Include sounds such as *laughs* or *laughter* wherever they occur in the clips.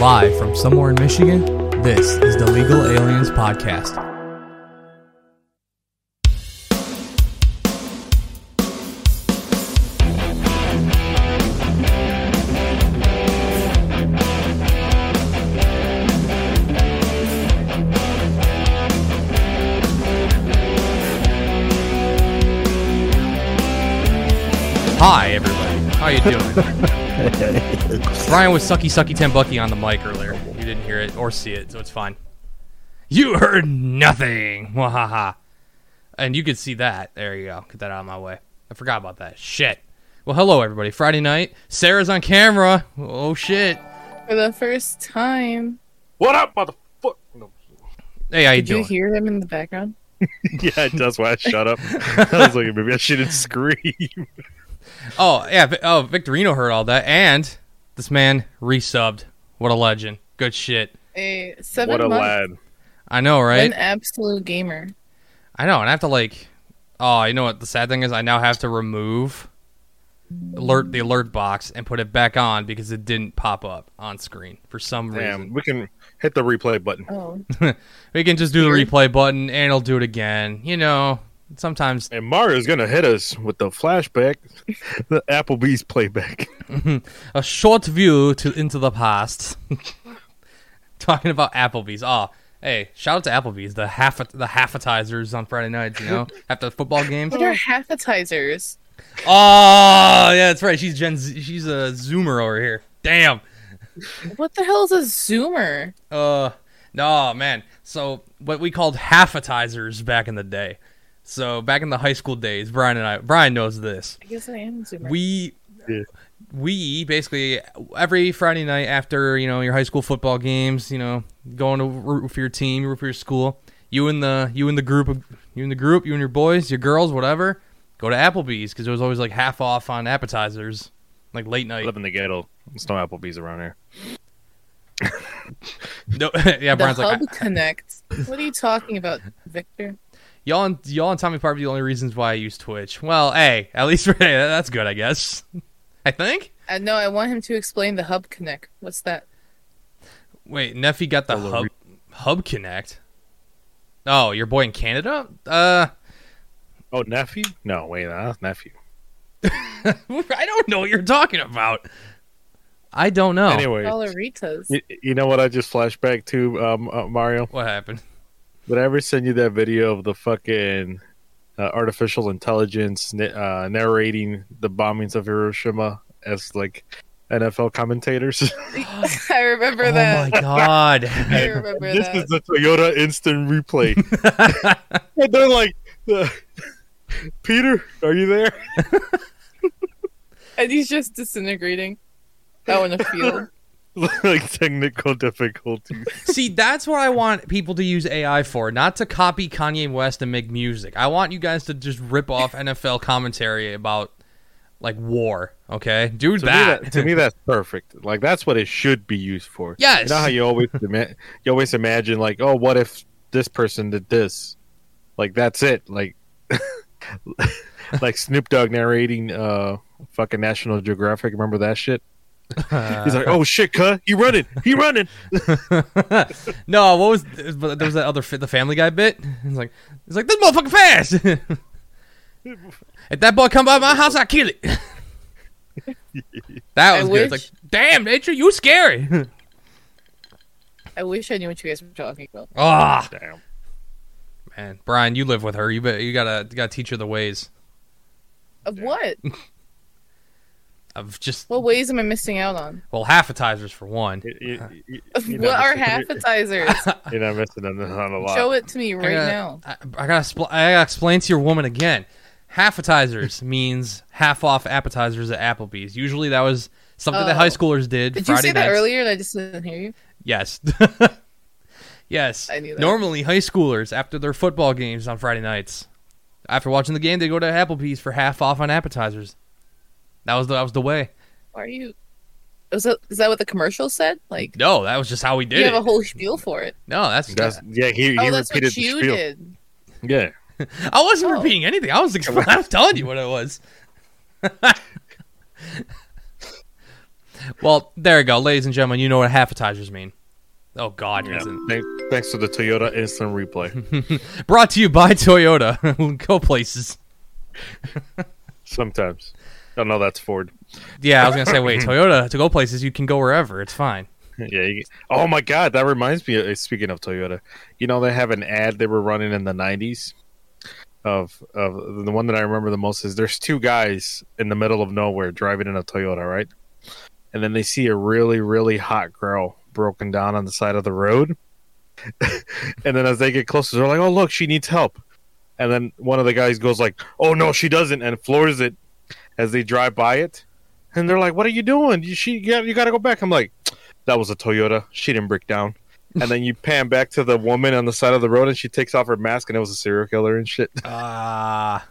Live from somewhere in Michigan, this is the Legal Aliens Podcast. Hi, everybody. How you doing? Brian was sucky sucky ten bucky on the mic earlier. You didn't hear it or see it, so it's fine. You heard nothing. *laughs* Wahaha. And you could see that. There you go. Get that out of my way. I forgot about that. Shit. Well, hello everybody. Friday night. Sarah's on camera. Oh shit. For the first time. What up, motherfucker? No. Hey, how you Did you doing? hear him in the background? *laughs* Yeah, it does. Why I *laughs* shut up? *laughs* I was like, maybe I shouldn't scream. oh yeah. Vi- Oh, Victorino heard all that, and this man resubbed. What a legend. Good shit. A seven What a months, lad! I know, right? An absolute gamer. I know, and I have to like. Oh, you know what? The sad thing is, I now have to remove alert the alert box and put it back on because it didn't pop up on screen for some Damn, reason. we can hit the replay button. Oh, We can just do the Weird. replay button, and it'll do it again. You know, sometimes And Mario's gonna hit us with the flashback, the Applebee's playback. a short view to into the past. *laughs* Talking about Applebee's. Oh, hey, shout out to Applebee's, the half the halfatizers on Friday nights. You know, after football games. what are halfatizers? Oh, yeah, that's right. She's Gen Z. She's a Zoomer over here. Damn. What the hell is a zoomer? Uh, no, man. So what we called halfatizers back in the day. So back in the high school days, Brian and I, Brian knows this. I guess I am a zoomer. We, Yeah. we basically every Friday night after you know your high school football games, you know, going to root for your team, root for your school. You and the you and the group of you and the group, you and your boys, your girls, whatever. Go to Applebee's because it was always like half off on appetizers, like late I night. live in the ghetto. There's no Applebee's around here. No, *laughs* yeah, the Brian's like, Hub *laughs* Connect. What are you talking about, Victor? Y'all and y'all and Tommy Parv are the only reasons why I use Twitch. Well, hey, at least *laughs* hey, that's good, I guess. *laughs* I think. Uh, no, I want him to explain the Hub Connect. What's that? Wait, Neffy got the Hello, hub Hub Connect. Oh, your boy in Canada? Uh, *laughs* Oh, nephew? No, wait, nah, that's nephew. I don't know what you're talking about. I don't know. Anyway, Dollaritas. you, you know what? I just flashback to um, uh, Mario. What happened? Did I ever send you that video of the fucking uh, artificial intelligence na- uh, narrating the bombings of Hiroshima as like NFL commentators? *laughs* *laughs* I remember Oh my that. god. *laughs* I remember this that. is the Toyota Instant Replay. and they're like, uh, Peter, are you there? *laughs* And he's just disintegrating. That one a *laughs* field. like technical difficulties. See, that's what I want people to use AI for, not to copy Kanye West and make music. I want you guys to just rip off NFL commentary about like war, okay? Do To, that. Me, that, to me, that's perfect. Like that's what it should be used for. Yes. You know how you always ima- you always imagine like, oh, what if this person did this? Like that's it. Like *laughs* like Snoop Dogg narrating uh fucking National Geographic. Remember that shit? He's *laughs* like, oh shit, cuh, he running, he running. *laughs* no, what was but there was that other fi- the Family Guy bit? It's like it's like this motherfucker fast. *laughs* if that boy come by my house, I kill it. *laughs* that I was good. It's wish- like, damn, nature, you scary. *laughs* I wish I knew what you guys were talking about. Ah, Damn. man, Brian, you live with her. You bet you gotta you gotta teach her the ways Of what? of just What ways am I missing out on? well halfatizers for one. You- you- you- *laughs* you're what not are *laughs* missing- halfatizers? *laughs* You're not missing on, on a lot. Show it to me right I gotta, now. I, I gotta spl- I gotta explain to your woman again. *laughs* Halfatizers means half off appetizers at Applebee's. Usually that was something that Oh. high schoolers did. Did you Friday say that nights. earlier and I just didn't hear you? Yes. *laughs* yes. I knew that. Normally, high schoolers, after their football games on Friday nights, after watching the game, they go to Applebee's for half off on appetizers. That was the, that was the way. Why are you? Is that, is that what the commercial said? Like, No, that was just how we did you have it. a whole spiel for it. no, that's, That's, yeah, he, he oh, that's repeated what the you spiel. did. Yeah, I wasn't Oh. repeating anything. I was *laughs* I was telling you what it was. *laughs* Well, there you go, ladies and gentlemen. You know what halfatizers mean. Oh God, Yeah. is not Thank, thanks to the Toyota Instant *laughs* Replay. Brought to you by *laughs* Toyota. *laughs* go places. Sometimes. Oh no, that's Ford. Yeah, I was gonna say, *laughs* wait, Toyota to go places. You can go wherever. It's fine. *laughs* Yeah. You, oh my God, that reminds me. Of, speaking of Toyota, you know they have an ad they were running in the '90s. Of of the one that I remember the most is there's two guys in the middle of nowhere driving in a Toyota, right? And then they see a really really hot girl broken down on the side of the road. *laughs* and then as they get closer, they're like, "Oh look, she needs help." And then one of the guys goes like, "Oh no, she doesn't," and floors it as they drive by it. And they're like, "What are you doing? You she you gotta, you gotta go back." I'm like that was a Toyota. She didn't break down. And then you pan back to the woman on the side of the road, and she takes off her mask, and it was a serial killer and shit. *laughs* *laughs* Ah.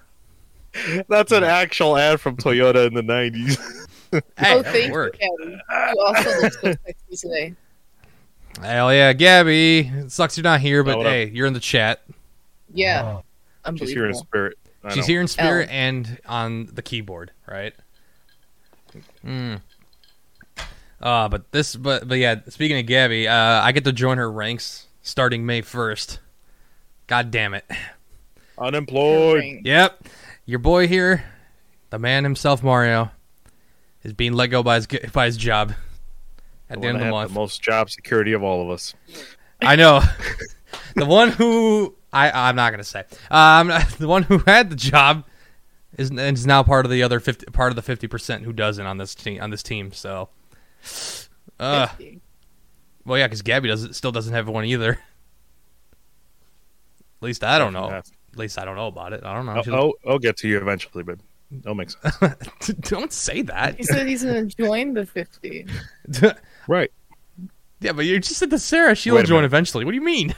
That's an actual ad from Toyota in the nineties. *laughs* hey, oh, that thank worked. you. Gabby. You also look so sexy today. Hell yeah, Gabby. It sucks you're not here, but Oh, what up? hey, you're in the chat. Yeah, Oh. She's here in unbelievable. spirit. I She's know. here in spirit and on the keyboard, right? Mm. Uh, but this, but but yeah. Speaking of Gabby, uh, I get to join her ranks starting May first. God damn it! Unemployed. Yep, your boy here, the man himself, Mario, is being let go by his g- by his job at the end one of that the had month. most job security of all of us. I know. *laughs* the one who I I'm not gonna say. Um, *laughs* the one who had the job is is now part of the other fifty part of the fifty percent who doesn't on this team on this team. So, uh, Thank you. well, yeah, because Gabby doesn't still doesn't have one either. At least I don't know. At least I don't know about it. I Oh, don't know. I'll, I'll, Oh, I'll get to you eventually, but that makes *laughs* sense. don't say that. He said he's gonna join the fifty. right. *laughs* yeah, but you just said to Sarah she'll Wait a join minute. eventually. What do you mean?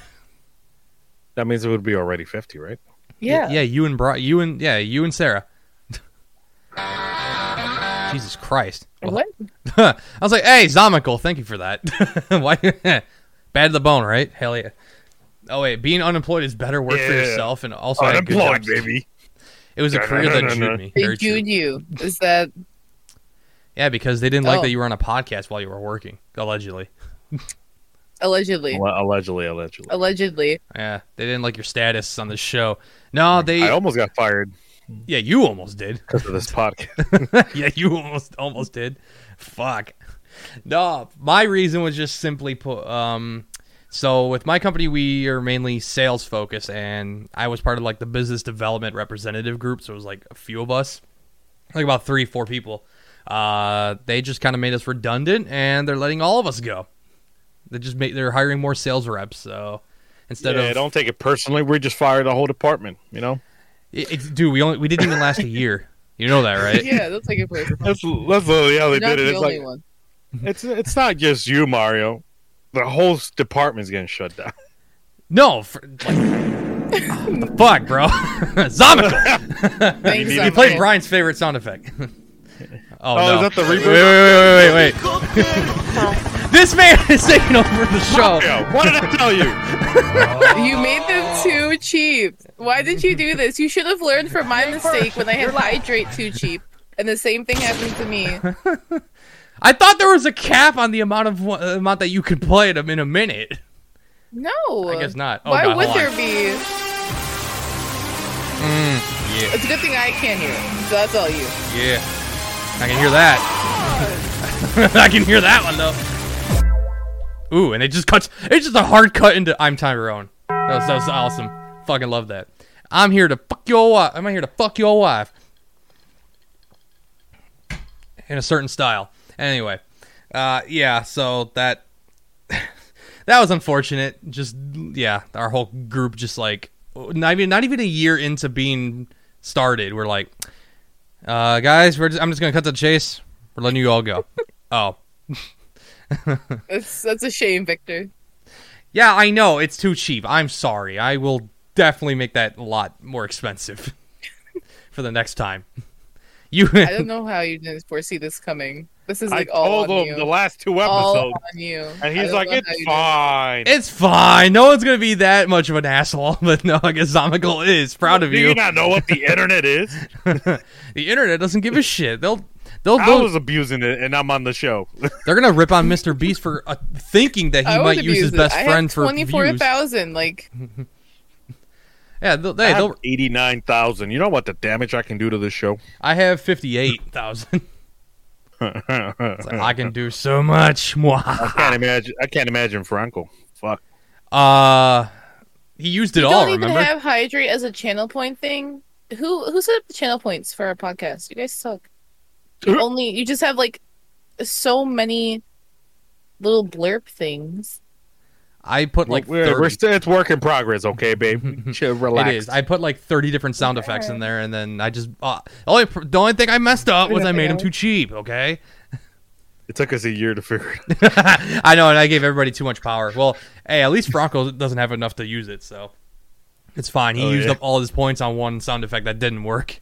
That means it would be already fifty, right? Yeah, Yeah, you and Bri- you and yeah, you and Sarah. Jesus Christ. What? I was like, "Hey, Zomical, thank you for that." *laughs* Why? Bad to the bone, right? Hell yeah. Oh wait, being unemployed is better work for Yeah. yourself, and also I had good Unemployed, jobs. baby. It was a career that Da-da-da-da-da. chewed me. They Very true. Jude you. Is that Yeah, because they didn't like Oh. that you were on a podcast while you were working, allegedly. allegedly? Alle- Allegedly, allegedly. Allegedly. Yeah, they didn't like your status on the show. No, they. I almost got fired yeah, you almost did. because of this podcast. *laughs* yeah, you almost almost did. Fuck. No, my reason was just simply put. Um, so with my company, we are mainly sales focused, and I was part of like the business development representative group. So it was like a few of us, like about three, four people. Uh, they just kind of made us redundant, and they're letting all of us go. They just made they're hiring more sales reps. So instead yeah, of don't take it personally. We just fired the whole department. You know. It- it's- dude, we only we didn't even last a year. You know that, right? Yeah, that's like a person. That's that's literally how they You're not did it. the It's only like one. it's it's not just you, Mario. The whole s- department's getting shut down. No, for, like, *laughs* fuck, bro. *laughs* *laughs* Zomical. Thanks, you Zomical. played Brian's favorite sound effect. *laughs* oh, Oh, no. is that the wait, wait, *laughs* wait, wait, reboot? wait, wait. this man is taking over the show. Oh, Yeah, what did I tell *laughs* you? You made them too cheap. Why did you do this? You should have learned from my mistake when I had hydrate too cheap. And the same thing happened to me. I thought there was a cap on the amount of uh, amount that you could play them in a minute. No. I guess not. Oh, Why God, would hold on. there be? Mm, It's a good thing I can't hear. it. So that's all you. Yeah, I can hear that. I can hear that *laughs* one though. Ooh, and it just cuts. It's just a hard cut into "I'm Tyrone." That was, that was awesome. Fucking love that. I'm here to fuck your wife. I'm here to fuck your wife in a certain style. Anyway, uh, yeah. So that *laughs* that was unfortunate. Just yeah, our whole group just like not even not even a year into being started, we're like, uh, guys, we're just, I'm just gonna cut to the chase. We're letting you all *laughs* go. oh, That's that's a shame, Victor. yeah, I know it's too cheap. I'm sorry. I will definitely make that a lot more expensive *laughs* for the next time. *laughs* You, I don't know how you didn't foresee this coming. This is I like all told on him you. the last two all *laughs* episodes, on you. and I he's don't like, know how "It's you did it. fine." *laughs* it's fine. No one's gonna be that much of an asshole. *laughs* But no, I guess Zomical is proud of *laughs* Do you. *laughs* you not know what the internet is? the internet doesn't give a shit. They'll They'll, I they'll- was abusing it, and I'm on the show. *laughs* they're gonna rip on Mr. Beast for uh, thinking that he I might was use his abused. best I friend had for twenty four views. thousand. Like Yeah, they'll, hey, they'll, eighty nine thousand. You know what the damage I can do to this show? *laughs* I have fifty-eight thousand. *laughs* I can do so much. Mwah. I can't imagine. I can't imagine Franco. Fuck. Uh, he used it you all. don't even Remember? have hydrate as a channel point thing. Who who set up the channel points for our podcast? You guys suck. You only you just have like so many little blurb things. I put like we're, 30. we're still, it's work in progress. *laughs* Okay, babe. Chill, relax. It is. I put like thirty different sound effects in there, and then I just uh, the only pr- the only thing I messed up was I made them too cheap. Okay, it took us a year to figure it. out. *laughs* I know, and I gave everybody too much power. Well, hey, at least Franco doesn't have enough to use it, so it's fine. He Oh, used yeah. up all his points on one sound effect that didn't work.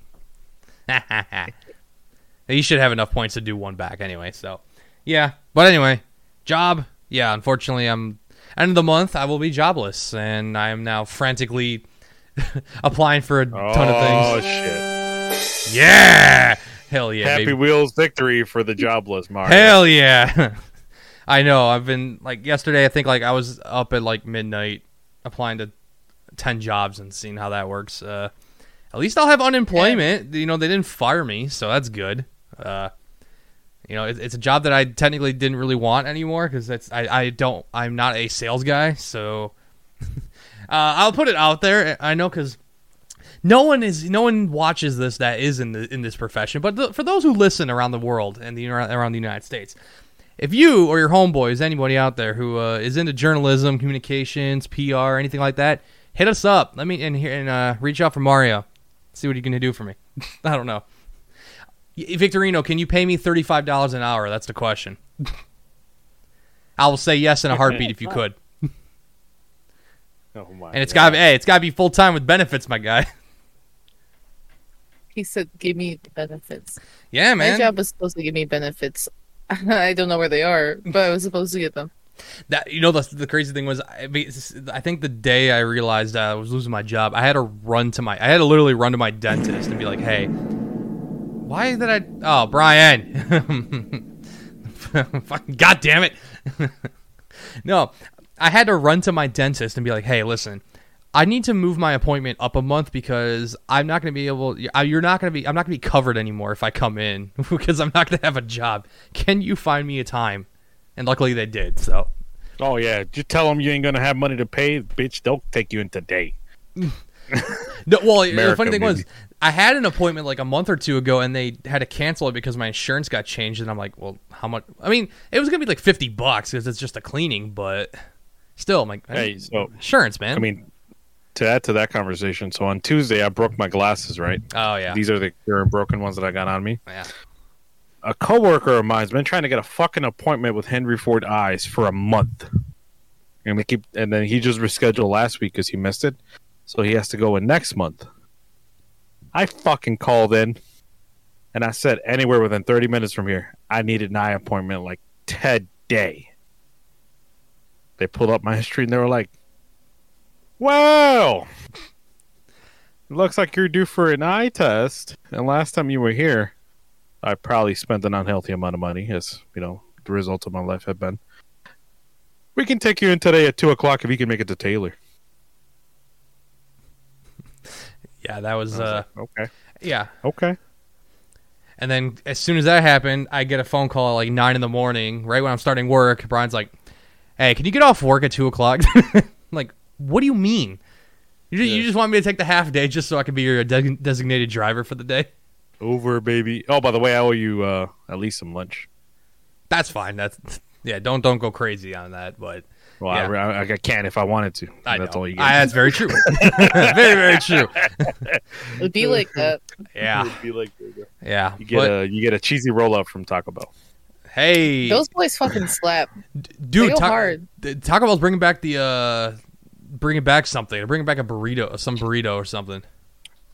*laughs* he should have enough points to do one back anyway. So yeah, but anyway, job. Yeah, unfortunately, I'm end of the month. I will be jobless, and I am now frantically *laughs* applying for a ton of things. Oh shit! Yeah. Hell yeah. Oh, Happy baby. Wheels victory for the jobless Mario. Hell yeah. *laughs* I know. I've been like yesterday I think like I was up at like midnight applying to 10 jobs and seeing how that works. Uh at least I'll have unemployment. You know, they didn't fire me, so that's good. Uh you know, it, it's a job that I technically didn't really want anymore because that's I, I don't I'm not a sales guy, so *laughs* uh, I'll put it out there. I know because no one is no one watches this that is in the in this profession. But th for those who listen around the world and the around the United States, if you or your homeboys, anybody out there who uh, is into journalism, communications, PR, anything like that, hit us up. Let me and here and uh, reach out for Mario. See what he can do for me. *laughs* I don't know. Y- Victorino, can you pay me thirty five dollars an hour? That's the question. I will say yes in a heartbeat if you could. Oh my! And it's God. got hey, it's got to be full time with benefits, my guy. *laughs* He said, "Give me the benefits." Yeah, man. My job was supposed to give me benefits. *laughs* I don't know where they are, but I was supposed to get them. that you know the, the crazy thing was I, I think the day i realized i was losing my job i had to run to my i had to literally run to my dentist and be like hey why did i oh brian *laughs* fucking god damn it *laughs* no i had to run to my dentist and be like hey listen i need to move my appointment up a month because i'm not going to be able I- you're not going to be i'm not going to be covered anymore if i come in *laughs* because i'm not going to have a job can you find me a time and luckily they did so Oh yeah! Just tell them you ain't gonna have money to pay, bitch. They'll take you in today. No, well, the America, funny thing was, maybe. I had an appointment like a month or two ago, and they had to cancel it because my insurance got changed. And I'm like, well, how much? I mean, it was gonna be like fifty bucks because it's just a cleaning, but still, I'm like, Hey, so insurance, man. I mean, to add to that conversation, so on Tuesday I broke my glasses. Right? oh yeah, These are the current broken ones that I got on me. yeah. A coworker of mine's been trying to get a fucking appointment with Henry Ford Eyes for a month, and we keep. And then he just rescheduled last week because he missed it, so he has to go in next month. I fucking called in, and I said anywhere within thirty minutes from here, I need an eye appointment like today. They pulled up my history and they were like, "Well, looks like you're due for an eye test, and last time you were here." I probably spent an unhealthy amount of money, as you know, the results of my life have been. We can take you in today at two o'clock if you can make it to Taylor. yeah, that was, I was uh, like, okay, yeah. okay. And then as soon as that happened, I get a phone call at like nine in the morning, right when I'm starting work. Brian's like, "Hey, can you get off work at two o'clock?" *laughs* I'm like, what do you mean? You just, you Yeah. just want me to take the half day just so I can be your de- designated driver for the day? Over, baby. Oh, by the way, I owe you uh, at least some lunch. that's fine. That's yeah. Don't don't go crazy on that, but Well, Yeah. I, I, I can if I wanted to. I That's know. all you I- get. that's very *laughs* true. very very true. It would *laughs* be like that. Yeah, It'd be like- yeah. you get But a you get a cheesy roll up from Taco Bell. hey, Those boys fucking slap. dude, they go Ta- hard. th- Taco Bell's bringing back the uh, bringing back something. They're bringing back a burrito, some burrito or something.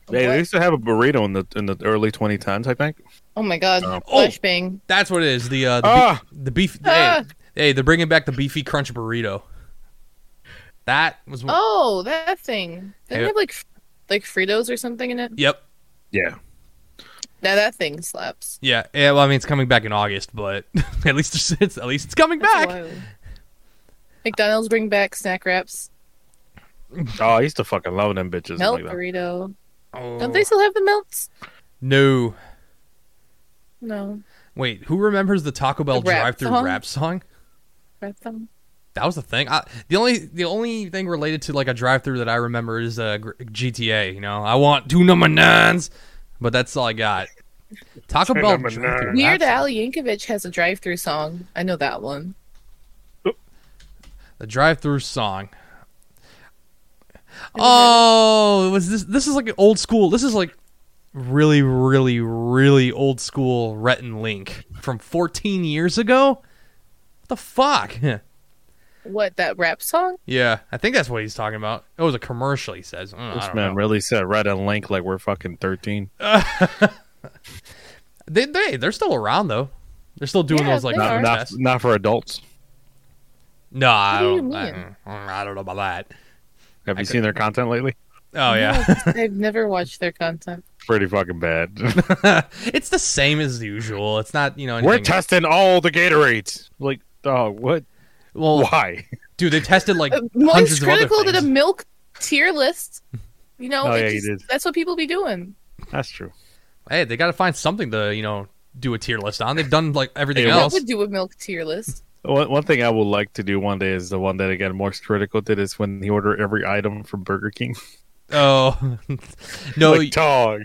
They, they What? used to have a burrito in the in the early 2010s, I think. Oh my god, Oh. flashbang. That's what it is. The uh, the, Ah. beef, the beef. Ah. Hey, hey, they're bringing back the beefy crunch burrito. That was. one- Oh, that thing. Didn't Yeah. they have like f- like Fritos or something in it? Yep. Yeah. Now that thing slaps. Yeah, yeah. Well, I mean, it's coming back in August, but *laughs* at least it's, it's at least it's coming That's back. wild. McDonald's bring back snack wraps, Oh, I used to fucking love them bitches. melt like that. burrito. Oh. Don't they still have the melts? No. No, Wait, who remembers the Taco Bell The rap drive-through song? rap song? wrap them. That was the thing. I, the only the only thing related to like a drive-through that I remember is uh, gr- GTA. You know, I want two number nines, but that's all I got. Taco Two Bell. number drive-thru nines. rap Weird song. Al Yankovic has a drive-through song. I know that one. The drive-through song. Oh, it was this? This is like an old school. This is like really, really, really old school Rhett and Link from 14 years ago. What the fuck? *laughs* What that rap song? yeah, I think that's what he's talking about. It was a commercial. He says. Mm, I This don't man know. really said right and link like we're fucking thirteen. They they they're still around though. They're still doing Yeah, those like they are. not, Not, not, not for adults. no, I What do you don't. I, mean? mm, I don't know about that. Have I you could- seen their content lately? Oh yeah, *laughs* No, I've never watched their content. Pretty fucking bad. it's the same as usual. It's not you know. we're Anything. testing all the Gatorades. Like, oh, what? well, Why? *laughs* dude, they tested *laughs* like Uh, hundreds Most of other critical did a things. milk tier list. You know, Oh, it yeah, he just- did. that's what people be doing. That's true. hey, they got to find something to you know do a tier list on. They've done like everything Hey, what I else. would do a milk tier list. One, one thing I would like to do one day is the one that again most critical did is when he ordered every item from Burger King. *laughs* Oh *laughs* no, like, dog.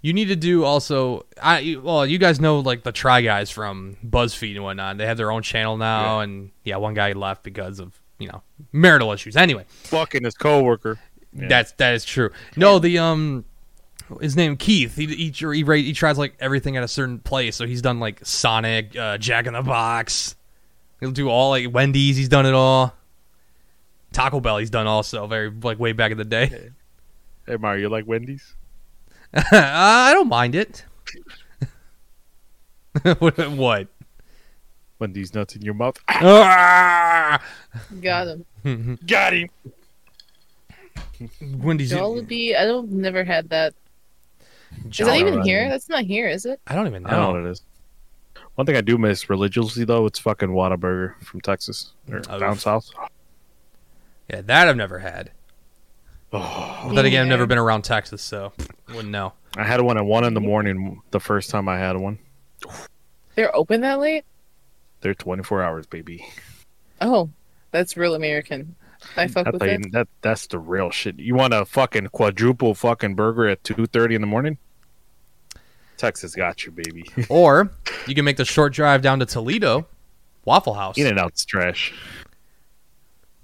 you need to do also. I you- well, you guys know like the Try Guys from BuzzFeed and whatnot. They have their own channel now, and yeah, one guy left because of you know marital issues. Anyway. Fucking his coworker. Yeah. That's that is true. No, the um, his name Keith. He he tr- he, ra- he tries like everything at a certain place. So he's done like Sonic, uh, Jack in the Box. He'll do all like Wendy's. He's done it all. Taco Bell. He's done also very like way back in the *laughs* day. Hey Mario, you like Wendy's? Uh, I don't mind it. *laughs* what? what? *laughs* Wendy's nuts in your mouth. Ah! Got them. Got him. Wendy's. Jollibee. I don't never had that. Is that Jolly- even Jollibee. here? That's not here, is it? I don't even I don't know know. what it is. One thing I do miss religiously though, it's fucking Whataburger from Texas or Oh. down south. Yeah, that I've never had. Oh, But then again, I've never neither. been around Texas, so wouldn't know. I had one at one in the morning the first time I had one. They're open that late. They're twenty four hours, baby. Oh, that's real American. I fuck That's, with how you- it. that, that's the real shit. You want a fucking quadruple fucking burger at two thirty in the morning? Texas got you, baby. *laughs* Or you can make the short drive down to Toledo, Waffle House. In and out's trash.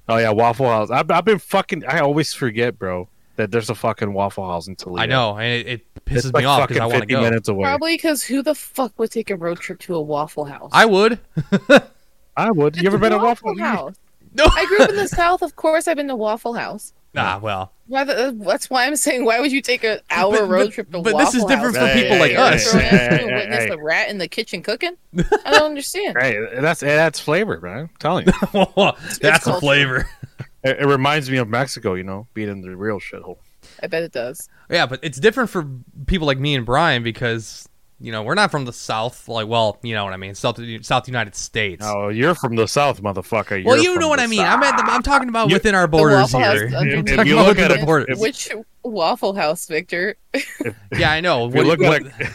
Oh yeah, Waffle House. I've, I've been fucking. I always forget, bro, that there's a fucking Waffle House in Toledo. I know, and it, it pisses It's me like off because fucking I want to 50 go. minutes away. Probably because who the fuck would take a road trip to a Waffle House? I would. I would. You It's ever a been to Waffle House? House? No. I grew up *laughs* in the South. Of course, I've been to Waffle House. Ah, well, Why the, uh, that's why I'm saying, why would you take an hour But- road but- trip to but Waffle House? this is different for people like You're us. throwing us Hey, to hey, witness hey. the rat in the kitchen *laughs* cooking? I don't understand. Right, that's that's flavor, man. I'm telling you, *laughs* that's a culture. flavor. it, it reminds me of Mexico. You know, being in the real shithole. I bet it does. Yeah, but it's different for people like me and Brian because you know we're not from the South. Like, well, you know what I mean, South South United States. Oh, you're from the south, motherfucker. well, You're you from know what the I mean. South. I'm at the, I'm talking about You- within our The borders Waffle House here. under- I'm If talking you about look within at the it- borders. Which Waffle House, Victor? *laughs* Yeah, I know. If you What- look what- at a-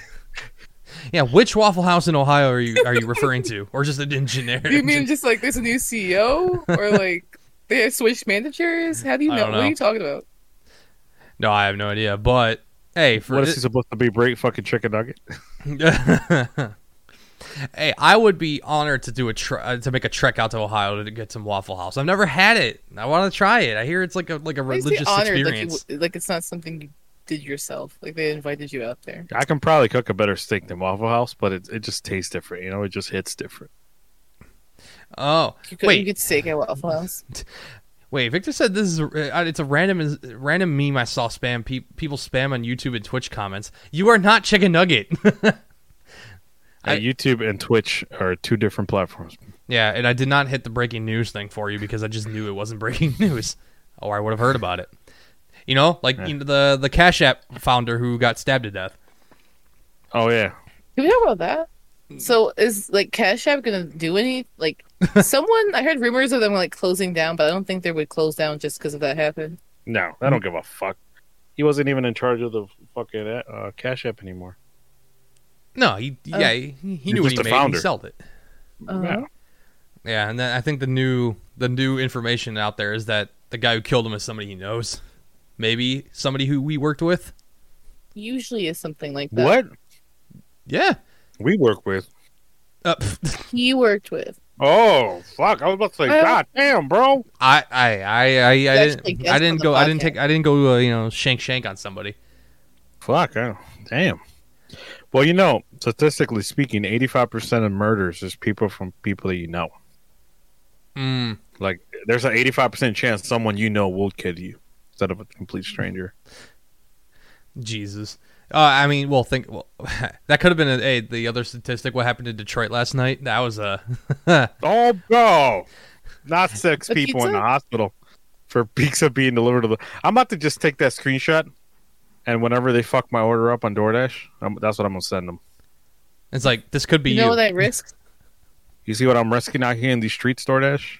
*laughs* yeah, which Waffle House in Ohio are you are you referring to, or just *laughs* in generic? *laughs* Do you mean just like there's a new CEO or like they have switched managers? How do you I know? don't What are know. you talking about? No, I have no idea. But hey, for What is he supposed to be? Break fucking chicken nugget. *laughs* hey, I would be honored to do a tr- uh, to make a trek out to Ohio to get some Waffle House. I've never had it. I want to try it. I hear it's like a like a Why is it religious honored, experience. Like, you, like it's not something you did yourself. Like they invited you out there. I can probably cook a better steak than Waffle House, but it it just tastes different. You know, it just hits different. oh, You could, you wait, could steak at Waffle House. wait. Victor said this is a, uh, it's a random is- random meme I saw spam pe- people spam on YouTube and Twitch comments. You are not chicken nugget. Uh, I- YouTube and Twitch are two different platforms. yeah, and I did not hit the breaking news thing for you because I just knew it wasn't *laughs* breaking news, or I would have heard about it. You know, like you know, the the Cash App founder who got stabbed to death. Oh yeah. Can we talk about Hmm. that? So is like Cash App gonna do any *laughs* like someone? I heard rumors of them like closing down, but I don't think they would close down just because of that happened. No, I don't give a fuck. He wasn't even in charge of the fucking uh, Cash App anymore. No, he Oh. yeah, he, he You're knew what Uh, just he a made. founder. He sold it. Uh, Yeah. Yeah, and then I think the new the new information out there is that the guy who killed him is somebody he knows. Maybe somebody who we worked with. Usually is something like that. What Yeah. we work with? Uh, *laughs* pff, he worked with? Oh fuck! I was about to say, Well- god damn, bro. I I I I, I actually didn't guessed I on didn't the go I didn't podcast. take I didn't go uh, you know shank shank on somebody. Fuck. I don't- damn. Well, you know, statistically speaking, eighty-five percent of murders is people from people that you know. Mm. Like, there's an eighty-five percent chance someone you know will kill you instead of a complete stranger. Jesus. Uh, I mean, well, think well, *laughs* that could have been a, hey, the other statistic. What happened in Detroit last night? That was a *laughs* Oh, bro. Not six A people in pizza? the hospital for pizza being delivered to the. I'm about to just take that screenshot, and whenever they fuck my order up on DoorDash, I'm, that's what I'm gonna send them. it's like this could be You you. know what I risked? You see what I'm risking out here in these streets, DoorDash?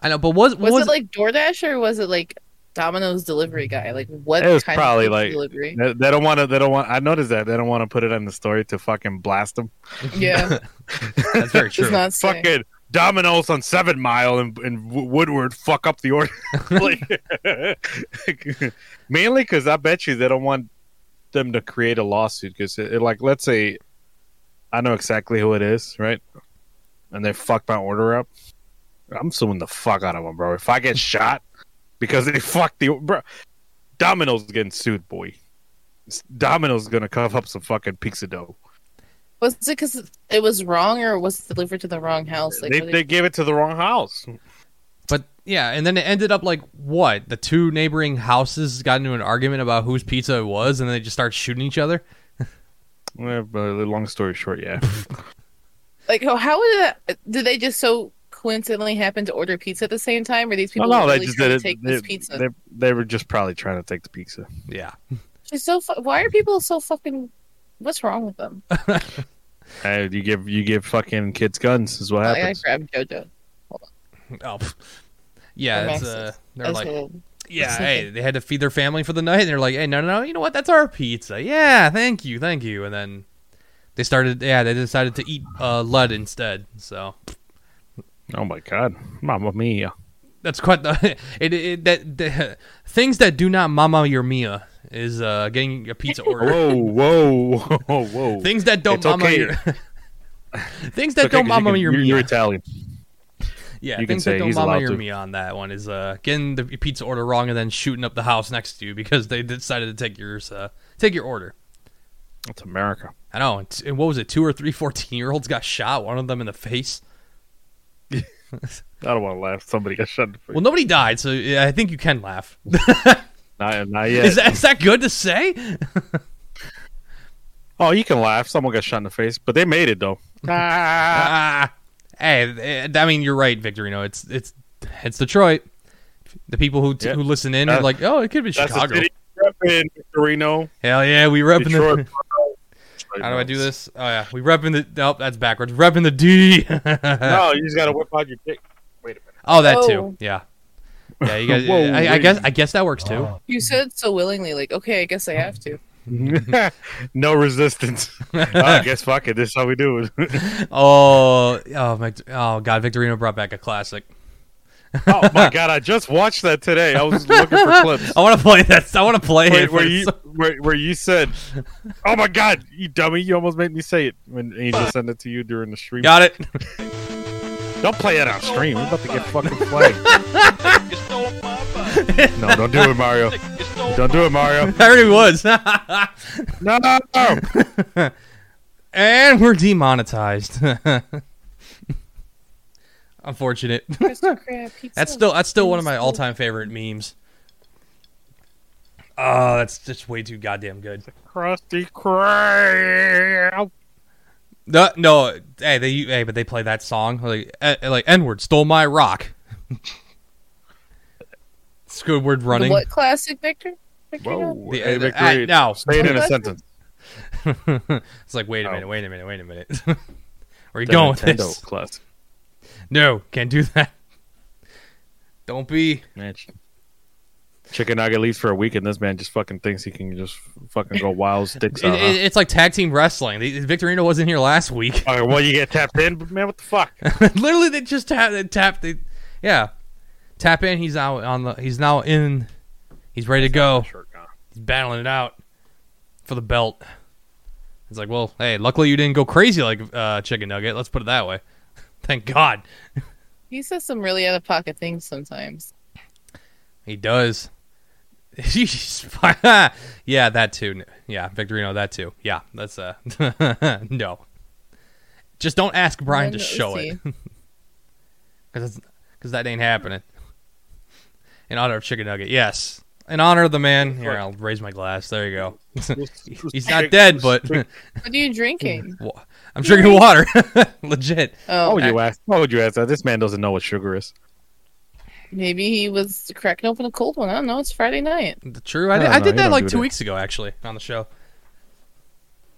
I know, but was Was, was, it like DoorDash or was it like Domino's delivery guy? Like what? It was kind probably, of like- *laughs* delivery. They, they don't want to. They don't want. I noticed that they don't want to put it on the story to fucking blast them. Yeah, that's very true. it's not saying. Fucking Domino's on Seven Mile and, and W- Woodward fuck up the order. like, *laughs* mainly because I bet you they don't want them to create a lawsuit because it, it, like let's say I know exactly who it is, right? And they fuck my order up. I'm suing the fuck out of them, bro. If I get shot because they fucked the bro, Domino's getting sued, boy. Domino's gonna cough up some fucking pizza dough. Was it because it was wrong or was it delivered to the wrong house? Like, they, what they gave it to the wrong house. But yeah, and then it ended up like what? The two neighboring houses got into an argument about whose pizza it was, and they just start shooting each other. Yeah, but long story short, yeah. Like, how- how would that? Did they just so coincidentally happen to order pizza at the same time, or these no, *laughs* people? no, really they just trying did to it. Take they, this pizza. They, they were just probably trying to take the pizza. Yeah, She's so. Fu- why are people so fucking? What's wrong with them? Hey, you give you give fucking kids guns is what Oh, I gotta happens. grab JoJo. oh, pff. yeah. They're It's, uh, Mexicans. they're That's like, what- yeah, That's hey, okay. they had to feed their family for the night, and they're like, hey, no, no, no, you know what? That's our pizza. Yeah, thank you, thank you. And then they started, yeah, they decided to eat uh, lead instead. So Oh my god, Mamma Mia! that's quite the *laughs* it, it that, that *laughs* things that do not mama your mia is uh, getting a *laughs* pizza order. Whoa, whoa, *laughs* whoa, whoa! Things that don't Oh. It's mama okay. your *laughs* things It's that okay, 'cause don't you mama can- your you're, mia. you're Italian. yeah, you can things say that don't he's mama allowed your to. mia on that one is uh, getting the pizza order wrong and then shooting up the house next to you because they decided to take yours uh, take your order. It's America. I know. And, t- and what was it? Two or three *laughs* 14 year olds got shot. One of them in the face. I don't want to laugh. Somebody got shot. in the face. Well, nobody died, so yeah, I think you can laugh. *laughs* not, not yet. Is that is that good to *laughs* say? oh, you can laugh. Someone got shot in the face, but they made it though. Ah. Ah, hey, th- I mean you're right, Victor. You know it's it's it's Detroit. The people who t- Yeah. who listen in Uh, are like, oh, it could be That's the Chicago. city we're up in Reno, Hell yeah, we rep in Detroit. the. *laughs* How do I do this? Oh yeah, we rep in the. Nope, that's backwards. Rep in the D. No, you just gotta whip out your dick. Wait a minute. *laughs* oh, that Oh. too. Yeah. Yeah, you guys. *laughs* Whoa, I, I wait. Oh. guess I guess that works too. You said so willingly. Like, okay, I guess I have *laughs* to. *laughs* no resistance. Oh, I guess fuck it. This is how we do it. *laughs* Oh, oh my! Oh God, Victorino brought back a classic. oh my god! I just watched that today. I was *laughs* looking for clips. I want to play that. I want to play Wait, it. where but you it's- where, where you said, "Oh my god, you dummy! You almost made me say it." When Angel sent it to you during the stream. got *laughs* it. Don't play it on stream. We're about to get fucking flagged. no, don't do it, Mario. Don't do it, Mario. I already was. *laughs* No. and we're demonetized. *laughs* Unfortunate. Crystal crab pizza. That's still that's still one of my all time favorite memes. Oh, that's just way too goddamn good. Krusty Krab. No, no, hey, they, hey, but they play that song like, eh, like N word stole my rock. *laughs* Squidward The running. What classic, Victor? Victor? Whoa. The- hey, the- Victor, ah, no. Say it in a sentence. *laughs* it's like, wait a Oh. minute, wait a minute, wait a minute. *laughs* Where are you going with Nintendo this? class. No, can't do that. Don't be. Match. Chicken nugget leaves for a week, and this man just fucking thinks he can just fucking *laughs* go wild sticks It, out. it, it's like tag team wrestling. The- Victorino wasn't here last week. *laughs* huh? Alright, well, you get tapped in, but man, what the *laughs* fuck? Literally, they just tap. They tap. They, yeah, tap in. He's out on the. He's now in. He's ready to go. Sure, nah. He's battling it out for the belt. It's like, well, hey, luckily you didn't go crazy like uh, Chicken Nugget. Let's put it that way. *laughs* Thank God. He says some really out of pocket things sometimes. He does. *laughs* He's fi- *laughs* yeah, that too. Yeah, Victorino, that too. Yeah, that's uh *laughs* no. Just don't ask Brian to Then show let's it *laughs* because that ain't happening. In honor of Chicken Nugget, yes. In honor of the man, here I'll raise my glass. There you go. He's not dead, but *laughs* What are you drinking? Wa- I'm drinking water. *laughs* Legit. Why Oh, would you ask? Why would you ask that? This man doesn't know what sugar is. maybe he was cracking open a cold one. I don't know. It's Friday night. The true. I, I did, don't I know, did you that don't like do two that. weeks ago, actually, on the show.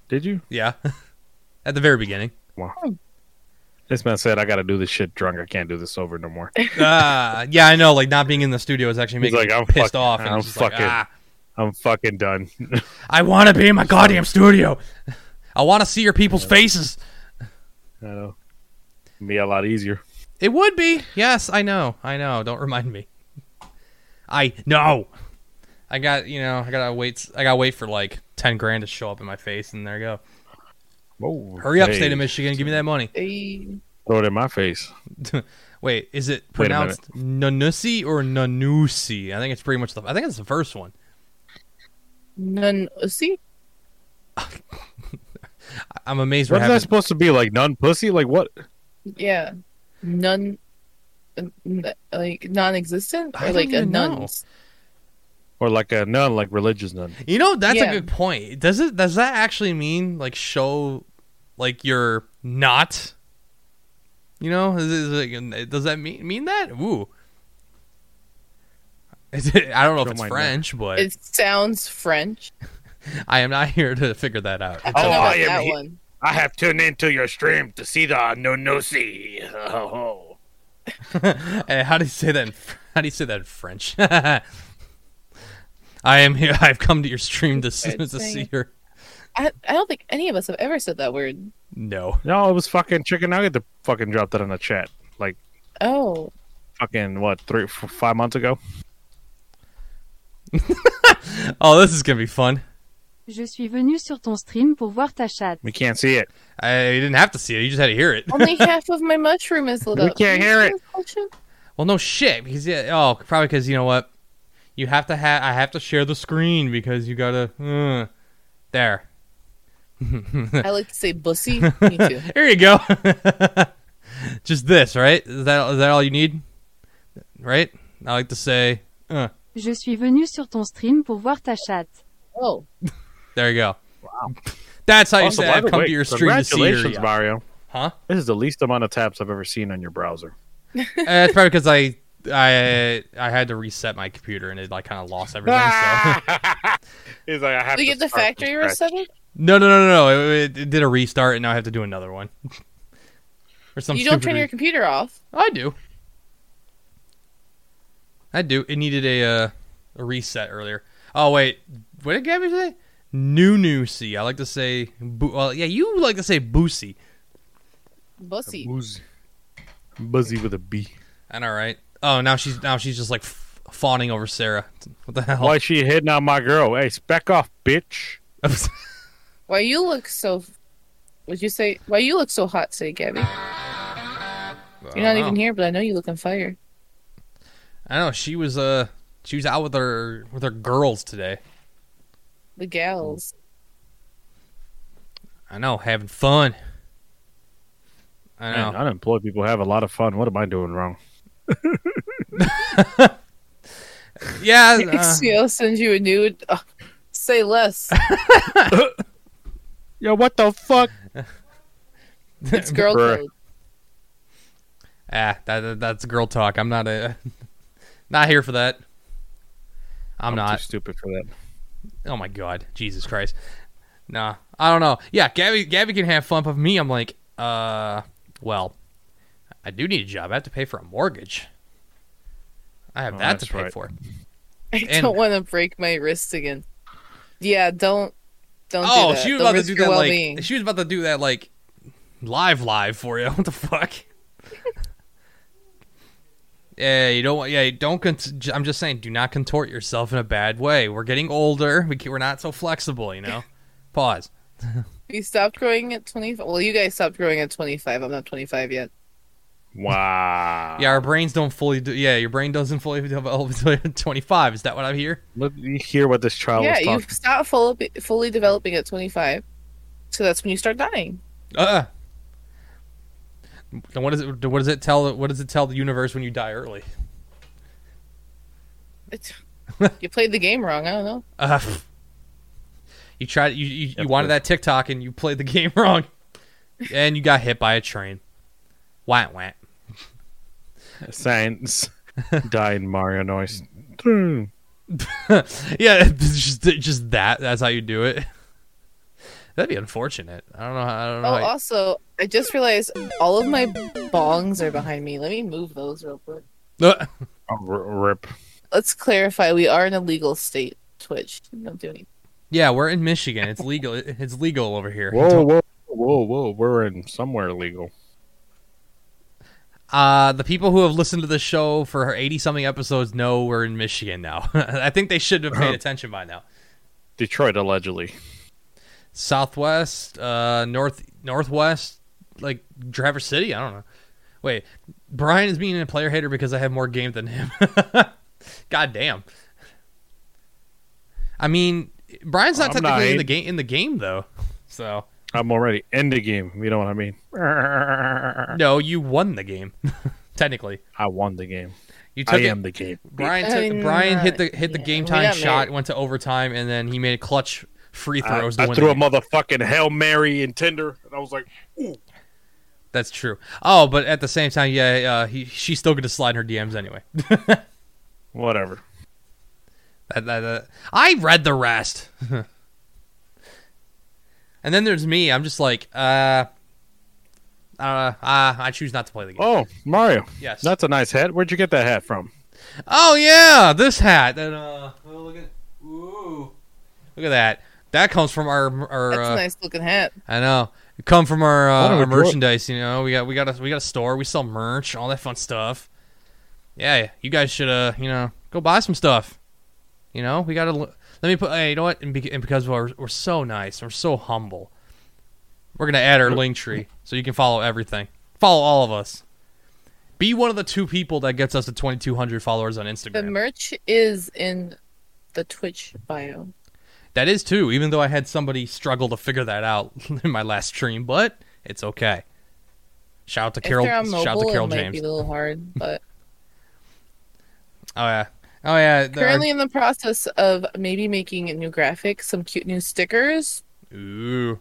Did you? Yeah, *laughs* at the very beginning. This man said, "I got to do this shit drunk. I can't do this sober no more. Ah, yeah, I know. Like not being in the studio is actually He's making like, me "I'm pissed fucking- off. And I'm I'm just like, fucking- ah, I'm fucking done." *laughs* I want to be in my goddamn studio. *laughs* I want to see your people's faces. I know. It'd Be a lot easier. It would be. Yes, I know. I know. Don't remind me. I know. I got you know. I gotta wait. I gotta wait for like ten grand to show up in my face, and there you go. Whoa. Hurry up, Hey, state of Michigan. Give me that money. Hey, Throw it in my face. Wait, is it Wait a minute. pronounced Nanusi or Nanusi? I think it's pretty much the. I think it's the first one. None. uh, See, I- I'm amazed we're What's that having. supposed to be like? None pussy? Like what? yeah, none. n- Like non-existent I or don't like a even know. nun. Or like a nun? Like religious nun? You know, that's Yeah. a good point. Does it? Does that actually mean like show, like you're not? You know, is, is it, does that mean mean that? Ooh. *laughs* Is it, I don't know Show if it's my nut. French, but It sounds French. I am not *laughs* here to figure that out. *laughs* It's I don't know Oh, okay. about I am that he- one. I have tuned into your stream to see the no no see. *laughs* Oh, Eh, how do you say that? In, Fr- how do you say that in French? *laughs* I am here. *laughs* I've come to your stream to, s- *laughs* Good to thing. see your. I, I don't think any of us have ever said that word. No, No, it was fucking chicken nugget that fucking dropped that in the chat. Like Oh, fucking what? Three, f- five months ago. Oh, this is gonna be fun. Je suis venu sur ton stream pour voir ta chatte. We can't see it. I you didn't have to see it. You just had to hear it. *laughs* only half of my mushroom is lit We up. Can can't you hear see it. this whole shit? Well, no shit, because yeah, oh, probably because you know what, you have to have I have to share the screen because you gotta uh, there. I like to *laughs* say bussy. Me too. Here you go. *laughs* just this, right? Is that is that all you need? Right? I like to say, uh, Je suis venu sur ton stream pour voir ta chatte. Oh, there you go. That's how you Also, say by I've the come way, to your stream to see your Congratulations, Mario. Huh? This is the least amount of taps I've ever seen on *laughs* your browser. Uh, That's probably because I I I had to reset my computer and it like kind of lost everything. Ah! So. *laughs* He's like, I have we to get the start from factory reset. scratch. it? *laughs* No, no, no, no, no. It, it did a restart, and now I have to do another one. *laughs* or some You don't stupid turn re- your computer off. I do. I do. It needed a uh, a reset earlier. Oh wait, what did Gabby say? New new C. I like to say. Bo- well, yeah, you like to say boosie. Bussy. Buzzy. Buzzy with a B. And all right. Oh, now she's now she's just like f- fawning over Sarah. What the hell? *laughs* Why is she hitting on my girl? Hey, spec off, bitch. Why you look so? Would you say? Why you look so hot today, Gabby? You're not even here, but I know you look on fire. I don't know she was uh she was out with her with her girls today. The gals. I know having fun. I know. Man, unemployed people have a lot of fun. What am I doing wrong? yeah. *laughs* uh, XPO sends you a nude. Ugh, *laughs* say less. Yo, what the fuck? It's girl Bruh. code. Ah, that, that- that's girl talk. I'm not a, *laughs* not here for that. I'm, too not. Oh, stupid for that. Oh my god, Jesus Christ! Nah, I don't know. Yeah, Gabby, Gabby can have fun, but for me, I'm like, uh, well, I do need a job. I have to pay for a mortgage. I have Oh, that to that's pay right. for. I And- don't want to break my wrist again. Yeah, don't don't. Oh, do that. she was Don't about to risk do your that well-being. like she was about to do that like live live for you. *laughs* What the *laughs* fuck? yeah, you don't. want- Yeah, you don't. Cont- j- I'm just saying, do not contort yourself in a bad way. We're getting older. We can, we're not so flexible, you *laughs* know. Pause. we stopped growing at twenty. Well, you guys stopped growing at twenty five. I'm not twenty five yet. Wow. Yeah, our brains don't fully. Do- yeah, your brain doesn't fully *laughs* develop until you're 25. Is that what I hear? Let me hear what this child yeah, was you *laughs* talking. stop fully fully developing at twenty five, so that's when you start dying. Uh. And what does it? What does it tell? What does it tell the universe when you die early? It's, you played the game wrong. I don't know. Uh, pff. you tried. You you, you Yep. wanted that TikTok and you played the game *laughs* wrong, and you got hit by a train. Wah wah. Science. *laughs* Died Mario *laughs* noise. Oh, yeah, *laughs* it's just just that. That's how you do it. That'd be unfortunate. I don't know. How, I don't know. Oh, how you- also, I just realized all of my bongs are behind me. Let me move those real quick. Uh, Oh, r- rip. Let's clarify: we are in a legal state. Twitch, don't do anything. *laughs* yeah, we're in Michigan. It's legal. It's legal over here. Whoa, whoa, whoa, whoa. We're in somewhere legal. Uh, the people who have listened to the show for 80 something episodes know we're in Michigan now. *laughs* I think they should have *clears throat* paid attention by now. Detroit, allegedly. Southwest, uh, north, northwest, like Traverse City. I don't know. Wait, Brian is being a player hater because I have more game than him. *laughs* God damn. I mean, Brian's not I'm technically in not. the game in the game though. So I'm already in the game. You know what I *laughs* mean? I no, you won the game *laughs* technically. won the game. You took I it- am the game. Brian I took, mean, Brian uh, hit the hit the yeah, game we time got shot, married. went to overtime, and then he made a clutch free I, throws. I to win threw the a game. motherfucking Hail Mary in Tinder, and I was like, That's true. Oh, but at the same time, yeah, uh, he, she's still going to slide in her DMs anyway. *laughs* whatever. That- that- that- I read the rest. *laughs* and then there's me. I'm just like, uh, uh, uh, I choose not to play the game. Oh, Mario. yes. That's a nice hat. Where'd you get that hat from? Oh yeah, this hat. And, uh, oh, look at, ooh, look at that. That comes from our our. That's uh, a nice looking hat. I know. It come from our, Why uh, don't we our grow- merchandise, you know. We got we got a we got a store. We sell merch, all that fun stuff. Yeah, you guys should uh, you know, go buy some stuff. You know, we got to let me put hey, you know what? And, be, and because we're we're so nice, we're so humble. We're going to add our link tree so you can follow everything. Follow all of us. Be one of the two people that gets us to 2200 followers on The Instagram. merch is in the Twitch bio. That is too, even though I had somebody struggle to figure that out *laughs* in my last stream, but it's okay. Shout out to Carol. if they're on Shout out to mobile, Carol it might James. be a *laughs* little hard. But Oh yeah. Oh yeah. there are- currently in the process of maybe making new graphics, some cute new stickers. Ooh.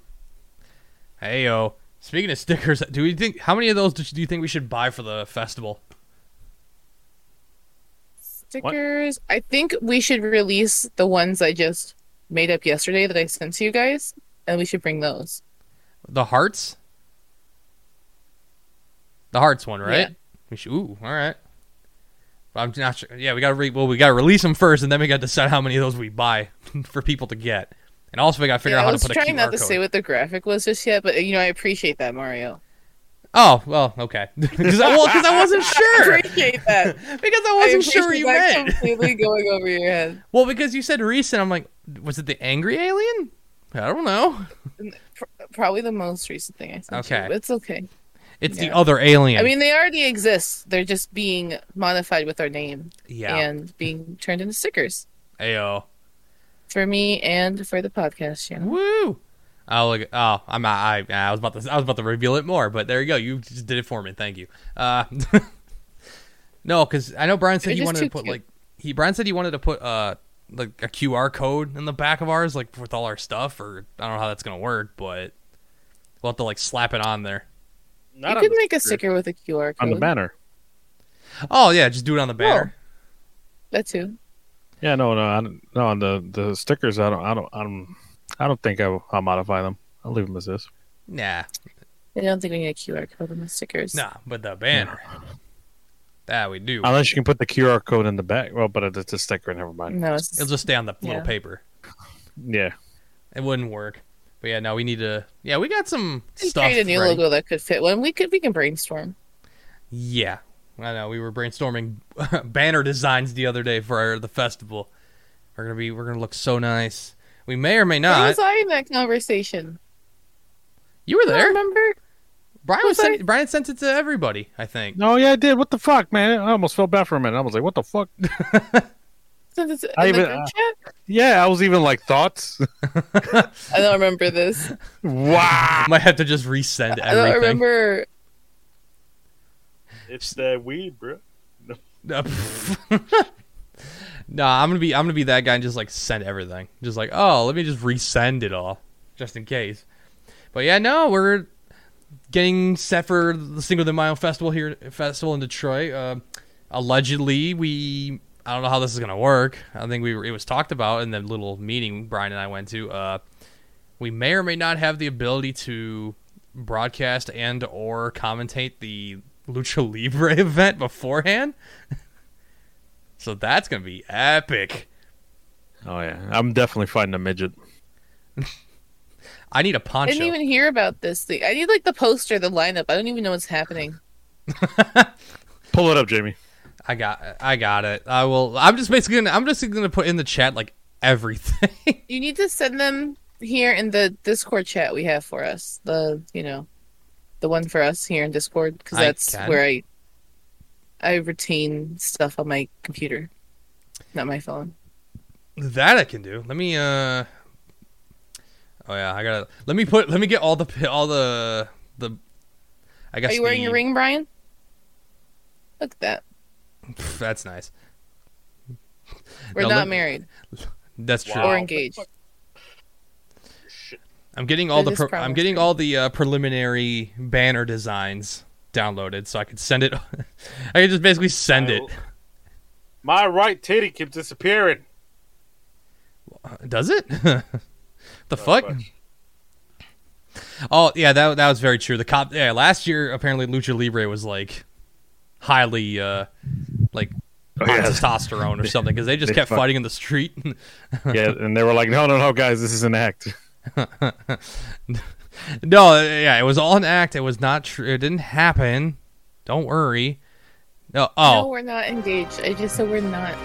Hey yo. Speaking of stickers, do we think how many of those do you- do you think we should buy for the festival? Stickers. I think we should release the ones I just made up yesterday that I sent to you guys, and we should bring those. The hearts. The hearts one, right? Yeah. We should, ooh, all right. But I'm not sure. Yeah, we gotta re- well, we gotta release them first, and then we gotta decide how many of those we buy *laughs* for people to get, and also we gotta figure Yeah, out I how to was put a trying QR not to code. say what the graphic was just yet, but you know I appreciate *laughs* that, Mario. Oh well, okay. *laughs* Because I, well, 'cause I *laughs* wasn't sure. Appreciate that. *laughs* Because I wasn't sure appreciate you that meant. *laughs* completely going over your head. Well, because you said recent, I'm like, was it the angry alien? I don't know. Probably the most recent thing I sent. Okay. you, but it's okay. It's the Yeah. other alien. I mean, they already exist. They're just being modified with our name yeah. and being turned into stickers Ayo. for me and for the podcast channel. Woo. Oh look. Oh, I'm. I. I was about to. I was about to reveal it more, but there you go. You just did it for me. Thank you. Uh, *laughs* no, because I know Brian said They're he just wanted to too put cute. like he. Brian said he wanted to put uh like a QR code in the back of ours, like with all our stuff. Or I don't know how that's gonna work, but we'll have to like slap it on there. Not you on could the make a sticker with a QR code. on the banner. Oh yeah, just do it on the banner. That too. Yeah, no, no, I don't- no. On the the stickers, I don't, I don't, I don't. I don't think I, will I'll modify them. I'll leave them as is. Nah, I don't think we need a QR code on the stickers. nah, but the banner. That we do. Unless you can put the QR code in the back. Well, but it's a sticker. Never mind. No, it's It'll just stay on the little Yeah. paper. Yeah. It wouldn't work. But yeah, no, we need to. Yeah, we got some we stuff. create a new ready. logo that could fit one. We could we can brainstorm. Yeah, I know. We were brainstorming *laughs* banner designs the other day for our, the festival. We're gonna be. We're gonna look so nice. We may or may Where not. was I in that conversation? You were I there. remember? Brian was was sent, Brian sent it to everybody. I think. *laughs* No, yeah, I did. What the fuck, man? I almost felt bad for a minute. I was like, what the fuck? *laughs* Since it's in I the even- group uh, chat? Yeah, I was even like, thoughts? *laughs* I don't remember this. wow. Might have to just resend I don't everything. remember. It's that weed, bro. *laughs* No, nah, I'm gonna be I'm gonna be that guy and just like send everything. Just like, oh, let me just resend it all, just in case. But yeah, no, we're getting set for the Cinco de Mayo festival here festival in Detroit. Uh, allegedly, we I don't know how this is gonna work. I think we were, it was talked about in the little meeting Brian and I went to. Uh, we may or may not have the ability to broadcast and or commentate the Lucha Libre *laughs* event beforehand. So that's gonna be epic. Oh, yeah. I'm definitely fighting a midget. I need a I poncho. didn't even hear about this thing. I need like the poster, the lineup. I don't even know what's happening. Pull it up, *laughs* Jamie. I got I got it. I will I'm just basically gonna I'm just gonna put in the chat like everything. *laughs* You need to send them here in the Discord chat we have for us. The you know, the one for us here in Discord because I that's can. where I I retain stuff on my computer, not my phone. that I can do. Let me uh Oh yeah, I gotta let me put let me get all the pi- all the the I guess Are you wearing the- your ring, Brian? Look at that. Pff, that's nice. We're No, not let- married That's true. or engaged. I'm getting all They're the just pre- I'm promising. getting all the uh, preliminary banner designs downloaded, so I could send it. *laughs* I could just basically send it. My right titty keeps disappearing. Does it? *laughs* the fuck? Oh yeah, that that was very true. The cop. Yeah, last year apparently Lucha Libre was like highly uh like Oh, high yeah. *laughs* testosterone or something because they just They kept fuck- fighting in the street. *laughs* yeah, and they were like, no, no, no, guys, this is an act. no, yeah, it was all an act. It was not true. It didn't happen. Don't worry. No. Oh. No, we're not engaged. I just said we're not.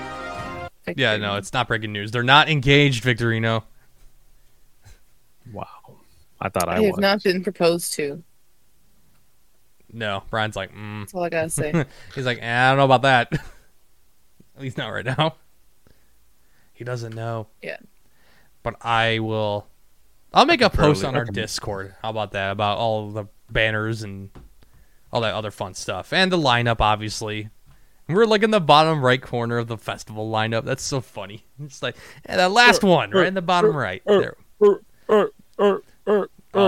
Yeah, no, it's not breaking news. They're not engaged, Victorino. Wow. I thought I, I have was. not been proposed to. No, Brian's like, mm. That's all I gotta *laughs* say. he's like, eh, I don't know about that. *laughs* At least not right now. He doesn't know. Yeah. But I will. I'll make a post Probably on our recommend- Discord. How about that? About all the banners and all that other fun stuff, and the lineup, obviously. We're like in the bottom right corner of the festival lineup. That's so funny. It's like eh, that last one, right in the bottom right. There. Oh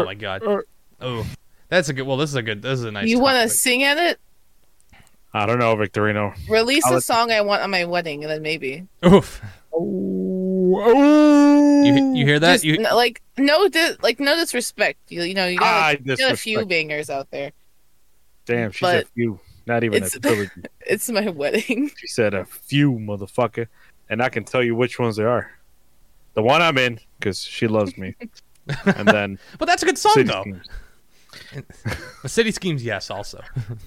my god. Oh, that's a good. Well, this is a good. This is a nice. you want to topic. sing at it? I don't know, Victorino. Release I'll a let- song I want on my wedding, and then maybe. Oof. Oh, You, you hear that? Just, You, n- like no, di- like no disrespect. You, you know, you got, you I got a few Ah, disrespect. bangers out there. Damn, she said but few. Not even a it's- *laughs* trilogy. It's my *laughs* wedding. She said a few, motherfucker. And I can tell you which ones they are. The one I'm in, because she loves me. and then but that's a good song City though. Schemes. But City Schemes, yes, also. *laughs*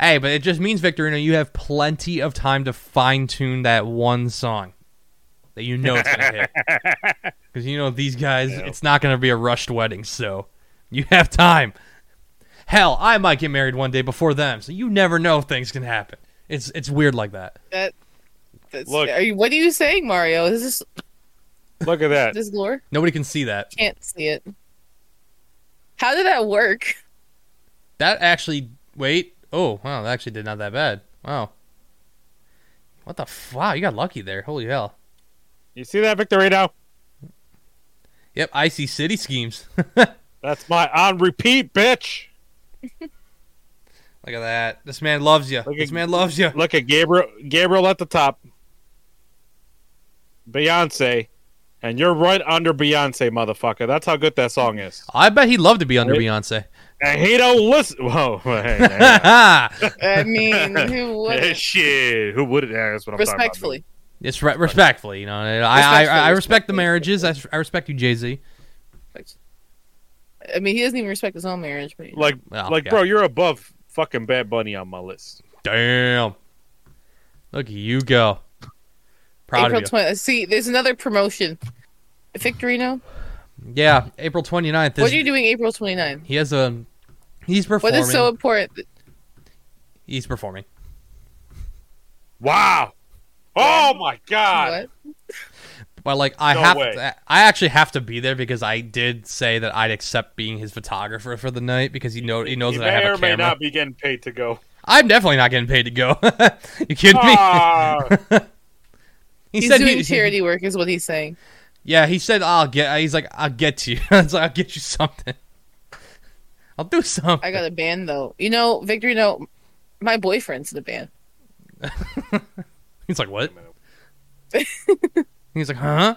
hey, but it just means Victorino, you have plenty of time to fine tune that one song that you know it's gonna hit. *laughs* Because you know these guys, Yeah. it's not gonna be a rushed wedding, so you have time. Hell, I might get married one day before them, so you never know if things can happen. It's it's weird like that. That. That's, Look. Are you, what are you saying, Mario? Is this Look at that. this lore? Nobody can see that. Can't see it. How did that work? That actually. Wait. Oh, wow. That actually did not that bad. Wow. What the f- Wow, you got lucky there. Holy hell. You see that, Victorino? Yep, icy city schemes. *laughs* Look That's my on repeat, bitch. at that. This man loves you. Look This at- man loves *laughs* you. Look at Gabriel Gabriel at the top. Beyonce. And you're right under Beyonce, motherfucker. That's how good that song is. I bet he'd love to be under Right. *laughs* Beyonce. And he don't listen. *laughs* Whoa, hey, hey, *laughs* I *laughs* mean, who hey, would shit. Who would it? Yeah, that's what I'm talking about. respectfully? it's re- respectfully, you know. I, I, I, I Respectfully, respect the respectfully. marriages. I, I respect you, Jay Z. I mean, he doesn't even respect his own marriage. But Like, Well, like, yeah. bro, you're above fucking Bad Bunny on my list. Damn. Look at you go. Proud April of you. twenty. See, there's another promotion. Victorino, yeah, April 29th. Is, what are you doing April 29th? He has a. He's What performing. is so important? He's performing. Wow. Oh my god. What? But like I No have, way. to, I actually have to be there because I did say that I'd accept being his photographer for the night because he know he knows You that I may have or a may camera. not be getting paid *laughs* to go. I'm definitely not getting paid to go. *laughs* you kidding me? Ah, he He's said *laughs* doing he, charity work, is what he's saying. Yeah, he said I'll get. uh, He's like I'll get to you. *laughs* I was like, I'll get you something. *laughs* I'll do something. I got a band though. You know, Victorino, my boyfriend's in a band. He's like what? *laughs* He's like huh?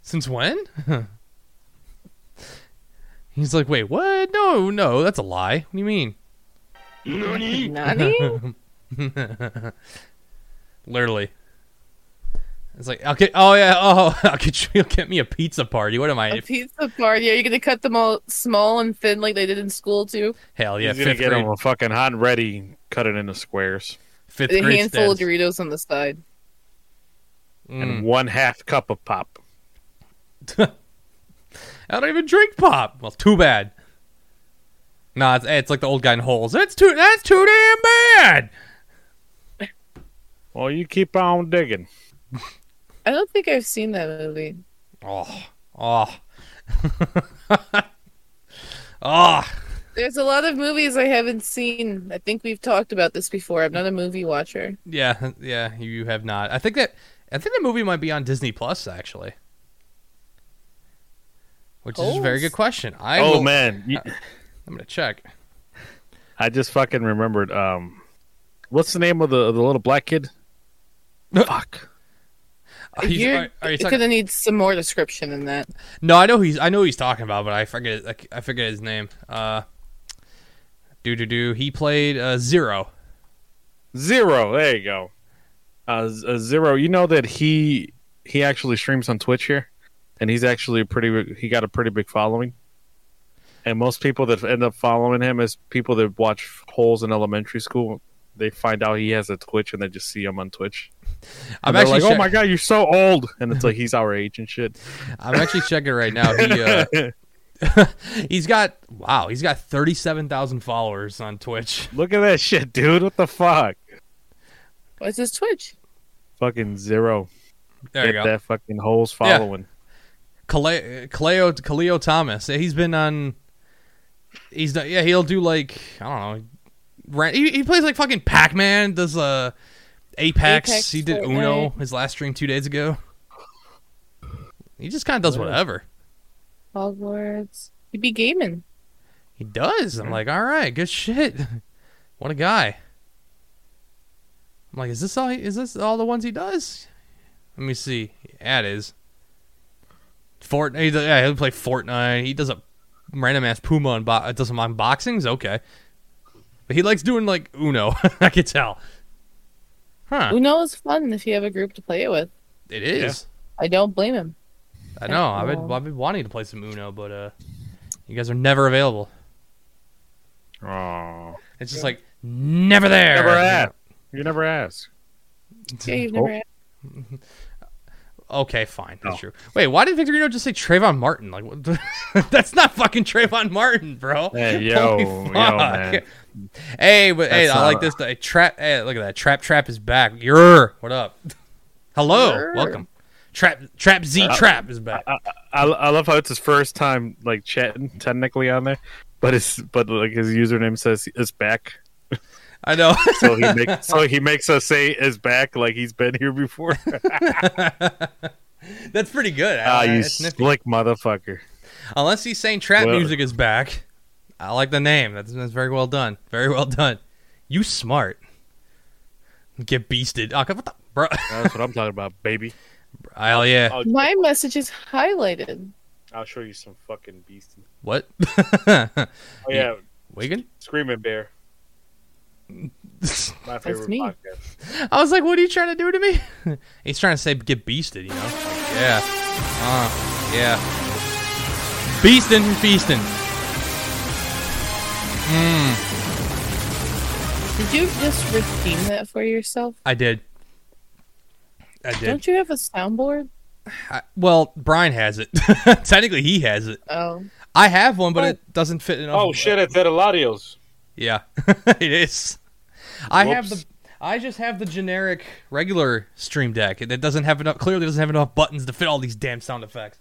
Since when? *laughs* He's like wait what? No no that's a lie. What do you mean? *laughs* Nani? Literally. It's like I'll get oh yeah, oh *laughs* I'll get you you'll get me a pizza party. What am I? *laughs* a pizza party. Are you gonna cut them all small and thin like they did in school too? hell yeah, He's gonna fifth get grade, him fucking hot and ready, cut it into squares, fifth With a grade handful of stands. Doritos on the side. Hmm. and one half cup of pop. Mm. *laughs* I don't even drink pop. Well, too bad. Nah, it's, it's like the old guy in holes. That's too that's too damn bad. Well, you keep on digging. I don't think I've seen that movie. Oh *laughs* oh oh. There's a lot of movies I haven't seen. I think we've talked about this before. I'm not a movie watcher. Yeah, yeah, you have not. I think that I think the movie might be on Disney Plus actually. Which is a very Holes? good question. I oh will- man, You- I'm gonna check. I just fucking remembered. Um, what's the name of the of the little black kid? Fuck. Uh, Are you- You're are- are you you're talking- gonna need some more description than that. No, I know he's I know who he's talking about, but I forget I, I forget his name. Uh, do do do. He played uh, Zero. Zero. There you go. Uh, Z- uh, zero. You know that he he actually streams on Twitch here, and he's actually a pretty. big- He got a pretty big following. And most people that end up following him is people that watch holes in elementary school. They find out he has a Twitch, and they just see him on Twitch. I'm And they're actually like, "Oh check- my god, you're so old!" And it's like he's our age *laughs* and shit. I'm actually checking right now. He uh, he's got wow, he's got thirty seven thousand followers on Twitch. *laughs* Look at that shit, dude. What the fuck? What's his Twitch? Fucking zero. There you Get go. that fucking holes Yeah. following. Kaleo, Kaleo, Kaleo Thomas. Yeah, He's been on. He's done, yeah. He'll do like I don't know. Rant, he, he plays like fucking Pac Man. Does uh Apex. Apex, He did Uno his last stream two days ago. He just kind of does whatever Hogwarts. He'd be gaming. he does. I'm like, all right, good shit. *laughs* What a guy. I'm like, is this all? He, is this all the ones he does? Let me see. Yeah, it is. Fortnite. he does- Yeah, he'll play Fortnite. He does a random ass Puma and bo- does some unboxings. Okay, but he likes doing like Uno. *laughs* I could tell. Huh? Uno is fun if you have a group to play it with. It is. I don't blame *laughs* him. I know. I've been, Cool. I've been wanting to play some Uno, but uh, you guys are never available. Oh. It's just like never there. Never ask. You never ask. Yeah, you've never Oh. had- Okay, fine. That's Oh. true. Wait, why did Victorino just say Trayvon Martin? Like, what? *laughs* that's not fucking Trayvon Martin, bro. Hey, yo, Holy yo, fuck. man. Hey, but hey, That's uh, I not- like this. Hey, trap. Hey, look at that. Trap, trap is back. Yer, what up? *laughs* Hello, Yer. welcome. Trap, trap Z, Uh, trap is back. I, I love how it's his first time like chatting technically on there, but it's but like his username says is back, I know. *laughs* so he makes so he makes us say is back like he's been *laughs* here before. that's pretty good. Ah, I- you Uh, it's nifty. slick motherfucker. Unless he's saying trap Well- music is back. I like the name. That's, that's very well done. Very well done. You smart. Get beasted. Oh, what the bro? *laughs* That's what I'm talking about, baby. Hell yeah. I'll, My message is highlighted. I'll show you some fucking beastie. *laughs* What? Oh yeah, Wigan? Screaming Bear. My favorite me. podcast. I was like, what are you trying to do to me? *laughs* He's trying to say get beasted, you know? Like, yeah. Uh, yeah. Beastin' feastin'. Mmm. Did you just redeem that for yourself? I did. I did. Don't you have a soundboard? I- well, Brian has it. *laughs* Technically, he has it. Oh, I have one, but it doesn't fit in. Oh shit! It's at Eladio's. Yeah, *laughs* it is. I have the. Whoops. I just have the generic regular Stream Deck that doesn't have enough. Clearly, doesn't have enough buttons to fit all these damn sound effects.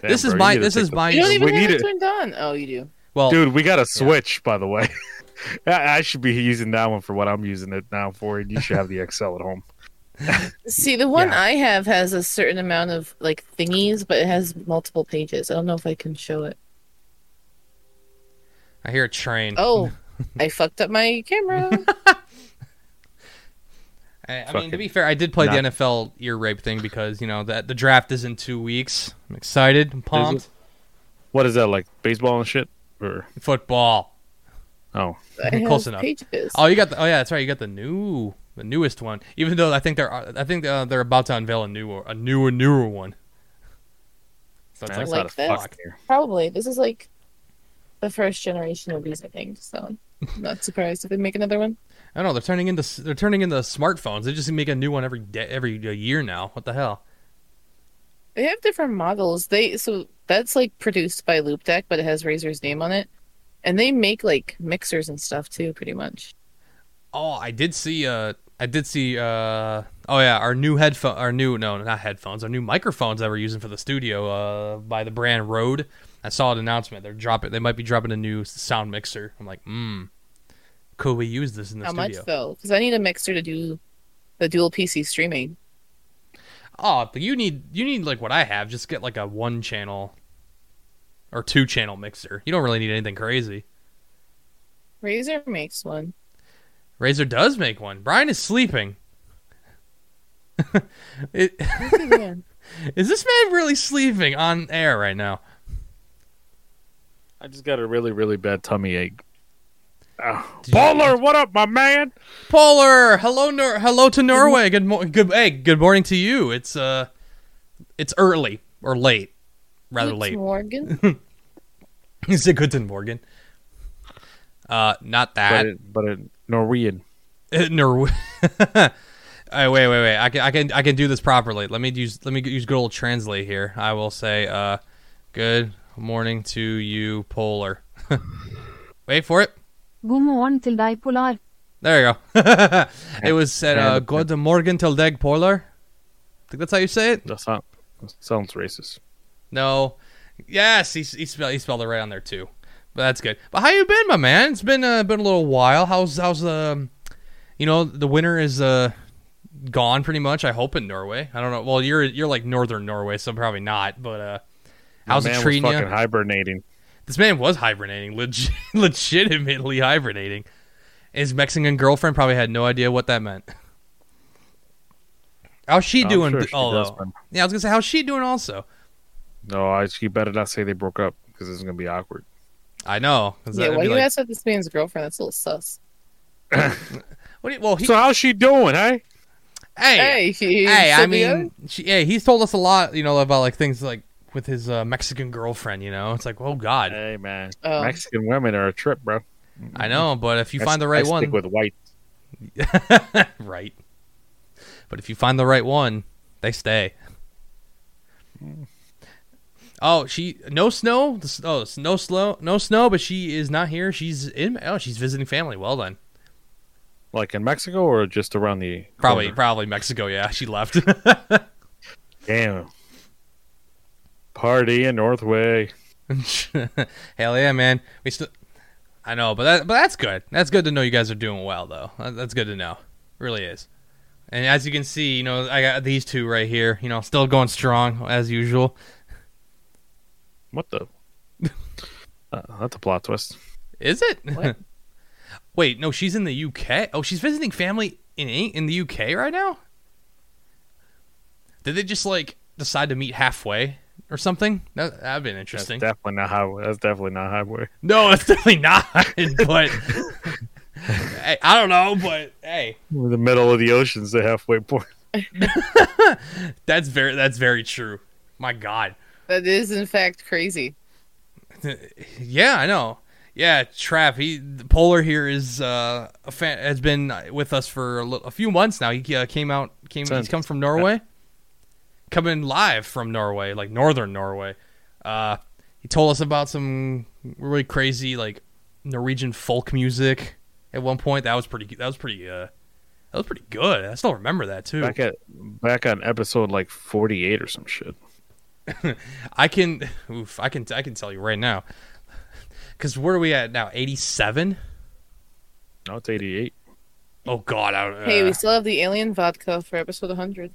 this is my. This is my. you don't even we have need it it. turned on. Oh, you do. well, *laughs* Dude, we got a Switch, by the way. *laughs* I I should be using that one for what I'm using it now for, and you should have the XL at home. See, the one Yeah. I have has a certain amount of like thingies, but it has multiple pages. I don't know if I can show it. I hear a train. *laughs* Oh, I fucked up my camera. I, I mean, to Fucking be fair, I did play not- the NFL ear rape thing because you know that the draft is in two weeks. I'm excited. I'm pumped. What is that like? Baseball and shit? Or Football. oh, I have Close enough. Pages. Oh, you got the. Oh yeah, that's right. You got the new, the newest one. Even though I think they're, I think uh, they're about to unveil a new, a newer, newer one. So it's man, that's like, like not a this. fucking ear. Probably. This is like the first generation of these, I think. So, I'm not surprised if they make another one. I don't know. They're turning into, s- they're turning into smartphones. They just make a new one every day, every uh, year now. What the hell? They have different models. They so that's like produced by Loop Deck, but it has Razor's name on it, and they make like mixers and stuff too, pretty much. Oh, I did see. Uh, I did see. Uh, oh yeah, our new headphone, our new no, not headphones, our new microphones that we're using for the studio. Uh, by the brand Rode. I saw an announcement. They're dropping. They might be dropping a new s- sound mixer. I'm like, hmm. Could we use this in the How studio? much though? Because I need a mixer to do the dual PC streaming. Oh, but you need you need like what I have. Just get like a one channel or two channel mixer. You don't really need anything crazy. Razor *laughs* makes one. Razor does make one. Brian is sleeping. *laughs* It- Yeah. Is this man really sleeping on air right now? I just got a really, really bad tummy ache. Uh, Did you- Baller, what up, my man? Polar, hello, Nor- hello to Norway. Good, mo- good, hey, good morning to you. It's uh, it's early or late, rather It's late. Morgan. *laughs* Is it good to Morgan? Uh, not that. But, it, but it, Norwegian. *laughs* Uh, Nor- Uh, wait, wait, wait. I can, I can, I can do this properly. Let me use, let me use good old translate here. I will say, uh, good morning to you, Polar. *laughs* wait for it. God morgon till dig Polar. There you go. *laughs* it was said, Yeah, uh, the- "Good morgen till deg Polar." I think that's how you say it. That's not. That sounds racist. No. Yes, he he spelled he spelled it right on there too. But that's good. But how you been, my man? It's been uh, been a little while. How's how's um, you know, the winter is uh gone pretty much. I hope in Norway. I don't know. Well, you're you're like northern Norway, so probably not. But uh, My how's man it was treating you? fucking hibernating. this man was hibernating, legit, *laughs* legitimately hibernating. His Mexican girlfriend probably had no idea what that meant. How's she I'm doing? sure b- she oh, does, man. yeah, I was gonna say how's she doing also. No, I, you better not say they broke up because it's gonna be awkward. I know. 'cause yeah, that'd why be you like- ask about this man's girlfriend? That's a little sus. What do you, well, he, so how's she doing, hey? hey, Hey, he, hey, I Sylvia? mean, she, yeah, he's told us a lot, you know, about like things like with his uh, Mexican girlfriend. You know, it's like, oh God, Hey man, Oh. Mexican women are a trip, bro. I know, but if you I s- find the right I one, Stick with white. *laughs* right? But if you find the right one, they stay. Oh, she no snow. the s- Oh, s- no slow, no snow. But she is not here. She's in. Oh, she's visiting family. Well done. Like in Mexico or just around the Probably, corner? probably Mexico. Yeah, she left. *laughs* Damn. Party in Northway. *laughs* Hell yeah, man. We still. I know, but that, but that's good. That's good to know you guys are doing well, though. That- That's good to know. really is. And as you can see, you know, I got these two right here. You know, still going strong as usual. What the? *laughs* uh, that's a plot twist. Is it? What? *laughs* Wait, no, she's in the UK. Oh, she's visiting family in Eng- in the UK right now. Did they just like decide to meet halfway or something? That, that'd been That's interesting. definitely not highway. That's definitely not highway. no, *laughs* it's definitely not. But *laughs* hey, I don't know. But hey, In the middle of the ocean's the halfway point. that's very that's very true. My God. That is in fact crazy. Yeah, I know. Yeah, Trap. He the Polar here is uh a fan, has been with us for a, li- a few months now. He uh, came out came he's Since- come from Norway, coming live from Norway, like northern Norway. Uh, he told us about some really crazy like Norwegian folk music at one point. That was pretty. That was pretty. Uh, that was pretty good. I still remember that too. Back at back on episode like forty eight or some shit. I can, oof, I can, I can tell you right now, because where are we at now? Eighty-seven. No, it's eighty eight. Oh God! I, Hey, uh, we still have the alien vodka for episode 100.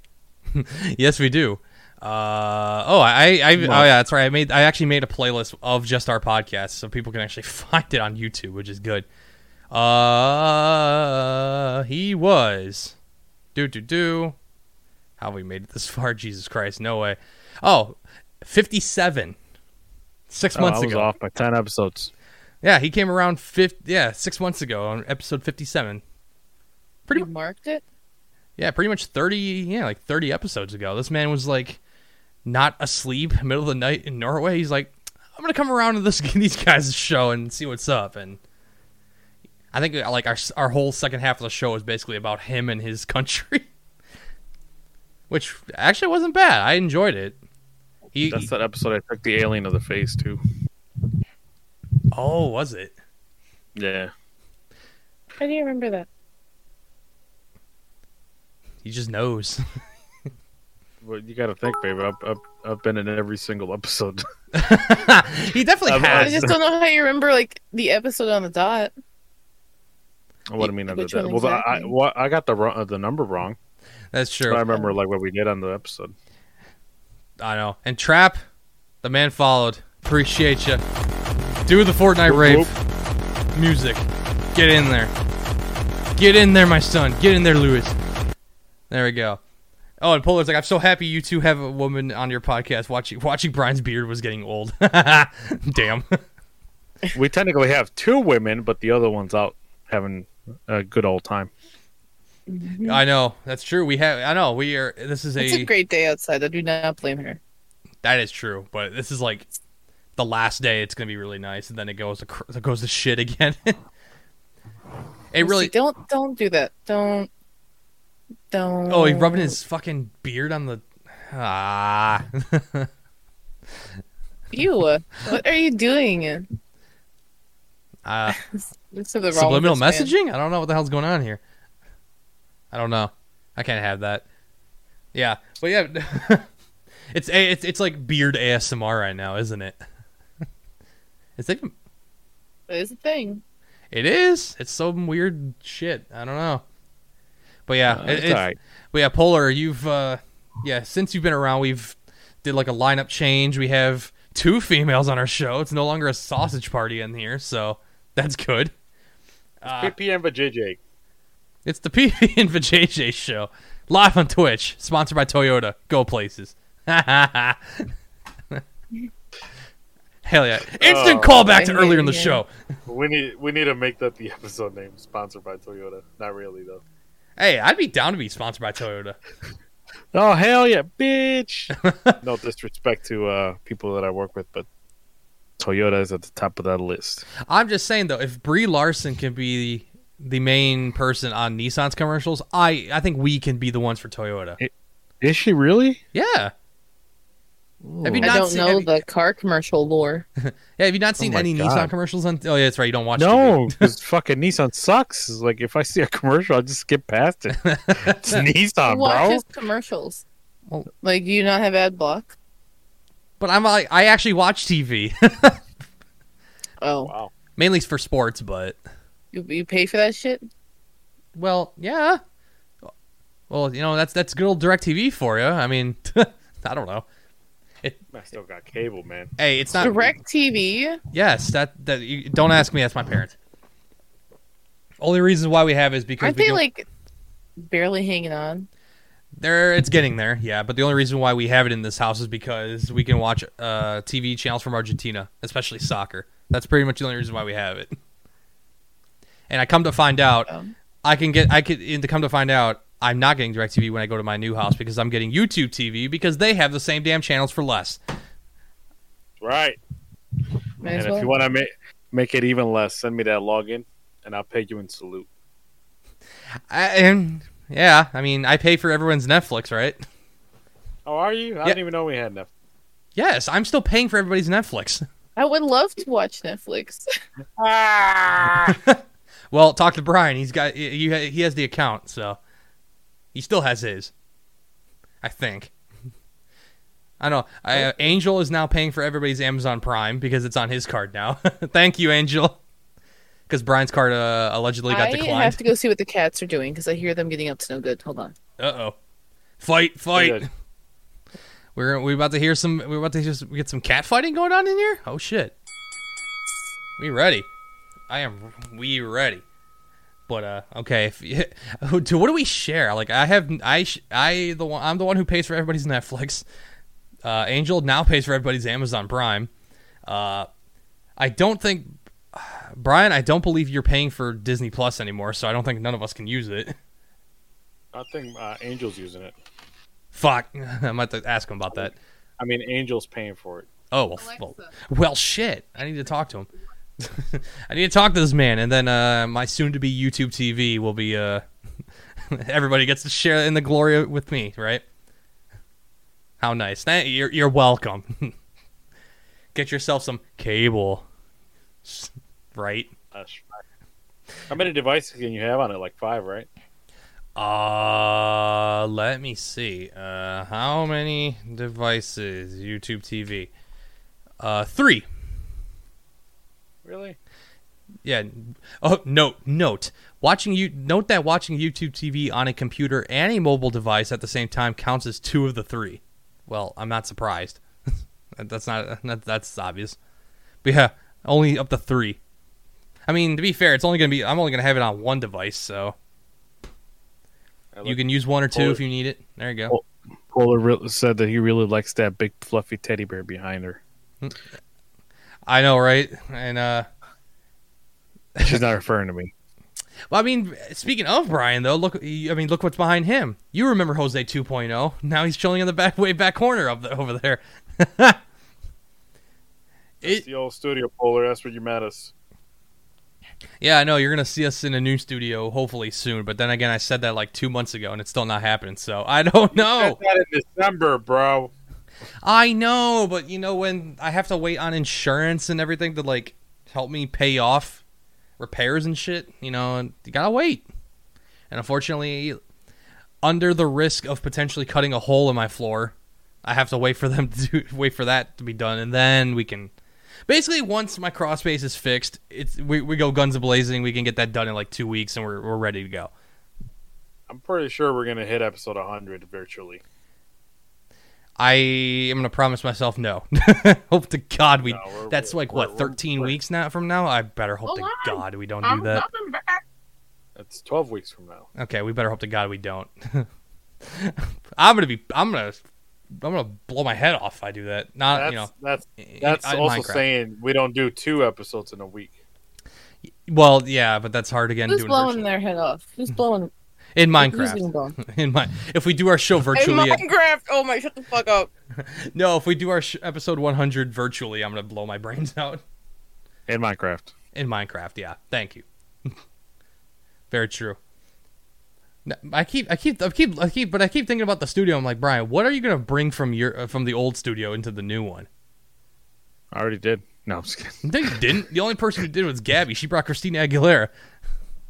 yes, we do. Uh, oh, I, I, oh yeah, that's right. I made, I actually made a playlist of just our podcast, so people can actually *laughs* find it on YouTube, which is good. Uh, he was, do do do. How we made it this far? *laughs* Jesus Christ, no way. Oh, 57. Six Oh, I months was ago. off by ten episodes. Yeah, he came around fifth. Yeah, six months ago on episode 57. Pretty You marked it? Yeah, pretty much 30, yeah, like 30 episodes ago. This man was like not asleep, middle of the night in Norway. He's like, I'm going to come around to this *laughs* these guys' show and see what's up and I think uh, like our our whole second half of the show was basically about him and his *laughs* country. Which actually wasn't bad. I enjoyed it. He, That's that episode I took the alien of the face too. Oh, was it? Yeah. How do you remember that? He just knows. *laughs* Well, you got to think, babe. I've, I've, I've been in every single episode. *laughs* he definitely I've- has. I just don't know how you remember like the episode on the dot. what do you mean? I did Which one that? Well, the- I, exactly? well, I got the wrong, uh, the number wrong. That's But true. I remember like what we did on the *laughs* episode. I know. And Trap, the man followed. Appreciate you. Do the Fortnite Whoop, rave music. Get in there. Get in there, my son. Get in there, Lewis. There we go. Oh, and Polar's like, I'm so happy you two have a woman on your podcast. Watching watching Brian's beard was getting old. *laughs* Damn. We technically have two women, but the other one's out having a good old time. I know. That's true. We have. I know. We are. This is It's a great day outside. I do not blame her. That is true, but this is like the last day. It's gonna be really nice, and then it goes to cr- it goes to shit again. *laughs* it really. See, don't don't do that. Don't don't. Oh, he rubbing his fucking beard on the. Ah. *laughs* You. What are you doing? uh, There's something wrong with subliminal this man. messaging? I don't know what the hell's going on here. I don't know. I can't have that. Yeah, but yeah, *laughs* it's a- it's it's like beard ASMR right now, isn't it? *laughs* it's like It is a thing. it is. It's some weird shit. I don't know. But yeah, Uh, it- it's it's- all right. But yeah, Polar, you've uh yeah, since you've been around, we've did like a lineup change. We have two females on our show. It's no longer a sausage party in here, so that's good. Uh, p.m. for JJ. it's the *laughs* PV and JJ show. Live on Twitch, sponsored by Toyota. Go places. *laughs* Hell yeah. Instant Oh. callback to I earlier in the hear ya. show. We need we need to make that the *laughs* episode name. Sponsored by Toyota. Not really though. Hey, I'd be down to be sponsored by Toyota. Oh hell yeah, *laughs* bitch! no disrespect to uh, people that I work with, but Toyota is at the top of that list. I'm just saying though, if Brie Larson can be the main person on Nissan's commercials, I I think we can be the ones for Toyota. Is she really? Yeah. Have you I not don't seen know any- the car commercial lore. Yeah, have you not seen Oh my any God. Nissan commercials on Oh yeah, that's right, you don't watch No, because fucking Nissan sucks. It's Like if I see a commercial, I just skip past *laughs* it. It's Nissan, Who watches bro. commercials? Uh, Well- like, do you not have ad block? But I'm like I actually watch TV. Oh, Wow. *laughs* Mainly for sports, but you, you pay for that shit? well, yeah. Well, you know, that's that's good old direct TV for you. I mean, *laughs* I don't know. I still got cable, man. Hey, it's not Direct TV. Yes, that that you, don't ask me, that's my parents. Only reason why we have is because Aren't we they don't- like barely hanging on? There, it's getting there, yeah. But the only reason why we have it in this house is because we can watch uh, TV channels from Argentina, especially soccer. That's pretty much the only reason why we have it. And I come to find out, Um, I can get, I could, and to come to find out, I'm not getting DirecTV when I go to my new house because I'm getting YouTube TV because they have the same damn channels for less. Right. might And as if well. you want to make make it even less, send me that login, and I'll pay you in salute. I, and yeah, I mean, I pay for everyone's Netflix, right? Oh, are you? I Yeah. didn't even know we had enough. Yes, I'm still paying for everybody's Netflix. I would love to watch Netflix. Well, talk to Brian. He's got you. He has the account, so he still has his. I think. I know. I, uh, Angel is now paying for everybody's Amazon Prime because it's on his card now. *laughs* Thank you, Angel. Because Brian's card uh, allegedly got I have declined. to go see what the cats are doing because I hear them getting up to no good. Hold on. Uh oh. Fight! Fight! Good. We're we about to hear some. We're about to just get some cat fighting going on in here. Oh shit! We ready? I am. We ready? But uh, okay. If you, *laughs* to what do we share? Like I have. I sh- I the one. I'm the one who pays for everybody's Netflix. Uh, Angel now pays for everybody's Amazon Prime. Uh, I don't think. *sighs* Brian, I don't believe you're paying for Disney Plus anymore, so I don't think none of us can use it. *laughs* I think uh, Angel's using it. Fuck, *laughs* I'm about to ask him about that. I mean, Angel's paying for it. Oh well, f- well, well, shit. I need to talk to him. *laughs* I need to talk to this man, and then uh, my soon-to-be YouTube TV will be. Uh, *laughs* everybody gets to share in the glory with me, right? How nice! Thank you're you're welcome. *laughs* Get yourself some cable, S- right? Uh, sh- How many devices can you have on it? Like five, right? Uh, let me see. Uh, how many devices? YouTube TV. Uh, three. Really? Yeah. Oh, note, note. Watching you note that watching YouTube TV on a computer and a mobile device at the same time counts as two of the three. Well, I'm not surprised. *laughs* that's not that, that's obvious. But yeah, only up to three. I mean, to be fair, it's only gonna be I'm only gonna have it on one device, so I you look- can use one or two Polar- if you need it. There you go. Pol- Polar re- said that he really likes that big fluffy teddy bear behind her. I know, right? And uh, She's not referring to *laughs* me. well, I mean, speaking of Brian, though, look, I mean, look what's behind him. You remember Jose 2.0? Now he's chilling in the back, way back corner up the, over there. It's It- the old studio Polar. That's where you met us. yeah, I know you're gonna see us in a new studio hopefully soon. But then again, I said that like two months ago, and it's still not happening. So I don't know. that in December, bro. I know, but you know when I have to wait on insurance and everything to like help me pay off repairs and shit, you know, and you gotta wait. And unfortunately, under the risk of potentially cutting a hole in my floor, I have to wait for them *laughs* to wait for that to be done, and then we can. Basically, once my cross space is fixed, it's we, we go guns a blazing. We can get that done in like two weeks, and we're we're ready to go. I'm pretty sure we're gonna hit episode 100 virtually. I am gonna promise myself no. *laughs* hope to God we. No, we're- that's like we're- what we're- thirteen we're- weeks now from now. I better hope to Hold on. God we don't do that. That's 12 weeks from now. Okay, we better hope to God we don't. *laughs* I'm gonna be. I'm gonna. I'm gonna blow my head off if I do that. Not That's Uh, you know. that's in- that's in also Minecraft. saying we don't do two episodes in a week. Well, yeah, but that's hard again. Who's doing blowing virtual- their head off? Who's blowing? in Who's *laughs* being Minecraft? blown? In my if we do our show In virtually, Minecraft. Oh my! Shut the fuck up. no, if we do our sh- episode 100 virtually, I'm gonna blow my brains out. In Minecraft. In Minecraft, yeah. Thank you. *laughs* Very true. No, I keep, I keep, I keep, I keep, but I keep thinking about the studio. I'm like, Brian, what are you gonna bring from your uh, from the old studio into the new one? I already did. No, I'm just kidding. *laughs* No, you didn't. The only person who did was Gabby. She brought Christina Aguilera.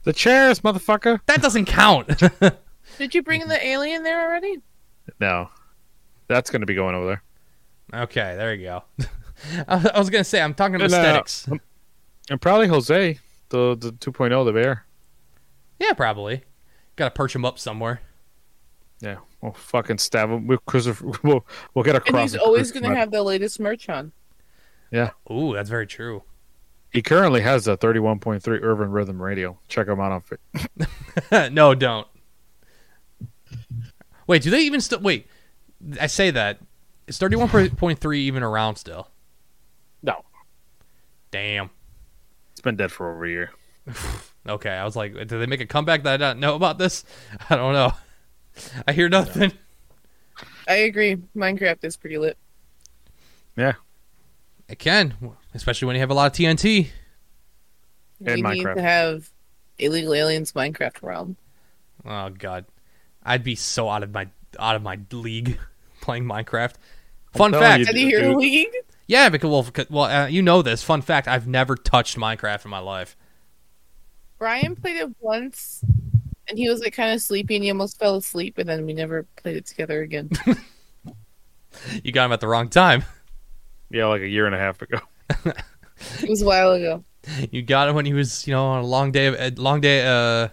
The chairs, motherfucker. That doesn't count. *laughs* Did you bring the alien there already? No, that's gonna be going over there. okay, there you go. *laughs* I, I was gonna say I'm talking about No, no, no. aesthetics. And probably Jose, the the 2.0, the bear. Yeah, probably. Got to perch him up somewhere. Yeah, we'll fucking stab him. We'll crucif- *laughs* we'll, we'll get a And cross. he's always going to have the latest merch on. Ooh, that's very true. He currently has a 31.3 Urban *laughs* Rhythm Radio. Check him out on. Fa- no, don't. Wait, do they even still? Wait, I say that. Is thirty-one point three even around still? No. Damn. It's been dead for over a year. Okay, I was like, did they make a comeback that I don't know about this? *laughs* I don't know. I hear nothing. I agree. Minecraft is pretty lit. It can, especially when you have a lot of TNT. And we Minecraft. need to have illegal aliens Minecraft realm. Oh god, I'd be so out of my out of my league *laughs* playing Minecraft. Fun telling fact, you, Did you hear the dude. league? yeah, because well, because- well, uh, you know this. Fun fact, I've never touched Minecraft in my life. Brian played it once, and he was like kind of sleepy, and he almost fell asleep, and then we never played it together again. You got him at the wrong time. Yeah, like a year and a half ago. it was a while ago. You got him when he was, you know, on a long day of a long day uh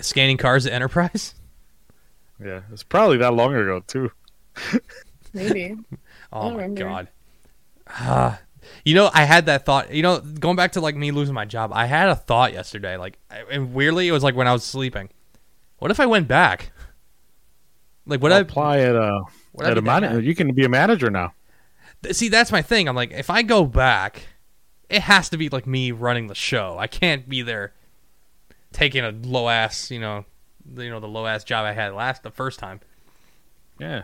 scanning cars at Enterprise. *laughs* *laughs* Yeah, it's probably that long ago too. Maybe. I Oh my remember. god. Ah. you know, I had that thought. You know, going back to like me losing my job, I had a thought yesterday. Like, I- and weirdly, it was like when I was sleeping. What if I went back? Like, what I apply at a would I at be that a manager? You can be a manager now. Th- see that's my thing i'm like if i go back it has to be like me running the show i can't be there taking a low ass you know the, you know the low ass job i had last the first time Yeah.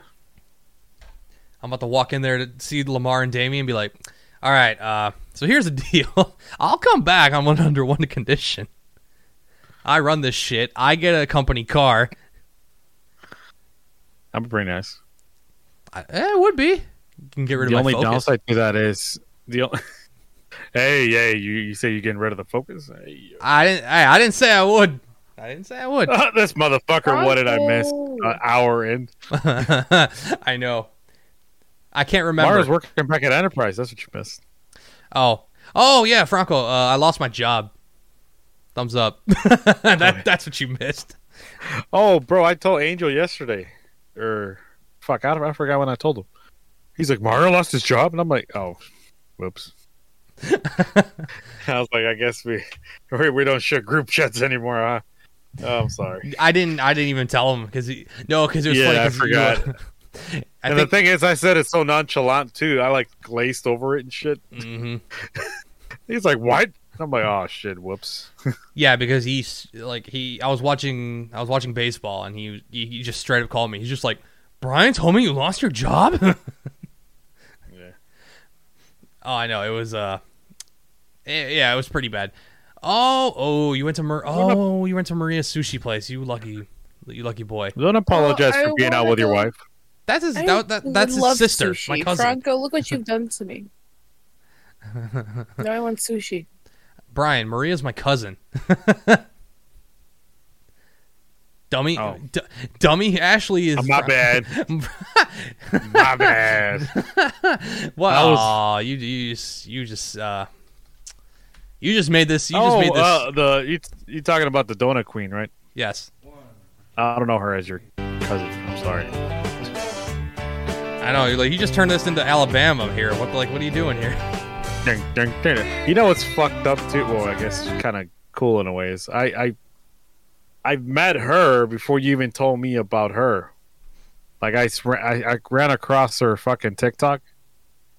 i'm about to walk in there to see lamar and damien and be like all right uh so here's the *laughs* deal i'll come back on one under one condition i run this shit i get a company car I'm pretty nice. I, eh, it would be you can get rid the of only my focus. downside to that is the. o- *laughs* hey, hey, you, you say you're getting rid of the focus? Hey, i didn't I, I didn't say i would i didn't say i *laughs* would *laughs* this motherfucker! What did I miss? Oh. An hour in. I know. I can't remember. Mara's working back at Enterprise. That's what you missed. oh, oh yeah, Franco. Uh, I lost my job. Thumbs up. *laughs* that, that's what you missed. Oh, bro, I told Angel yesterday. Or fuck, I, don't- I forgot when I told him. He's like, Mario lost his job, and I'm like, oh, whoops. *laughs* I was like, I guess we we, we don't share group chats anymore, huh? Oh, I'm sorry. I didn't. I didn't even tell him because he no because it was Yeah, funny. I 'cause you- forgot. *laughs* I think. and the thing is, I said it so nonchalant too. I like glazed over it and shit. Mhm. He's like, what? I'm like, oh shit, whoops. Yeah, because he's like he. I was watching. I was watching baseball, and he he, he just straight up called me. He's just like, Brian told me you lost your job. *laughs* Yeah. Oh, I know. It was uh, eh, yeah, it was pretty bad. Oh, oh, you went to Mar- oh, you went to Maria's sushi place. You lucky, you lucky boy. Don't apologize Well, for I being out with your wanna- wife. That's his. I That, that, that's his love sister, sushi. my cousin. Franco, look what you've done to me. now I want sushi. Brian. Maria's my cousin. *laughs* dummy, Oh. d- dummy. Ashley is My *laughs* bad. *laughs* My bad. Wow, I you, you just you just uh, you just made this. You just oh, made this. uh, the you you talking about the donut queen, right? yes, I don't know her as your cousin. I'm sorry. I know. You're like you just turned this into Alabama here. What like what are you doing here? *laughs* Dun, dun, dun, dun. You know what's fucked up too? Well, I guess kind of cool in a way is I I I've met her before you even told me about her. Like I s- I, I ran across her fucking TikTok,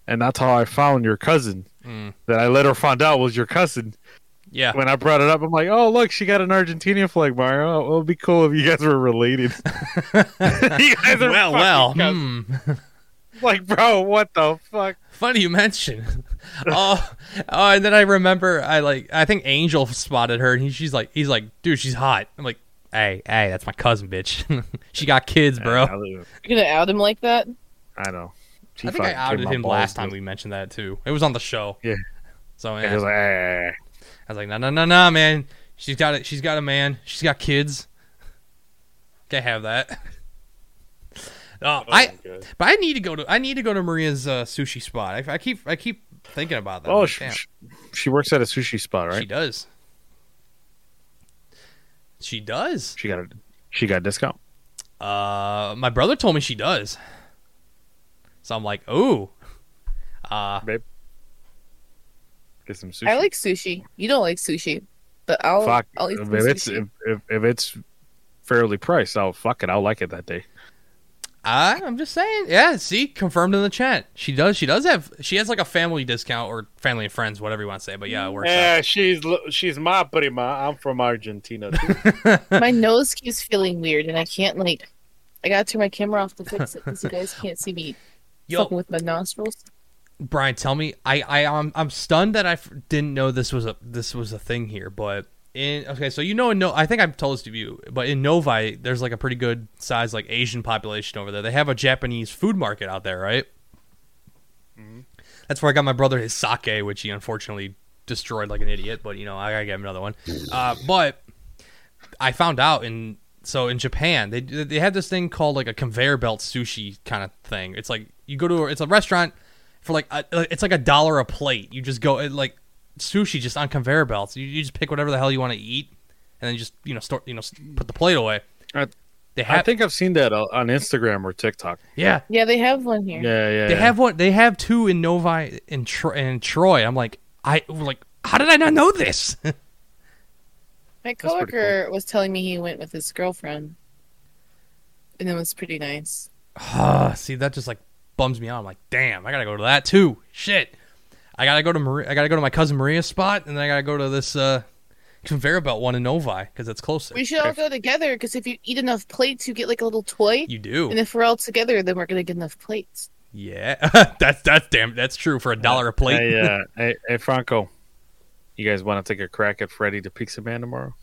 and that's how I found your cousin. Mm, That I later found out was your cousin. yeah. When I brought it up, I'm like, "Oh, look, she got an Argentina flag, Mario. Oh, it would be cool if you guys were related." *laughs* you guys are well, fucking well. cousins. Hmm. Like, bro, what the fuck? Funny you mention. *laughs* oh, oh, and then I remember I like I think Angel spotted her and he, she's like he's like dude she's hot. I'm like hey hey that's my cousin bitch. *laughs* she got kids *laughs* bro. I know. You're gonna out him like that? I know. She I think I fucking kicked outed my him balls, last time but- we mentioned that too. It was on the show. Yeah. So And yeah, he was like, "Eh." I was like no no no no man she's got it she's got a man she's got kids. Can't have that. *laughs* Oh, I but I need to go to I need to go to Maria's uh, sushi spot. I, I keep I keep thinking about that. I'm Oh, like, she, damn. she- she works at a sushi spot, She right? does. She does. She, got a she got a discount. Uh, my brother told me she does. So I'm like, ooh. Uh, Get some sushi. I like sushi. You don't like sushi, but I'll Fuck. I'll eat if some *laughs* it's sushi. if, if, if it's fairly priced, I'll fuck it. I'll like it that day. I, I'm just saying. Yeah, see, confirmed in the chat. She does. She does have. She has like a family discount or family and friends, whatever you want to say. But yeah, it works. Yeah, she's lo- she's my prima. I'm from Argentina. Too. My nose keeps feeling weird, and I can't like. I gotta turn my camera off to fix it because you guys can't see me Yo, fucking with my nostrils. Brian, tell me. I I um, I'm stunned that I f- didn't know this was a this was a thing here. But in okay, so you know, in no, I think I've told this to you, but in Novi, there's like a pretty good size like Asian population over there. They have a Japanese food market out there, right? That's where I got my brother his sake, which he unfortunately destroyed like an idiot. But you know, I gotta get him another one. Uh, but I found out in so in Japan they they had this thing called like a conveyor belt sushi kind of thing. It's like you go to a- it's a restaurant for like a, it's like a dollar a plate. You just go it, like sushi just on conveyor belts. You, you just pick whatever the hell you want to eat, and then you just you know store you know s- put the plate away. I- They have *laughs* I think I've seen that o- on Instagram or TikTok. yeah Yeah, they have one Yeah, here. yeah. They yeah. have what they have two in Novi and Tro- and Troy. I'm like I like how did I not know this? *laughs* My pretty cool. coworker was telling me he went with his girlfriend, and it was pretty nice. Ah, see that just like bums me out. I'm like damn, I gotta go to that too. Shit, I gotta go to Maria. I gotta go to my cousin Maria's spot, and then I gotta go to this uh, conveyor belt one in Novi because it's closer. We should all go together because if you eat enough plates, you get like a little toy. you do. And if we're all together, then we're gonna get enough plates. Yeah, *laughs* that's that's damn that's true for a dollar a plate. Hey, uh, hey, hey, Franco, you guys want to take a crack at Freddy the Pizza Man tomorrow?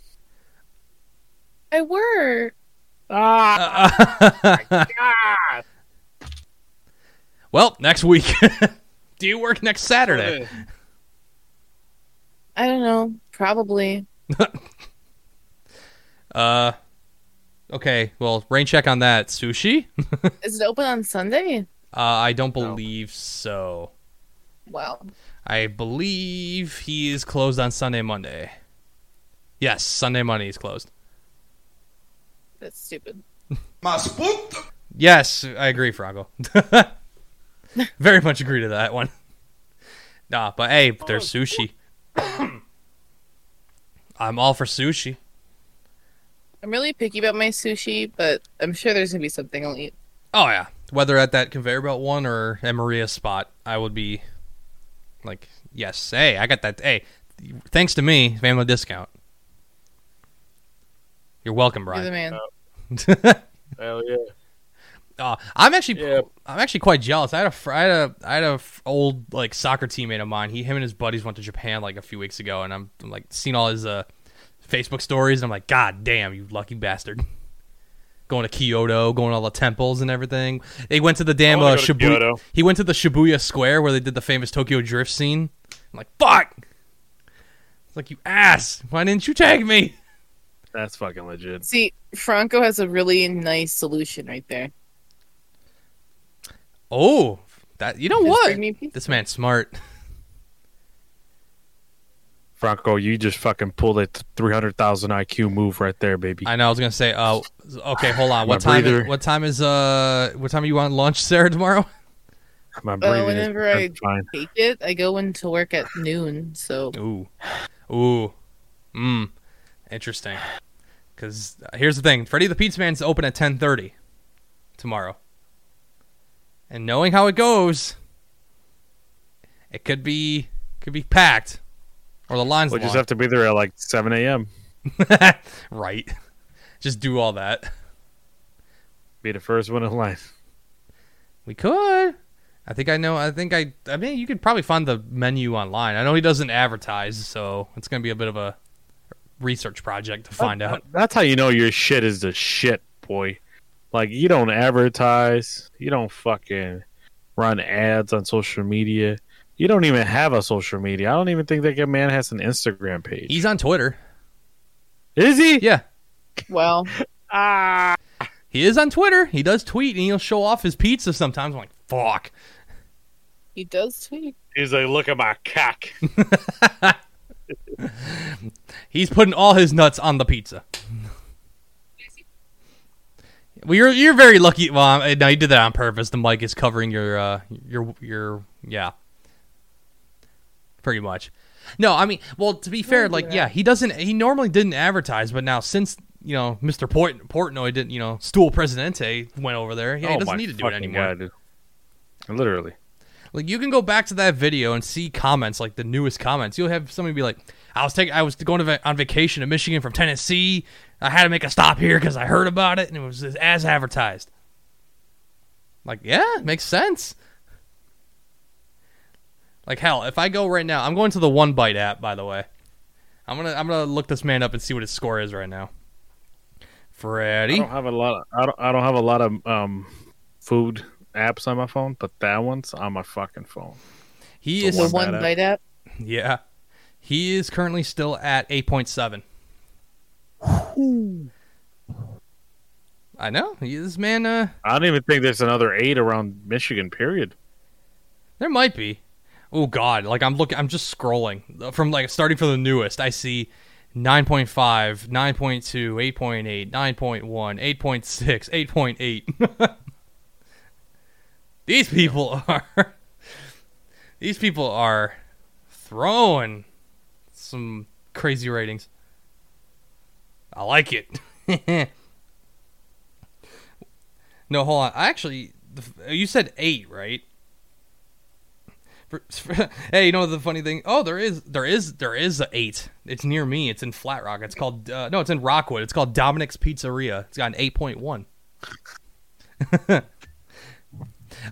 I were. Ah, Oh *laughs* Uh, well, next week. *laughs* Do you work next Saturday? I don't know. Probably. Uh, okay. Well, rain check on that sushi. Uh, Is it open on Sunday? I don't believe so. Wow. I believe he is closed on Sunday, Monday. Yes, Sunday, Monday is closed. That's stupid. Yes, I agree, Franco. *laughs* Very much agree to that one. Nah, but hey, there's sushi. *coughs* I'm all for sushi. I'm really picky about my sushi, but I'm sure there's gonna be something I'll eat. Oh yeah, whether at that conveyor belt one or at Maria's spot, I would be like, yes, hey, I got that. Hey, thanks to me, family discount. You're welcome, You're the Brian. man. *laughs* Hell yeah. Uh, I'm actually, Yeah. I'm actually quite jealous. I had a, fr- I had a, I had a f- old like soccer teammate of mine. He, him, and his buddies went to Japan like a few weeks ago, and I'm, I'm like seeing all his uh, Facebook stories, and I'm like, God damn, you lucky bastard! *laughs* Going to Kyoto, going to all the temples and everything. They went to the damn wanna uh, go to Shibuya. Kyoto. He went to the Shibuya Square where they did the famous Tokyo Drift scene. I'm like, fuck! It's like you ass. Why didn't you tag me? That's fucking legit. See, Franco has a really nice solution right there. Oh, that you know Just what? bring me pizza. This man's smart. Franco, you just fucking pulled a 300,000 IQ move right there, baby. I know. I was gonna say. Uh, okay, hold on. My What time? breather. Is, what time is uh? What time are you on lunch, Sarah? Tomorrow? My breathing is whenever I- fine. Take it. I go into work at noon, so Ooh, ooh, mmm. Interesting. Because here's the thing: Freddy the Pizza Man's open at ten thirty tomorrow, and knowing how it goes, it could be could be packed, or the lines We'll just long. have to be there at like 7 a.m. *laughs* right. Just do all that. Be the first one in line. We could. I think I know. I think I. I mean, you could probably find the menu online. I know he doesn't advertise, so it's going to be a bit of a research project to uh, find out. That's how you know your shit is the shit, boy. Like, you don't advertise. You don't fucking run ads on social media. You don't even have a social media. I don't even think that man has an Instagram page. He's on Twitter. is he? Yeah, well, he is on Twitter. He does tweet, and he'll show off his pizza sometimes. I'm like, fuck. he does tweet. He's like, look at my cock. *laughs* He's putting all his nuts on the pizza. Well, you're you're very lucky. Well, I- no, you did that on purpose. The mic is covering your uh your your yeah, pretty much. No, I mean, well, to be fair, do like that. yeah, he doesn't. He normally didn't advertise, but now since you know, Mr. Port- Portnoy didn't, you know, Stool Presidente went over there. Yeah, he doesn't need to do it Oh fucking anymore. God, dude. Literally. Like you can go back to that video and see comments like the newest comments. You'll have somebody be like, "I was taking, I was going to va- on vacation to Michigan from Tennessee. I had to make a stop here because I heard about it and it was as advertised." Like, yeah, makes sense. Like hell, if I go right now, I'm going to the One Bite app. By the way, I'm gonna I'm gonna look this man up and see what his score is right now. I Freddie, don't have a lot. Of, I don't. I don't have a lot of um, food apps on my phone, but that one's on my fucking phone. he the is The One one bite bite app. Yeah. He is currently still at 8.7. I know. He, this man, uh, I don't even think there's another eight around Michigan. Period. there might be. Oh, God. Like, I'm looking, I'm just scrolling from, like, starting from the newest. I see 9.5, 9.2, 8.8, 9.1, 8.6, 8.8. *laughs* These people *laughs* are. These people are throwing some crazy ratings. I like it. *laughs* no, hold on. I actually, the f- you said eight, right? For- *laughs* for- hey, you know the funny thing? Oh, there is, there is, there is a eight. It's near me. It's in Flat Rock. It's called uh, no, it's in Rockwood. It's called Dominic's Pizzeria. It's got an eight point one. *laughs*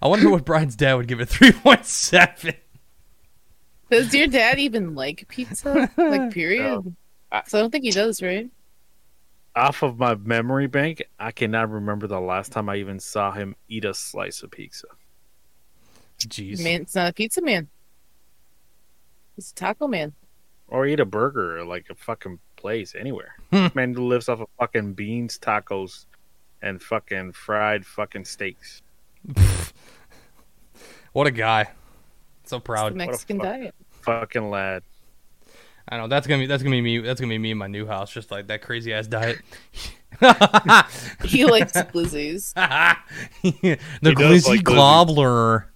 I wonder what Brian's dad would give it *laughs* three point seven. Does your dad even like pizza? *laughs* Like, period. So I don't think he does, right? Off of my memory bank, I cannot remember the last time I even saw him eat a slice of pizza. Jeez. Man, it's not a pizza man. It's a taco man. or eat a burger or like a fucking *laughs* place anywhere. Hmm. Man who lives off of fucking beans, tacos, and fucking fried fucking steaks. What a guy! So It's the proud. Mexican fuck. diet. Fucking lad. I know that's gonna be that's gonna be me that's gonna be me in my new house, just like that crazy ass diet. *laughs* the He likes *laughs* *laughs* glizzies. glizzy like glizzy. globler.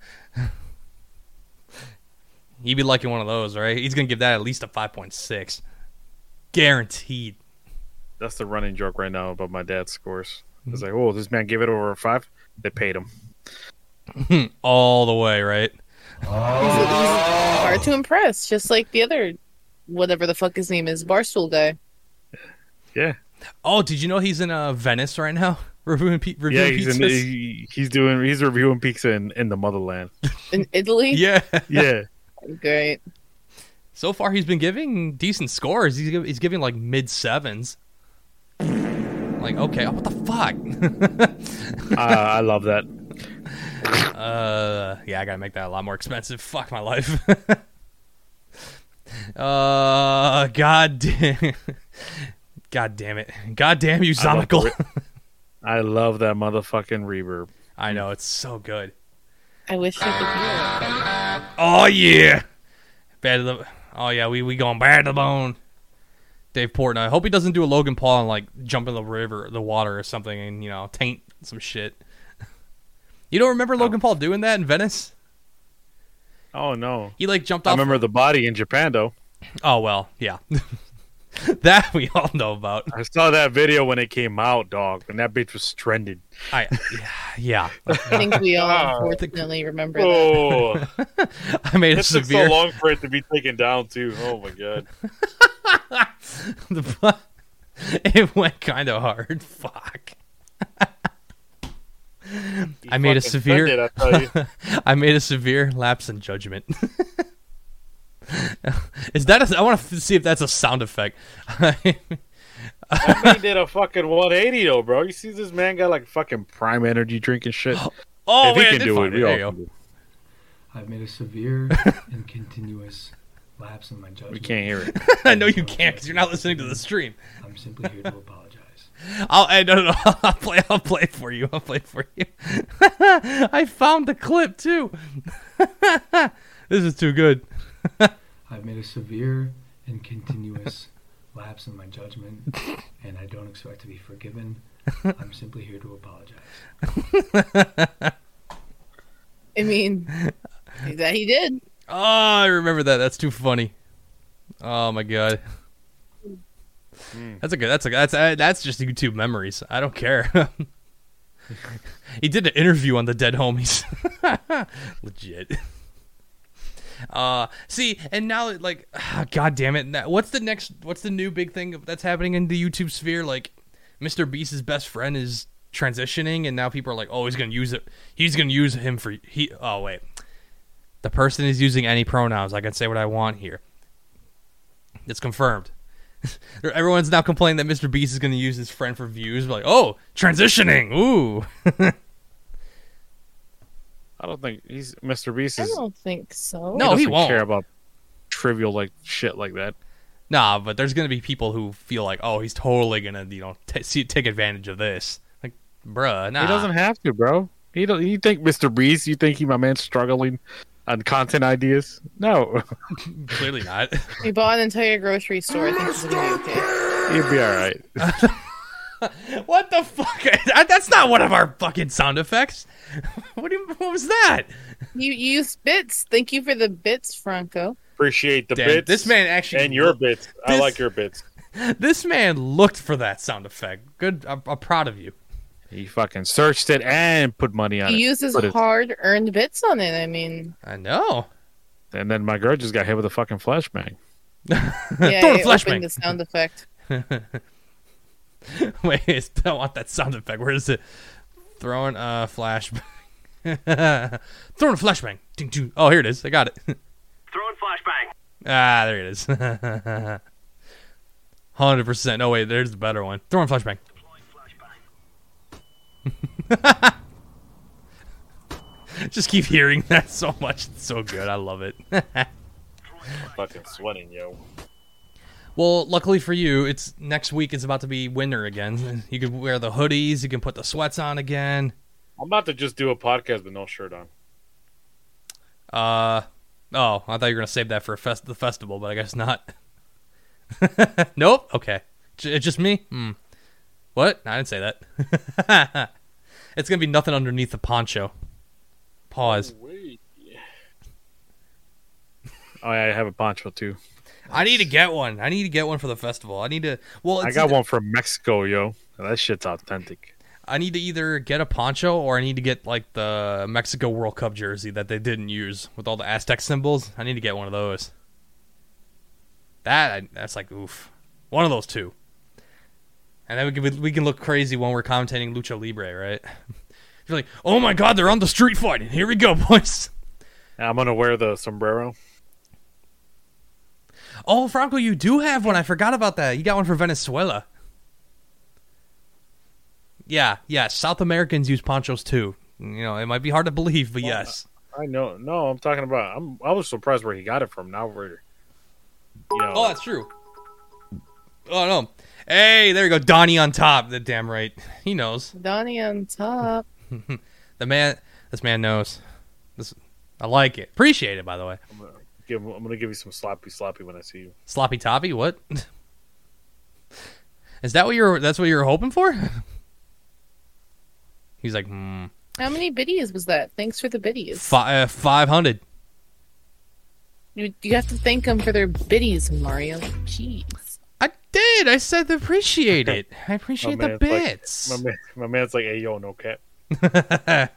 He'd be liking one of those, right? He's gonna give that at least a five point six, guaranteed. That's the running joke right now about my dad's scores. It's Mm-hmm. like, oh, this man gave it over a five. They paid him. All the way, right? He's, he's hard to impress, just like the other, whatever the fuck his name is, barstool guy. Yeah, Oh, did you know he's in uh, Venice right now *laughs* reviewing, pe- yeah. reviewing He's in, pizzas? he, he's doing he's reviewing pizza in, in *laughs* the motherland. In Italy? yeah. Yeah, Great. So far, he's been giving decent scores. He's giv- he's giving like mid sevens. Like okay, oh, what *laughs* the uh, I love that. fuck? uh, yeah, I gotta make that a lot more expensive. *laughs* Fuck my life. uh, god damn, god damn it, god damn you, I love the Zomical. re- I love that motherfucking reverb. *laughs* I know it's so good. I wish I could hear it. Oh yeah, bad to the. Oh yeah, we we going bad to the bone. Dave Portnoy. I hope he doesn't do a Logan Paul and like jump in the river, the water or something, and you know taint some shit. *laughs* You don't remember Logan Paul doing that in Venice? Oh no, He like jumped I off. remember the body in Japan though. Oh well, yeah. *laughs* that we all know about. I saw that video when it came out, dog, and that bitch *laughs* was trending. I yeah. *laughs* I think we *laughs* all Oh. unfortunately remember that. Oh, I made a it took severe. so long for it to be taken down too. Oh *laughs* my god. the, *laughs* it went kind of hard. Fuck. *laughs* He I made a fucking severe- trended, *laughs* I tell you. I made a severe lapse in judgment. *laughs* Is that? A, I want to see if that's a sound effect. *laughs* That man did a fucking 180 though, bro. You see this man got like fucking prime energy drink and shit. oh, if he wait, I can did do it, find we There all you can go. do it. I've made *laughs* a severe and continuous lapse in my judgment. We can't hear it. *laughs* I know you can't because you're not listening to the stream. I'm simply here to apologize. I'll I, no, *laughs* no, no, I'll play. I'll play for you. I'll play for you. *laughs* I found the clip too. *laughs* this is too good. I've made a severe and continuous lapse in my *laughs* judgment, and I don't expect to be forgiven. I'm simply here to apologize. I *laughs* mean, that he did. Oh, I remember that. That's too funny. Oh my god. That's a good. That's a that's uh, that's just YouTube memories. I don't care. *laughs* he did an interview on the Dead Homies. *laughs* Legit. Uh, see, and now like, ah, god damn it! now- What's the next? What's the new big thing that's happening in the YouTube sphere? Like, Mr. Beast's best friend is transitioning, and now people are like, oh, he's gonna use it. He's gonna use him for he. Oh wait, the person is using any pronouns. I can say what I want here. It's confirmed. *laughs* Everyone's now complaining that Mr. Beast is going to use his friend for views. Like, oh, transitioning. Ooh. I don't think he's Mr. Beast. I Is, don't think so. No, he doesn't won't. care about trivial like shit like that. nah, but there's going to be people who feel like, oh, he's totally going to, you know, t- see, take advantage of this. Like, bruh, nah. He doesn't have to, bro. He don't. You think Mr. Beast? You think he, my man, struggling on content ideas? No, *laughs* Clearly not. *laughs* He bought an entire grocery store. I think it's a video game. he'd be all right. what the fuck? *laughs* That- That's not one of our fucking sound effects. *laughs* what, do you, what was that? You you use bits. Thank you for the bits, Franco. Appreciate the Damn, bits. this man actually. and your bits. I this- like your bits. This man looked for that sound effect. Good. I'm, I'm proud of you. He fucking searched it and put money on He it. used his Put it- hard earned bits on it. I mean, I know. And then my girl just got hit with a fucking flashbang. yeah, *laughs* Throw the I flashbang. opened the sound effect. *laughs* Wait, I still want that sound effect. Where is it? Throwing a flashbang. *laughs* Throwing a flashbang. Ding, ding. Oh, here it is. I got it. *laughs* Throwing flashbang. ah, there it is. *laughs* 100%. Oh, wait, there's the better one. Throwing flashbang. Deploying flashbang. *laughs* Just keep hearing that so much. It's so good. I love it. *laughs* Fucking sweating, yo. well, luckily for you, it's next week. It's about to be winter again. You can wear the hoodies. You can put the sweats on again. I'm about to just do a podcast with no shirt on. Uh, oh, I thought you were gonna save that for a fest- the festival, but I guess not. *laughs* nope. Okay, J- it's just me. Hmm. What? No, I didn't say that. *laughs* it's gonna be nothing underneath the poncho. Pause. Oh, yeah, I have a poncho too. I need to get one. I need to get one for the festival. I need to. Well, I it's got either- one from Mexico, yo. That shit's authentic. I need to either get a poncho or I need to get like the Mexico World Cup jersey that they didn't use with all the Aztec symbols. I need to get one of those. That I, that's like oof, one of those two. And then we can we can look crazy when we're commentating Lucha Libre, right? *laughs* You're like, oh my god, they're on the street fighting. Here we go, *laughs* boys. And I'm gonna wear the sombrero. Oh, Franco, you do have one. I forgot about that. You got one for Venezuela. Yeah, yeah. South Americans use ponchos too. You know, it might be hard to believe, but yes. I know. No, I'm talking about. I'm. I was surprised where he got it from. Now we're. You know, Oh, that's true. Oh no. Hey, there you go. Donnie on top. The damn right. He knows. Donnie on top. The man. This man knows. This. I like it. Appreciate it, by the way. give, I'm gonna give you some sloppy, sloppy when I see you. Sloppy toppy. What? *laughs* Is that what you're? That's what you were hoping for? *laughs* He's like, hmm. How many biddies was that? Thanks for the biddies. Fi- uh, five hundred. You, you have to thank them for their biddies, Mario. Jeez. I did. I said to appreciate it. *laughs* I appreciate the man's like- bits. My man, my man's like, hey, yo, no cap.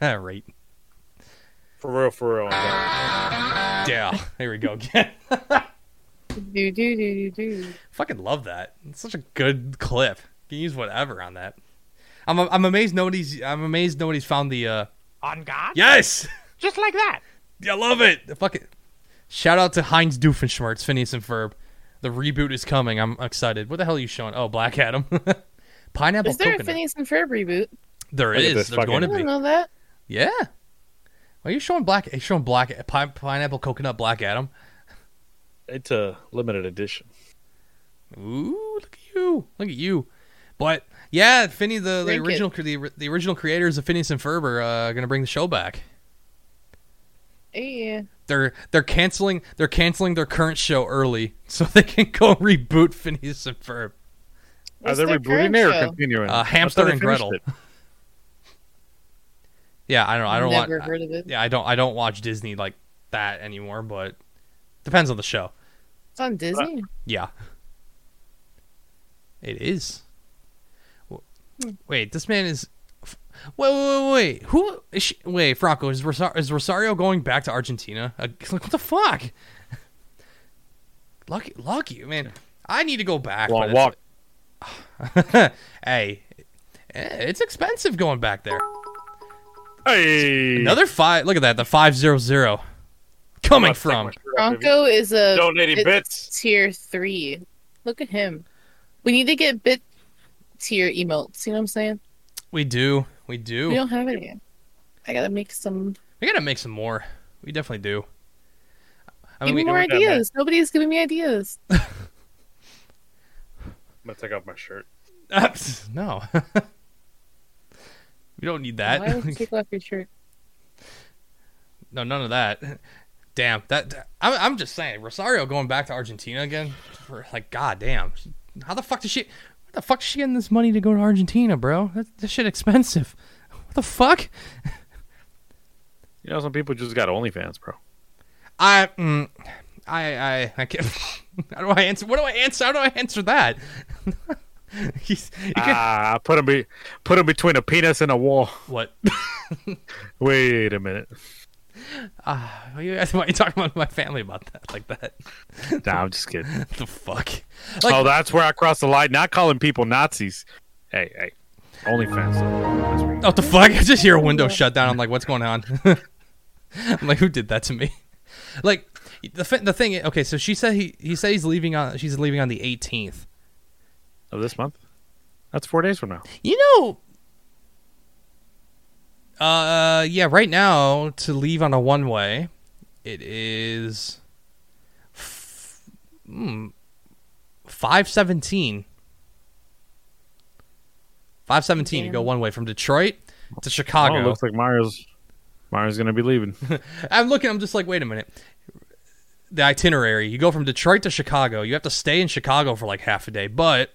*laughs* right. For real, for real. I'm Ah. down. Yeah. There we go again. Do do do do do. Fucking love that. It's such a good clip. You can use whatever on that. I'm I'm amazed nobody's I'm amazed nobody's found the uh On God? Yes! Just like that. I love it. Fuck it. Shout out to Heinz Doofenshmirtz, Phineas and Ferb. The reboot is coming. I'm excited. What the hell are you showing? Oh, Black Adam. *laughs* Pineapple Is there a coconut. Phineas and Ferb reboot? there Look at is. this There's fucking- going I to don't be. know that. Yeah. Are you showing black? Are showing black pi- pineapple coconut Black Adam? It's a limited edition. Ooh, look at you! Look at you! But yeah, Finney, the, the Drink it. original cre- the, the original creators of Phineas and Ferb are uh, gonna bring the show back. Yeah. They're they're canceling they're canceling their current show early *laughs* so they can go reboot Phineas and Ferb. What's Are they their current rebooting it or show? continuing? Uh, I thought Hamster they and finished Gretel. it. Yeah, I don't know. I don't Never want. heard of it. yeah, I don't. I don't watch Disney like that anymore. But Uh, depends on the show. It's on Disney. Yeah. It is. W- Wait, this man is. f- Wait, wait, wait, wait. Who is she... Wait, Franco is, Rosa- is Rosario going back to Argentina? Uh, Like, what the fuck? Lucky, lucky, man. I need to go back. Long but walk. it's- *laughs* hey, eh, it's expensive going back there. Hey, Another five. Look at that. The five zero zero. Coming from. Bronco is a donating it's bits. tier three. Look at him. We need to get bit tier emotes. You know what I'm saying? We do. We do. We don't have any. I gotta make some. We gotta make some more. We definitely do. I Give me we- more we got that. ideas. Nobody's giving me ideas. I'm gonna take off my shirt. Uh, no. *laughs* we don't need Why *laughs* would you that. take off your shirt? no, none of that. Damn. That. that- I'm, I'm just saying. Rosario going back to Argentina again. For, like, goddamn. How the fuck does she? What the fuck is she getting this money to go to Argentina, bro? That, that shit expensive. What the fuck? You know, some people just got OnlyFans, bro. I. Mm, I. I. I can't. *laughs* How do I answer? What do I answer? How do I answer that? *laughs* He's, you can't- Ah, put them be, put 'em between a penis and a wall. what? *laughs* Wait a minute. Ah, why you ask- why you talking about my family about that like that? *laughs* Nah, I'm just kidding. the fuck? oh, Like- that's where I crossed the line. Not calling people Nazis. Hey, hey, OnlyFans. That's where you- What the fuck? I just hear a window shut down. I'm like, what's going on? *laughs* I'm like, who did that to me? Like, the fi- the thing. Okay, so she said he he said he's leaving on she's leaving on the 18th. Of this month. That's four days from now. You know. Uh yeah, right now to leave on a one way, it is. F- hmm, five seventeen. Five seventeen to go Damn. one way from Detroit to Oh, Chicago. it looks like Mario's Mario's gonna be *laughs* leaving. I'm looking. I'm just like, wait a minute. The itinerary. You go from Detroit to Chicago. You have to stay in Chicago for like half a day, but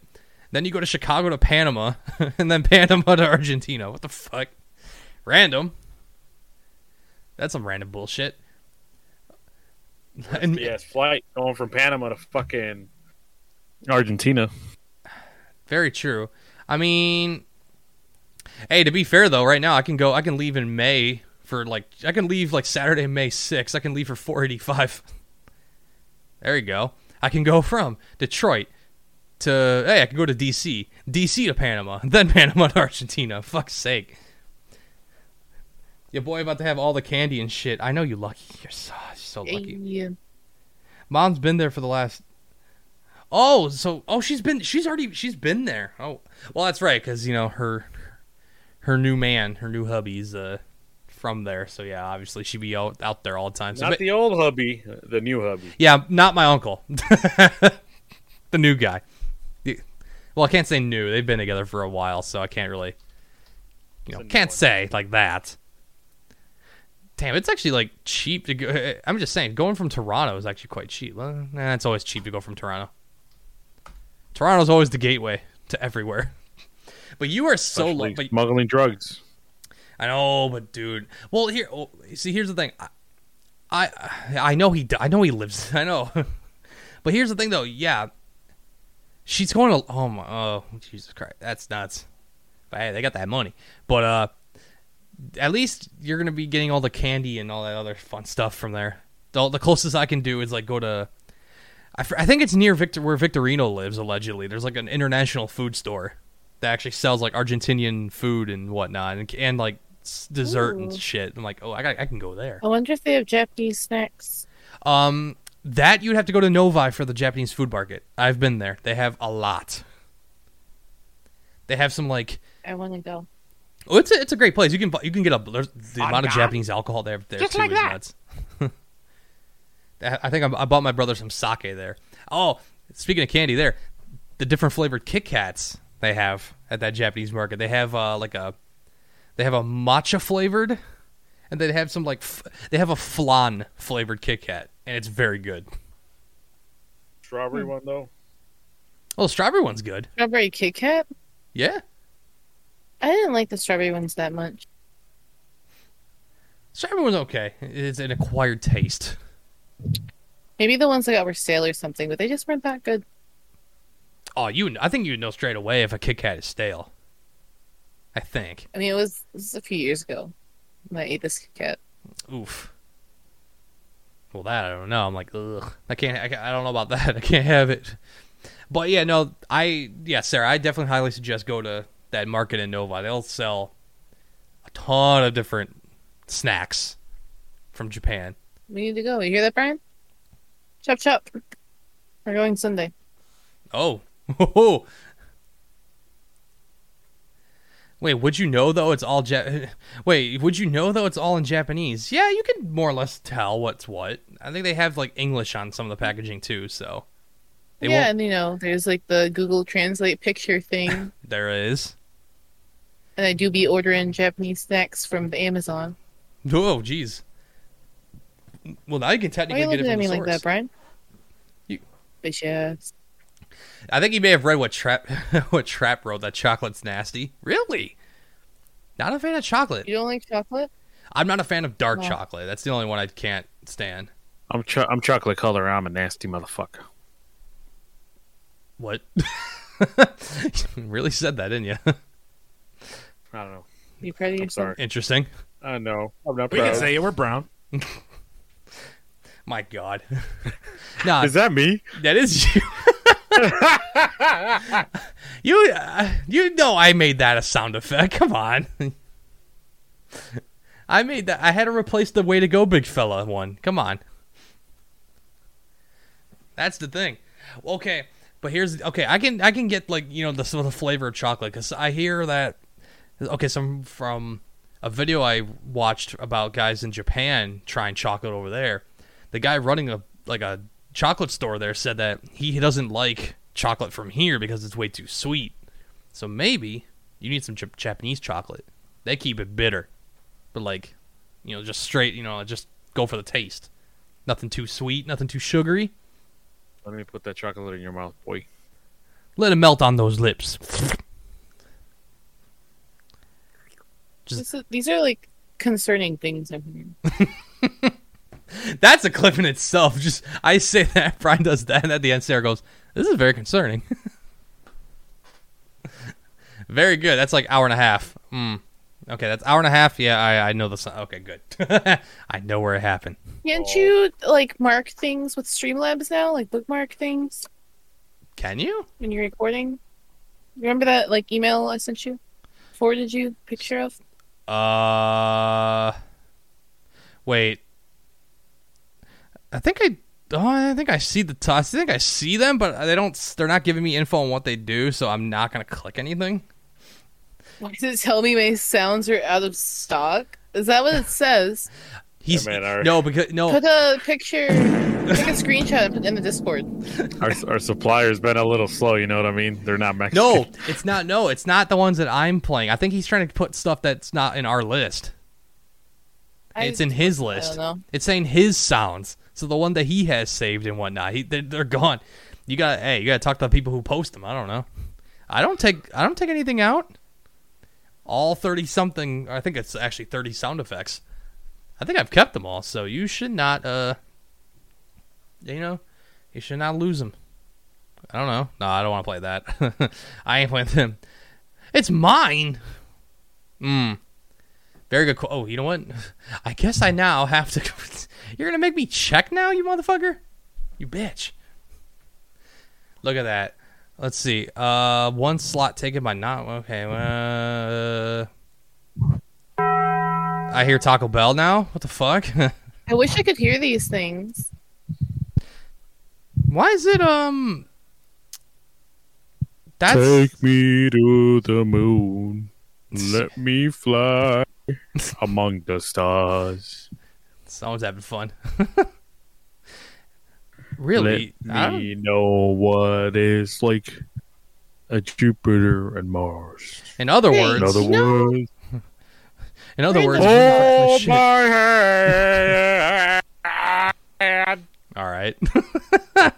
then you go to Chicago to Panama, *laughs* and then Panama to Argentina. What the fuck? Random. That's some random bullshit. And- flight going from Panama to fucking Argentina. Very true. I mean, hey, to be fair though, right now I can go. I can leave in May for like I can leave like Saturday, May 6th. I can leave for 485. There you go. I can go from Detroit to hey, I can go to DC, DC to Panama, *laughs* then Panama to Argentina. Fuck's sake. Your boy about to have all the candy and shit. I know you lucky. You're so, so lucky. Yeah. Mom's been there for the last. Oh, so oh, she's been she's already she's been there. Oh, well, that's right because you know her her new man, her new hubby's uh from there. So yeah, obviously she'd be out, out there all the time. So ma- the old hubby, the new hubby. yeah, not my uncle, *laughs* the new guy. The- Well, I can't say new. They've been together for a while, so I can't really you It's a know new can't one. say like that. Damn, it's actually like cheap to go. *laughs* I'm just saying, going from Toronto is actually quite cheap. Well, Nah, it's always cheap to go from Toronto. Toronto's always the gateway to everywhere. *laughs* But you are so Especially lucky. smuggling drugs. I know, but dude, well, here, oh, see, here's the thing. I, I, I know he, di- I know he lives. *laughs* I know, but here's the thing, though. Yeah, she's going to. Oh my, oh Jesus Christ, that's nuts. But hey, they got that money. But uh, at least you're gonna be getting all the candy and all that other fun stuff from there. The, the closest I can do is like go to. I, fr- I think it's near Victor where Victorino lives allegedly. There's like an international food store that actually sells like Argentinian food and whatnot and, and like s- dessert Ooh. and shit. I'm like, oh, I got, I can go there. I wonder if they have Japanese snacks. Um, that you'd have to go to Novi for the Japanese food market. I've been there. They have a lot. They have some like I want to go. oh, it's a, it's a great place. You can bu- you can get a there's the On amount of God? Japanese alcohol they have there Just too like is that. nuts. *laughs* I I think I, I bought my brother some sake there. Oh, speaking of candy, there the different flavored Kit Kats they have at that Japanese market. They have uh, like a they have a matcha flavored, and they have some like f- they have a flan flavored Kit Kat, and it's very good. Strawberry one though. Well, the strawberry one's good. Strawberry Kit Kat? Yeah. I didn't like the strawberry ones that much. Strawberry one's okay. It's an acquired taste. Maybe the ones I got were sale or something, but they just weren't that good. Oh, you. kn- I think you'd know straight away if a Kit Kat is stale. I think. I mean, it was this is a few years ago. when I ate this Kit Kat. Oof. Well, that I don't know. I'm like, ugh. I can't. I, can't- I don't know about that. *laughs* I can't have it. But yeah, no. I yeah, Sarah. I definitely highly suggest go to that market in Nova. They'll sell a ton of different snacks from Japan. We need to go. You hear that, Brian? Chop chop. We're going Sunday. Oh. *laughs* Oh. Wait, would you know though it's all ja- *laughs* Wait, would you know though it's all in Japanese? Yeah, you can more or less tell what's what. I think they have like English on some of the packaging too, so they yeah, won't and you know, there's like the Google Translate picture thing, and there is. I do be ordering Japanese snacks from the Amazon. Oh, jeez. Well, now you can Why are technically you get it looking from at me the like that, source. Brian? You- Bitch ass. I think you may have read what Trap *laughs* what Trap wrote that chocolate's nasty. Really? Not a fan of chocolate. You don't like chocolate? I'm not a fan of dark No. chocolate. That's the only one I can't stand. I'm cho- I'm chocolate color. I'm a nasty motherfucker. What? *laughs* you really said that, didn't you? *laughs* I don't know. You proud of I'm yourself? sorry. Interesting. I know. I'm not We can proud. say it. We're brown. My God. *laughs* no, Is that me? that is you. *laughs* you, uh, you know, I made that a sound effect. *laughs* Come on. I made that. I had to replace the "Way to Go, Big Fella" one. Come on. That's the thing. Okay, but here's okay. I can I can get like you know the some of the flavor of chocolate because I hear that. Okay, some from a video I watched about guys in Japan trying chocolate over there. The guy running a like a chocolate store there said that he doesn't like chocolate from here because it's way too sweet. So maybe you need some Jap- Japanese chocolate. They keep it bitter, but like, you know, just straight. You know, just go for the taste. Nothing too sweet. Nothing too sugary. Let me put that chocolate in your mouth, boy. Let it melt on those lips. This is- these are like concerning things I'm hearing. That's a clip in itself. *laughs* Just I say that *laughs* Brian does that, and at the end Sarah goes, "This is very concerning." *laughs* very good. That's like hour and a half. Mm. Okay, that's hour and a half. Yeah, I I know the song. Okay, good. *laughs* I know where it happened. Can't Oh. you like mark things with Streamlabs now? Like bookmark things Can you? when you're recording? Remember that like email I sent you? Forwarded you a picture of? *laughs* Uh, wait. I think I. Oh, I think I see the. T- I think I see them, but they don't. They're not giving me info on what they do, so I'm not gonna click anything. Why does it tell me my sounds are out of stock? Is that what it says? He's man, our- no because no. Put a picture, take a screenshot, and put it in the Discord. Our our supplier's been a little slow. You know what I mean? They're not Mexican. No, it's not. No, it's not the ones that I'm playing. I think he's trying to put stuff that's not in our list. I- it's in his I list. don't know. It's saying his sounds. So the one that he has saved and whatnot, he, they're, they're gone. You got to hey, you got to talk to the people who post them. I don't know. I don't take I don't take anything out. All thirty something. I think it's actually thirty sound effects. I think I've kept them all. So you should not uh, you know, you should not lose them. I don't know. No, I don't want to play that. *laughs* I ain't playing them. It's mine. Mmm. Very good. qu- Oh, you know what? *laughs* I guess I now have *laughs* to. You're gonna make me check now, you motherfucker. You bitch. Look at that. Let's see. Uh, one slot taken by not. Okay. Uh, I hear Taco Bell now. What the fuck? *laughs* I wish I could hear these things. Why is it um? That's Take me to the moon. Let *laughs* me fly among the stars. someone's having fun. *laughs* really? Ah. I Let don't- me know what it's like a Jupiter and Mars. In other Hey, words, In other No. words, in other words, oh *laughs* Shit. my head. All right. *laughs*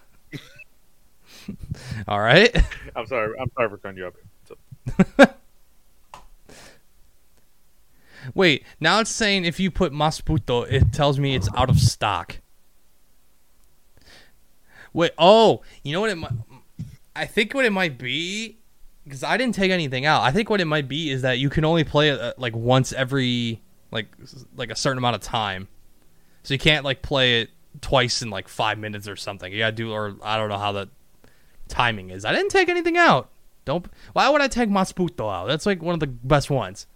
All right. *laughs* I'm sorry. I'm sorry for cutting you up. Wait, now it's saying if you put Masputo, it tells me it's out of stock. Wait, oh, you know what? It, mi- I think what it might be, because I didn't take anything out. I think what it might be is that you can only play it uh, like once every like s- like a certain amount of time, so you can't like play it twice in like five minutes or something. You gotta do, or I don't know how that timing is. I didn't take anything out. Don't. Why would I take Masputo out? That's like one of the best ones.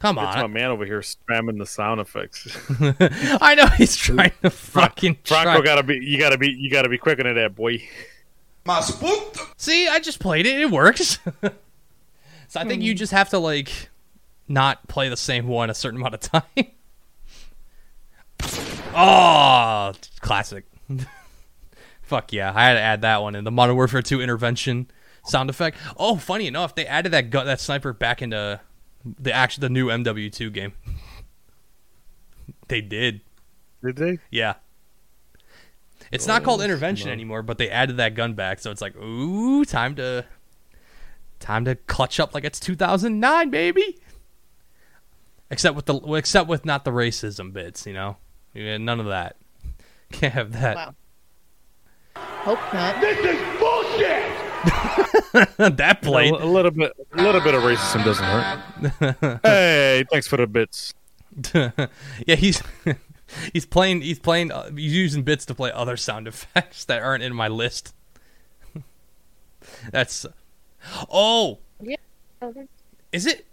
Come It's my on, man over here spamming the sound *laughs* effects. I know he's trying to fucking. Franco try. gotta be you gotta be you gotta be quick into that boy. See, I just played it. It works. *laughs* so I think you just have to like not play the same one a certain amount of time. *laughs* oh, classic. *laughs* Fuck yeah! I had to add that one in the Modern Warfare 2 intervention sound effect. Oh, funny enough, they added that gu- that sniper back into the action the new MW2 game. *laughs* they did. Did they? Yeah. It's not called intervention anymore, but they added that gun back, so it's like, ooh, time to time to clutch up like it's 2009, baby. Except with the well, except with not the racism bits, you know. Yeah, none of that. *laughs* Can't have that. Wow. Hope not. *laughs* that played. A, a little bit a little bit of racism doesn't hurt. *laughs* hey, thanks for the bits. yeah, he's *laughs* he's playing he's playing uh, he's using bits to play other sound effects *laughs* that aren't in my list. *laughs* That's oh Yeah. Is it?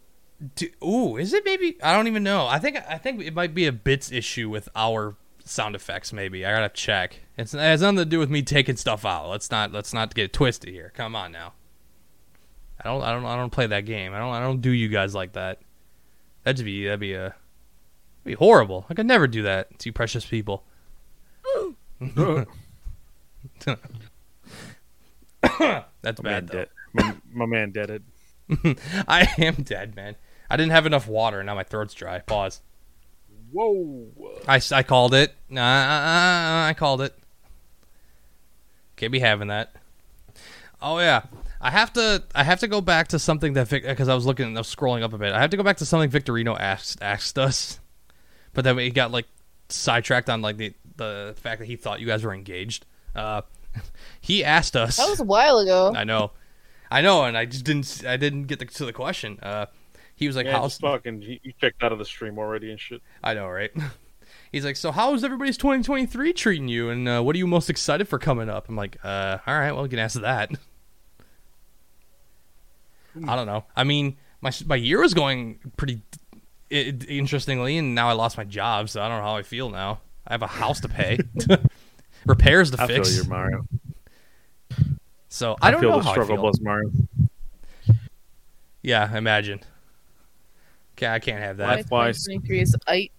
Do, ooh, is it maybe? I don't even know. I think I think it might be a bits issue with our sound effects. Maybe I gotta check. It's it has nothing to do with me taking stuff out. Let's not let's not get twisted here. Come on now. I don't I don't I don't play that game. I don't I don't do you guys like that. That'd be that'd be a be horrible. I could never do that to you precious people. *laughs* That's My man bad though. did. My, my man did it. *laughs* I am dead, man. I didn't have enough water, and now my throat's dry. Pause. Whoa. I, s- I called it. Uh, I called it. Can't be having that. Oh yeah, I have to. I have to go back to something that because I was looking, I was scrolling up a bit. I have to go back to something Victorino asked asked us, but then we got like sidetracked on like the the fact that he thought you guys were engaged. Uh, *laughs* he asked us. That was a while ago. I know, I know, and I just didn't. I didn't get the, to the question. Uh, he was like, Man, "How's just fucking you you checked out of the stream already and shit. I know, right?" *laughs* He's like, "So how's everybody's 2023 treating you, and uh, what are you most excited for coming up?" I'm like, "Uh, all right, well, you can ask that." I don't know. I mean, my s- my year was going pretty it, interestingly, and now I lost my job, so I don't know how I feel now. I have a house to pay, *laughs* repairs to I fix, feel you, Mario. so I don't feel know the how struggle I feel. buzz, Mario. Yeah, imagine. Okay, I can't have that. Life- Likewise. 2023 is I-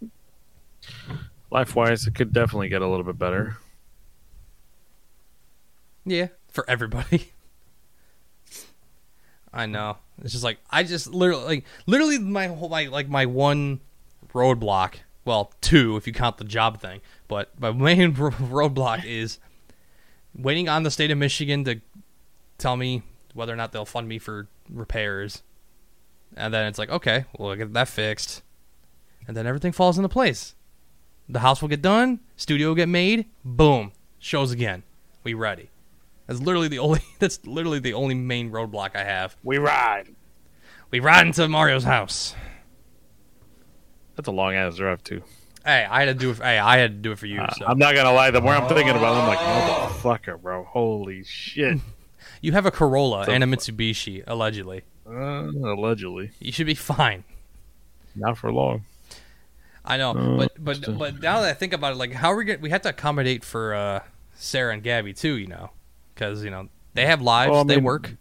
Life wise, it could definitely get a little bit better. Yeah, for everybody. *laughs* I know. It's just like I just literally like literally my whole my like my one roadblock. Well, two if you count the job thing, but my main *laughs* ro- roadblock is waiting on the state of Michigan to tell me whether or not they'll fund me for repairs. And then it's like, okay, we'll get that fixed. And then everything falls into place. The house will get done, studio will get made, boom, shows again. We ready. That's literally the only. *laughs* That's literally the only main roadblock I have. We ride. We ride into Mario's house. That's a long ass drive too. Hey, I had to do it. Hey, I had to do it for you. Uh, so. Oh. I'm not gonna lie. The more I'm thinking about, it, I'm like, motherfucker, bro. *laughs* Holy shit. you have a Corolla So and a Mitsubishi, allegedly. Uh, allegedly, You should be *laughs* fine. not for long. I know, Uh, but but so- but now that I think about it, like how are we gonna? We have to accommodate for uh, Sarah and Gabby too, you know, because you know they have lives, Well, I they mean- work.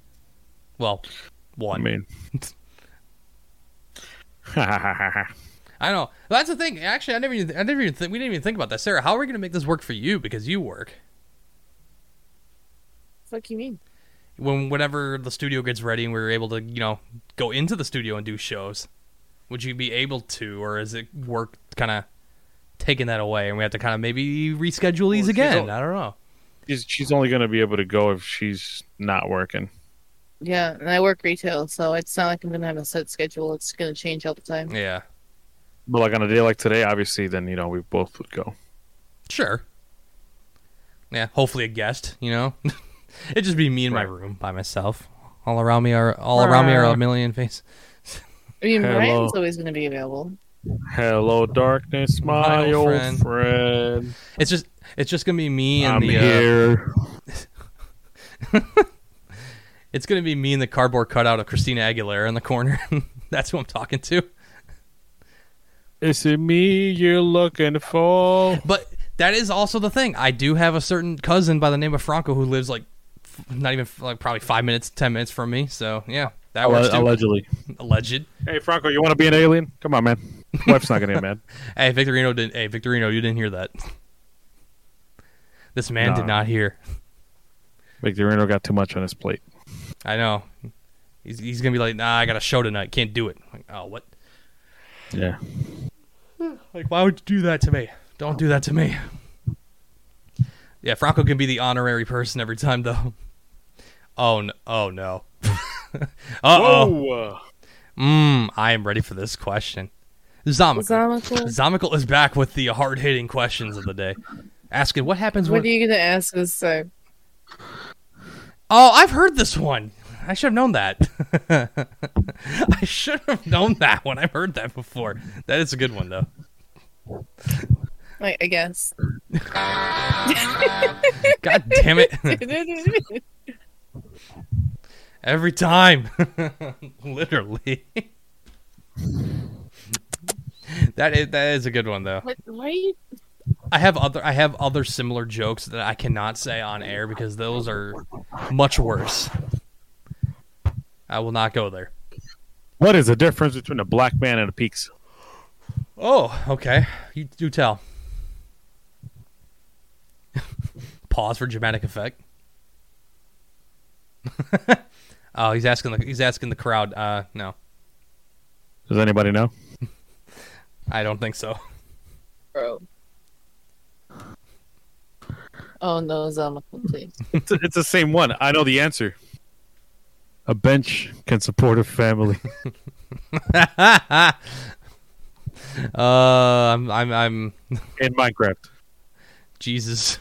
Well, I one. mean, *laughs* I know. That's the thing. Actually, I never, even, I never even, think we didn't even think about that, Sarah. How are we gonna make this work for you? Because you work. fuck you mean? when whenever the studio gets ready and we're able to you know go into the studio and do shows would you be able to or is it work kind of taking that away and we have to kind of maybe reschedule these Or if you again don't- i don't know she's, she's only gonna be able to go if she's not working. Yeah, and I work retail, so it's not like I'm gonna have a set schedule. It's gonna change all the time. yeah But like on a day like today, obviously, then you know we both would go. sure yeah hopefully a guest you know *laughs* It'd just be me in my room by myself. All around me are all around me are a million faces. I mean, Hello. Brian's always going to be available. Hello, darkness, my, My old old friend. friend. It's just it's just gonna be me and I'm the uh, here. It's gonna be me and the cardboard cutout of Christina Aguilera in the corner. *laughs* That's who I'm talking to. Is it me you're looking for? But that is also the thing. I do have a certain cousin by the name of Franco who lives like f- not even like probably five minutes, ten minutes from me. So yeah, that works too. Allegedly. Alleged. Hey, Franco, you want to be an alien? Come on, man. Wife's not gonna get *laughs* mad. Hey, Victorino didn't. Hey, Victorino, you didn't hear that. This man did Nah. not hear. Victorino got too much on his plate. I know. He's, he's gonna be like, nah, I got a show tonight. Can't do it. Like, oh, what? Yeah. Like, why would you do that to me? Don't do that to me. Yeah, Franco can be the honorary person every time, though. *laughs* Oh, no. Oh, no. *laughs* uh oh. Whoa. Mmm, I am ready for this question. Zomical. Zomical, Zomical is back with the hard hitting questions of the day. Asking what happens when. what are you going to ask this time? Oh, I've heard this one. I should have known that. *laughs* I should have known that one. I've heard that before. That is a good one, though. I, *laughs* I guess. *laughs* God damn it. *laughs* Every time. *laughs* Literally. *laughs* that is that is a good one though. what, why are you? I have other I have other similar jokes that I cannot say on air because those are much worse. I will not go there. What is the difference between a black man and a peaks? Oh, okay. You do tell. *laughs* Pause for dramatic effect. *laughs* oh, he's asking the he's asking the crowd. Uh, no, Does anybody know? I don't think so. *laughs* Bro. Oh no, Zomical, *laughs* please. *laughs* It's, it's the same one. I know the answer. A bench can support a family. uh, I'm, I'm, I'm, *laughs* In Minecraft. Jesus.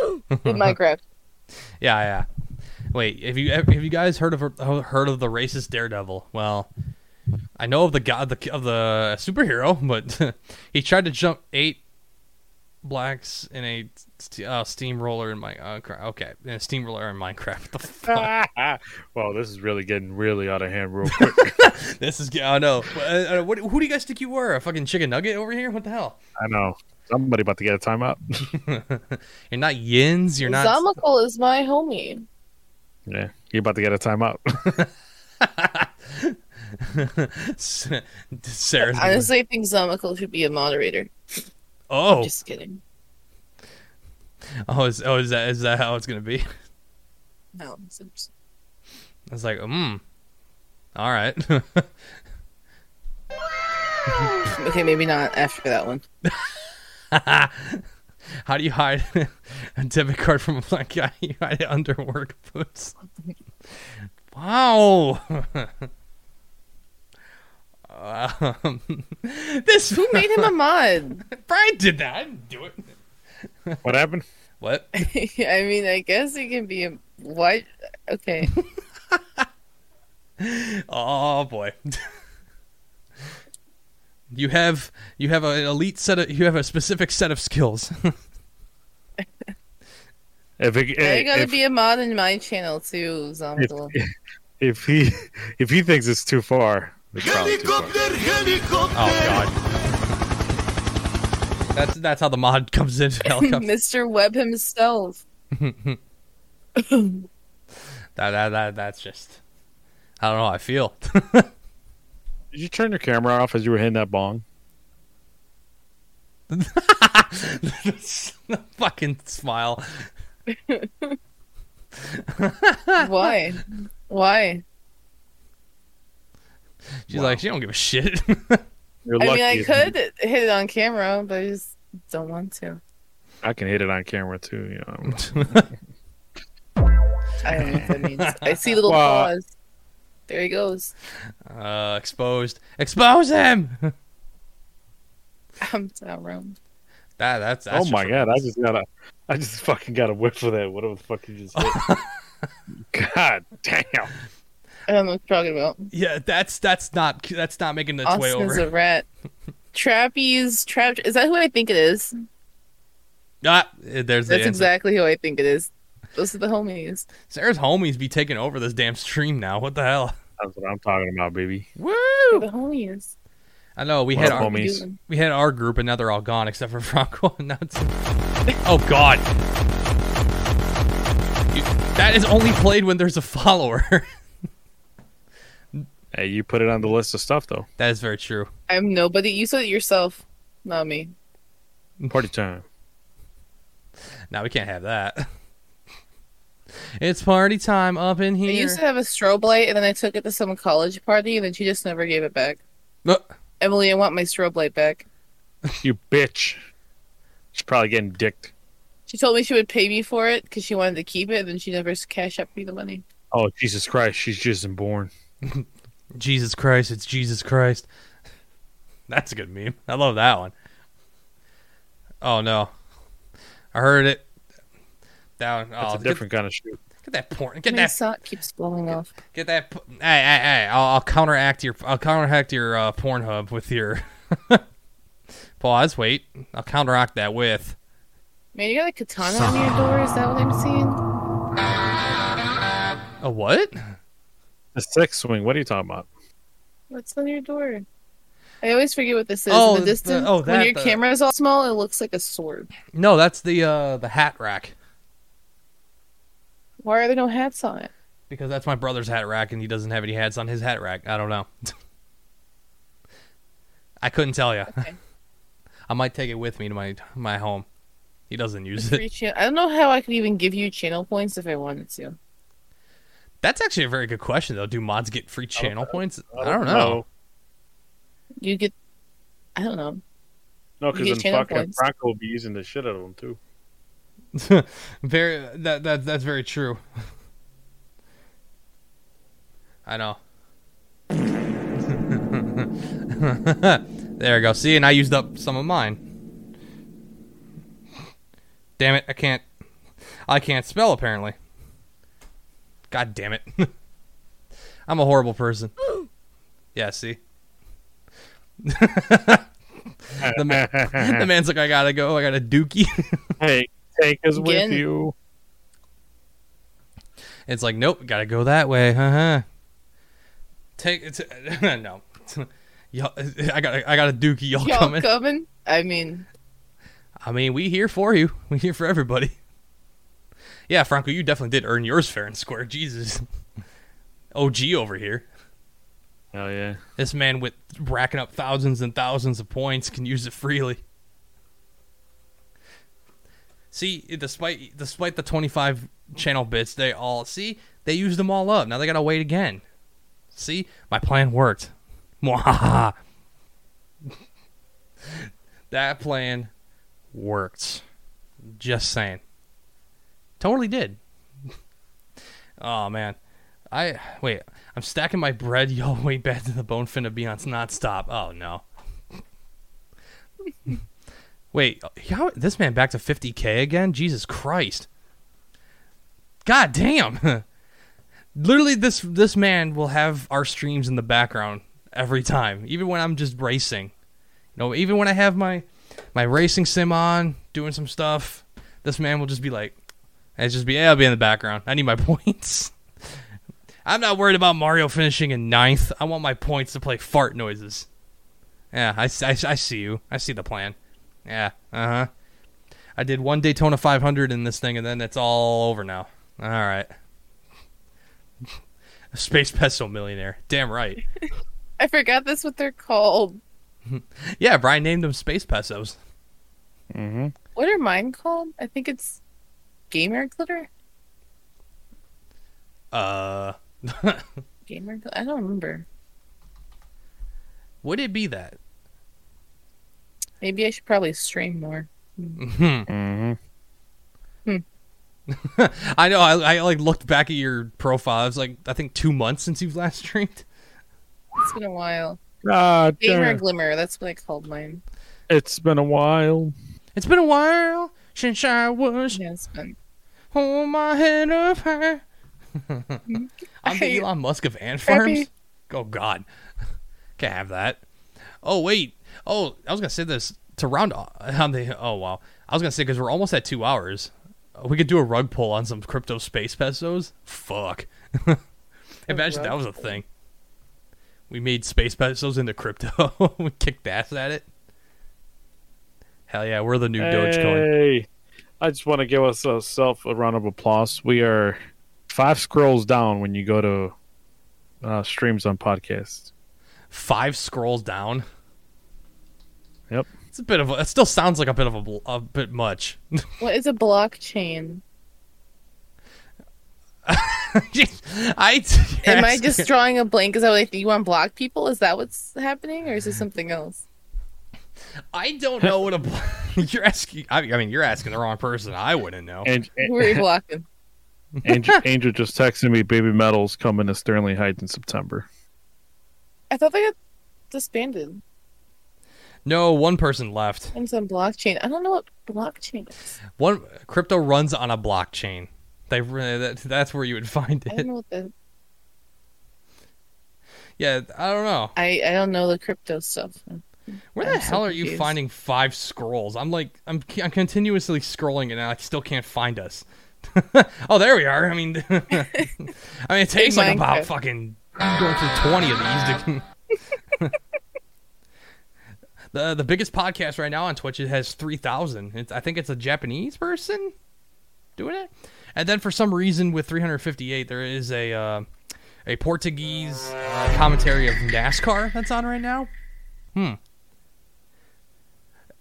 In Minecraft. Yeah, yeah. Wait, have you have you guys heard of heard of the racist Daredevil? Well, I know of the god the, of the superhero, but *laughs* he tried to jump eight blacks in a st- uh, steamroller in my uh, cra- okay, in a steamroller in Minecraft. *laughs* What the fuck? *laughs* wow, this is really getting really out of hand real quick. this is I know. Uh, uh, what, who do you guys think you were? A fucking chicken nugget over here? What the hell? *laughs* I know. Somebody about to get a timeout. You're not yins. You're not. Zomical is my homie. yeah. You're about to get a timeout. *laughs* S- Sarah's gonna- Honestly, I think Zomical should be a moderator. oh Just kidding. oh is, oh is that is that how it's gonna be? No, it's just- I was like, mm. All right. *laughs* okay, maybe not after that *laughs* one. how do you hide *laughs* a debit card from a black guy? *laughs* You hide it under work boots. Wow. *laughs* um, this Who made him a mod? *laughs* Brian did that. I didn't do it. *laughs* what happened? What? I mean, I guess he can be a what? Okay, Oh boy. *laughs* you have you have an elite set of you have a specific set of skills. *laughs* If it, I *laughs* hey, gotta if, be a mod in my channel too, Zomical. if he if he thinks it's too far, it's probably too far. Oh god. That's that's how the mod comes in. *laughs* *laughs* Helicopter. Mr. Webb himself. that, that, that, that's just. I don't know. how I feel. *laughs* Did you turn your camera off as you were hitting that bong? The fucking smile. Why? Why? She's like, she don't give a shit. *laughs* You're I lucky mean, I if you- could hit it on camera, but I just don't want to. I can hit it on camera too. You know. I'm- I don't know what that means. I *laughs* see little Wow. paws. There he goes. uh, exposed. Expose him. I'm down wrong. That that's, that's oh my just- god! I just got a, I just fucking got a whiff of that. Whatever the fuck you just. *laughs* Hit. god damn! I don't know what you're talking about. Yeah, that's that's not that's not making its way Austin's over. a rat. Trapeze, trap. Is that who I think it is? ah, there's the That's answer. exactly who I think it is. Those are the homies. Sarah's homies be taking over this damn stream now. What the hell? That's what I'm talking about, baby. Woo! They're the homies. I know we What had up, our homie? Homies. Doing- we had our group and now they're all gone except for *laughs* Franco and that's Oh god. You- That is only played when there's a follower. *laughs* Hey, you put it on the list of stuff though. that is very true. I'm nobody. You said it yourself, not me. Party time. Now we can't have that. It's party time up in I here. used to have a strobe light, and then I took it to some college party, and then she just never gave it back. No. Emily, I want my strobe light back. You bitch. She's probably getting dicked. She told me she would pay me for it because she wanted to keep it, and then she never s- cashed up me the money. Oh Jesus Christ! She's just born. Jesus Christ, it's Jesus Christ. That's a good meme. I love that one. Oh no. I heard it. Down. That's Oh, a different kind of shoot. Get, get that porn. Get my that sock keeps blowing off. Get that. p- Hey, hey, hey! I'll, I'll counteract your. I'll counteract your uh, Pornhub with your. *laughs* Pause. Wait. I'll counteract that with. Man, you got a katana on your door? Is that what I'm seeing? A what? The sex swing. What are you talking about? What's on your door? I always forget what this is. Oh, In the- the distance, oh, when that, your the- camera is all small, it looks like a sword. No, that's the uh the hat rack Why are there no hats on *laughs* it? because that's my brother's hat rack and he doesn't have any hats on his hat rack. I don't know. *laughs* I couldn't tell you. Okay. *laughs* I might take it with me to my my home. He doesn't use it. Free chan- I don't know how I could even give you channel points if I wanted to. That's actually a very good question though. Do mods get free channel points? I don't, know. You get, I don't know. No, You because get then channel fucking points. Franco will be using the shit out of him too. *laughs* very that that that's very true. I know. *laughs* there you go. See, and I used up some of mine. Damn it! I can't. I can't spell apparently. God damn it! *laughs* I'm a horrible person. Yeah. See, *laughs* The man- the man's like, I gotta go. I got a dookie. *laughs* hey, take us with Again. you. It's like, nope, gotta go that way. Uh huh. Take it's *laughs* no. Y'all, *laughs* I got I got a dookie. Y'all, Y'all coming? coming? I mean, I mean, we here for you. *laughs* We here for everybody. Yeah, Franco, you definitely did earn yours fair and square. Jesus, *laughs* OG over here. Hell yeah. This man with racking up thousands and thousands of points can use it freely. See, despite despite the 25 channel bits, they all see they used them all up. Now they gotta wait again. See, my plan worked. *laughs* Mwahaha. that plan worked. Just saying. Totally did. *laughs* oh man, I wait. I'm stacking my bread, *laughs* y'all way back to the bone finna be on nonstop. Oh no. Wait, how this man back to 50k again? Jesus Christ. God damn. *laughs* Literally this this man will have our streams in the background every time, even when I'm just racing. You know, even when I have my my racing sim on, doing some stuff, this man will just be like and just be, yeah, I'll be in the background. I need my *laughs* points. I'm not worried about Mario finishing in ninth. I want my points to play fart noises. Yeah, I, s- I s- I see you. I see the plan. Yeah, uh huh. I did one Daytona 500 in this thing, and then it's all over now. All right. *laughs* Space Peso Millionaire. Damn right. I forgot that's what they're called. Yeah, Brian named them Space Pesos. Mm-hmm. What are mine called? I think it's gamer glitter. Uh, *laughs* Gamer, gl- I don't remember. would it be that? Maybe I should probably stream more. Hmm. *laughs* Mm-hmm. I know. I, I like looked back at your profile. It was like I think two months since you've last streamed. It's been a while. Ah, Gamer damn. glimmer. That's what I called mine. It's been a while. It's been a while since I was Yeah, it's been- hold my head up high. *laughs* I'm Hey, the Elon Musk of ant farms. Abby. Oh God, *laughs* can't have that. Oh wait. Oh, I was gonna say this to round o- on the. Oh wow, I was gonna say because we're almost at two hours. We could do a rug pull on some crypto space pesos. Fuck. *laughs* Imagine that was a thing. We made space pesos into crypto. *laughs* we kicked ass at it. Hell yeah, we're the new Dogecoin. Hey, I just want to give us a self a round of applause. We are five scrolls down when you go to uh, streams on podcasts. Five scrolls down. Yep. It's a bit of a, it still sounds like a bit of a, bl- a bit much. *laughs* What is a blockchain? I *laughs* Am I just drawing a blank? Is that like you unblock people? Is that what's happening, or is this something else? I don't know what a bl- *laughs* you're asking. I mean- I mean, you're asking the wrong person. I wouldn't know. And, Who are you blocking? Angel, *laughs* Angel just texted me, "Baby Metal's coming to Sterling Heights in September." I thought they got disbanded No, one person left. on some blockchain. I don't know what blockchain is. One crypto runs on a blockchain. They re- that, that's where you would find I don't it. know what the Yeah, I don't know. I, I don't know the crypto stuff. Where I'm the so hell are you confused. finding five scrolls? I'm like, I'm, I'm continuously scrolling and I still can't find us. *laughs* oh, there we are. I mean, *laughs* I mean, it takes like about Minecraft. fucking going through twenty of these. To... *laughs* the the biggest podcast right now on Twitch it has three thousand. I think it's a Japanese person doing it, and then for some reason with three hundred fifty eight there is a uh, a Portuguese uh, commentary of NASCAR that's on right now.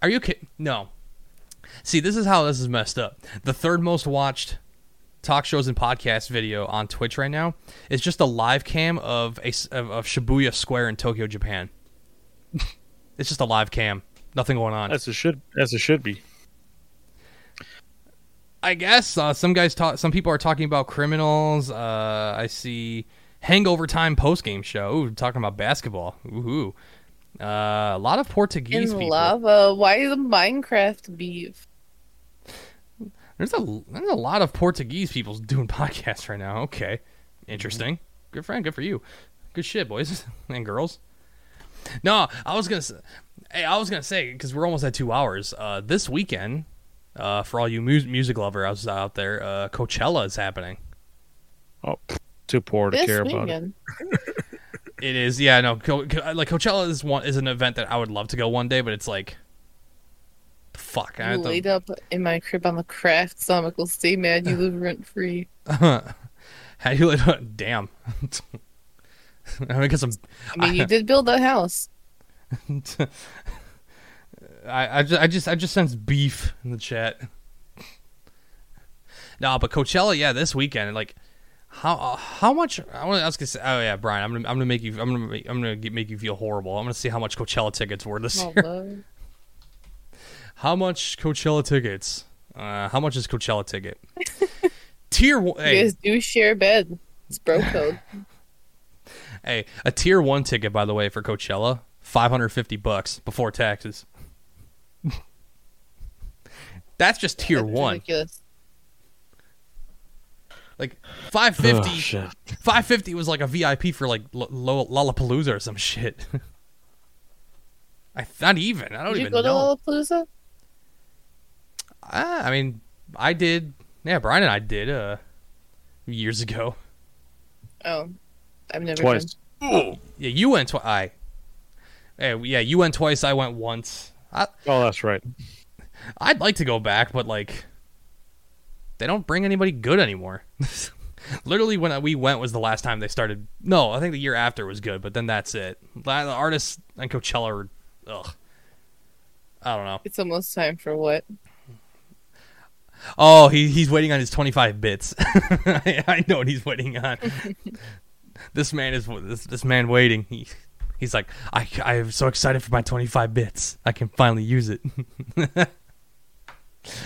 Are you kidding? No. See, this is how this is messed up. The third most watched talk shows and podcast video on Twitch right now is just a live cam of a s- of, of Shibuya Square in Tokyo, Japan. it's just a live cam. Nothing going on. As it should, as it should be. I guess uh, some guys talk. Some people are talking about criminals. Uh, I see Hangover Time post game show. Ooh, talking about basketball. Ooh, uh, a lot of Portuguese In people. lava. Why the Minecraft beef? There's a there's a lot of Portuguese people *laughs* doing podcasts right now. Okay, interesting. Good friend, good for you. Good shit, boys *laughs* and girls. No, I was gonna. s- Hey, I was gonna say because we're almost at two hours. Uh, this weekend, uh, for all you mu- music lover out out there, uh, Coachella is happening. Oh, pff, too poor to This care about it. weekend. It is, yeah, no, Co- Co- like Coachella is one is an event that I would love to go one day, but it's like, fuck, I You have to- *laughs* laid up in my crib on the craft somical stay mad you live rent free. how do you like, damn. *laughs* I'm gonna get some I mean *laughs* you did build that house. Uh, I, I just I just I just sense beef in the chat. *laughs* Nah, but Coachella, yeah, this weekend, like, how uh, how much? I want to ask. This, oh yeah, Brian, I'm gonna I'm gonna make you I'm gonna make, I'm gonna get, make you feel horrible. I'm gonna see how much Coachella tickets were this Oh, year. *laughs* love. How much Coachella tickets? Uh, how much is Coachella ticket? tier one, You hey, guys do share a bed. It's bro *laughs* code. hey, a tier one ticket by the way for Coachella, five hundred fifty bucks before taxes. *laughs* That's just tier That's one. ridiculous. Like 550 Oh, shit. 550 was like a VIP for like L- Lo- Lollapalooza or some shit. *laughs* I not even. I don't Did you even go know. to Lollapalooza? Ah, I mean, I did. Yeah, Brian and I did uh years ago. Oh. I've never been. Twice. Yeah, you went twice. I. Hey, yeah, you went twice. I went once. I Oh, that's right. I'd like to go back, but like they don't bring anybody good anymore. *laughs* Literally, when we went was the last time they started. No, I think the year after was good, but then that's it. La- The artists and Coachella are, ugh. I don't know. It's almost time for what? Oh, he he's waiting on his 25 bits. *laughs* I, I know what he's waiting on. this man is this this man waiting. He he's like I I am so excited for my 25 bits. I can finally use it. *laughs*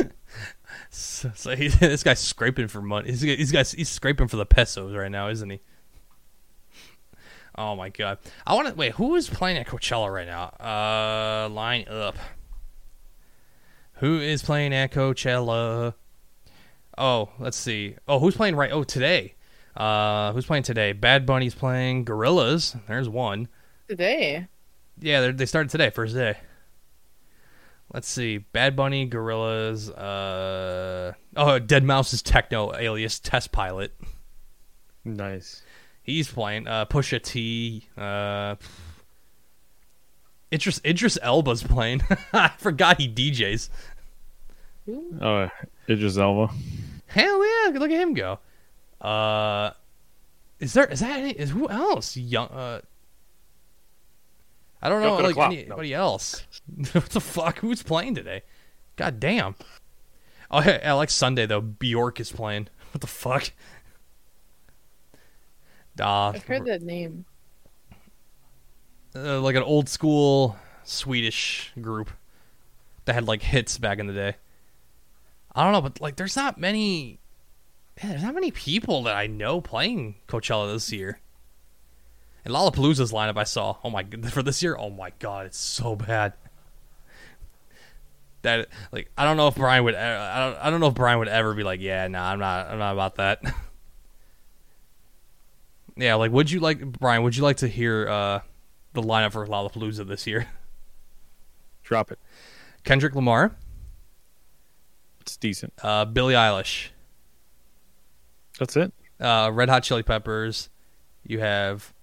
so, so he, *laughs* this guy's scraping for money. He's he's guys he's scraping for the pesos right now, isn't he? Oh my god. I want to wait, who is playing at Coachella right now? Uh line up. Who is playing at Coachella? Oh, let's see. Oh, who's playing right? Oh, today. Uh, who's playing today? Bad Bunny's playing Gorillas. There's one. Today. Yeah, they're- they started today, first day. Let's see. Bad Bunny, Gorillas. Uh, oh, Dead Mouse's techno alias Test Pilot. Nice. He's playing. Uh, Pusha T. Uh, Idris, Idris Elba's playing. *laughs* I forgot he DJs. Oh, Idris Elba. Hell yeah! Look at him go. Uh, is there is that any, is who else young? Uh, I don't know Don't go to like club. anybody else. *laughs* what the fuck? Who's playing today? God damn. Oh, hey, I like Sunday though. Bjork is playing. *laughs* What the fuck? Uh, I've heard that name. *laughs* uh, like an old school Swedish group that had like hits back in the day. I don't know, but like there's not many yeah, there's not many people that I know playing Coachella this year. And Lollapalooza's lineup I saw. Oh my god, *laughs* for this year, oh my god, it's so bad. That like I don't know if Brian would e- I don't, I don't know if Brian would ever be like, "Yeah, no, I'm not I'm not about that." *laughs* yeah, like would you like Brian, would you like to hear uh the lineup for Lollapalooza this year. *laughs* Drop it. Kendrick Lamar, It's decent. uh, Billie Eilish, That's it. uh, Red Hot Chili Peppers. You have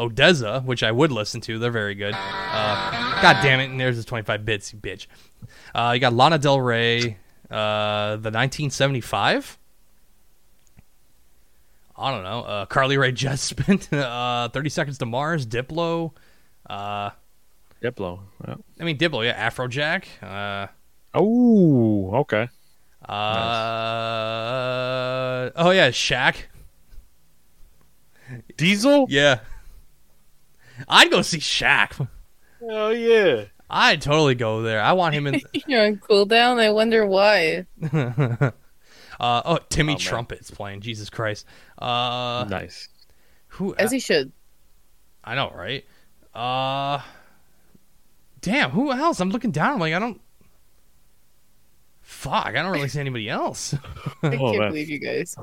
Odessa, which I would listen to. They're very good. Uh, God damn it! And there's his 25 bits, you bitch. Uh, you got Lana Del Rey, uh, the 1975. I don't know. Uh, Carly Rae Jepsen, *laughs* uh, 30 Seconds to Mars, Diplo. Uh, Diplo. Yeah. I mean Diplo, yeah, Afrojack. Uh, Oh, okay. Uh, oh yeah, Shaq. Diesel. Yeah, *laughs* I'd go see Shaq. Oh yeah. I'd totally go there. I want him in. *laughs* You're on cooldown. I wonder why. uh, oh, Timmy Oh, man. Trumpet's playing. Jesus Christ. Uh, nice. who? As *laughs* he should. I know, right? Uh, damn. Who else? I'm looking down. I'm like, I don't. Fuck, I don't really see anybody else. *laughs* I can't man. believe you guys.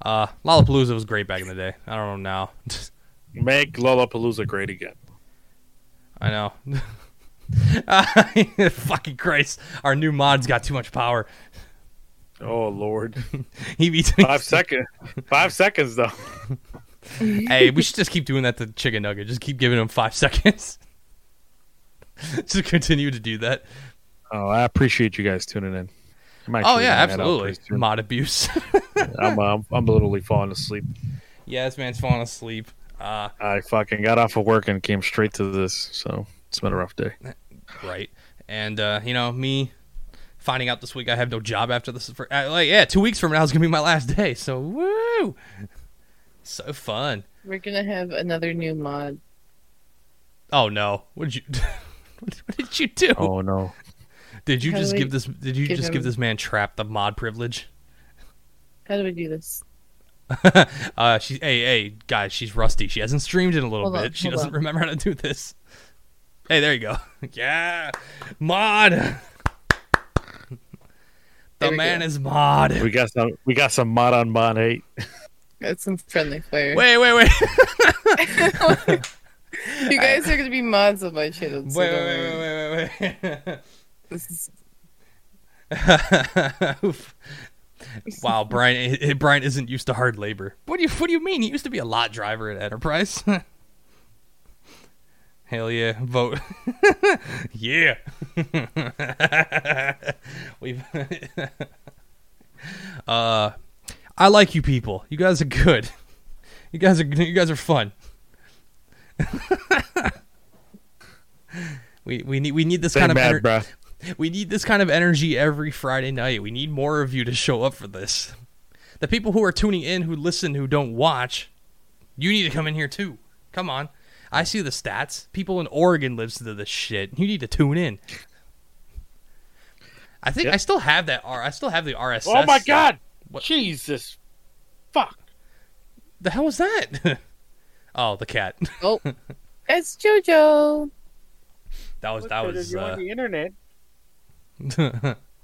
Uh, Lollapalooza was great back in the day. I don't know now. *laughs* Make Lollapalooza great again. I know. *laughs* fucking Christ! Our new mod's got too much power. Oh *laughs* Lord. He beats Five seconds. Five seconds though. Hey, we should just keep doing that to Chicken Nugget. Just keep giving him five *laughs* seconds. just continue to do that. Oh, I appreciate you guys tuning in. I'm Oh yeah, actually gonna head out absolutely. pretty soon. Mod abuse. *laughs* I'm, I'm I'm literally falling asleep. yeah, this man's falling asleep. Uh, I fucking got off of work and came straight to this, so it's been a rough day. right. And uh, you know me finding out this week I have no job after this. For, uh, like, yeah, two weeks from now is gonna be my last day. So woo, so fun. We're gonna have another new mod. Oh no! What did you? *laughs* what did you do? Oh no. Did you How just do give we this? Did you give just give him- this man Trap the mod privilege? *laughs* How do we do this? Uh, she, hey, hey, guys, she's rusty. She hasn't streamed in a little Hold on, bit. she hold doesn't on. remember how to do this. Hey, there you go. *laughs* yeah, mod. *laughs* the There we man go. is mod. We got some we got some mod on mod hate. That's some friendly fire. Wait, wait, *laughs* wait. *laughs* You guys are gonna be mods on my channel. Wait, so wait, don't wait, worry. wait, wait, wait, wait. *laughs* This is- *laughs* Oof. wow, Brian eh, Brian isn't used to hard labor. What do you What do you mean? He used to be a lot driver at Enterprise. *laughs* Hell yeah, vote. *laughs* yeah. *laughs* We've. *laughs* uh, I like you people. You guys are good. You guys are you guys are fun. *laughs* we we need we need this Stay kind of mad, ener- bruh. we need this kind of energy every Friday night. We need more of you to show up for this. The people who are tuning in, who listen, who don't watch, you need to come in here too. Come on. I see the stats. People in Oregon listen to this shit. You need to tune in. I think Yep. I still have that R I still have the RSS. Oh my god. What- Jesus. Fuck. The hell was that? *laughs* oh, the cat. *laughs* Oh, that's JoJo. That was uh, that was uh, internet.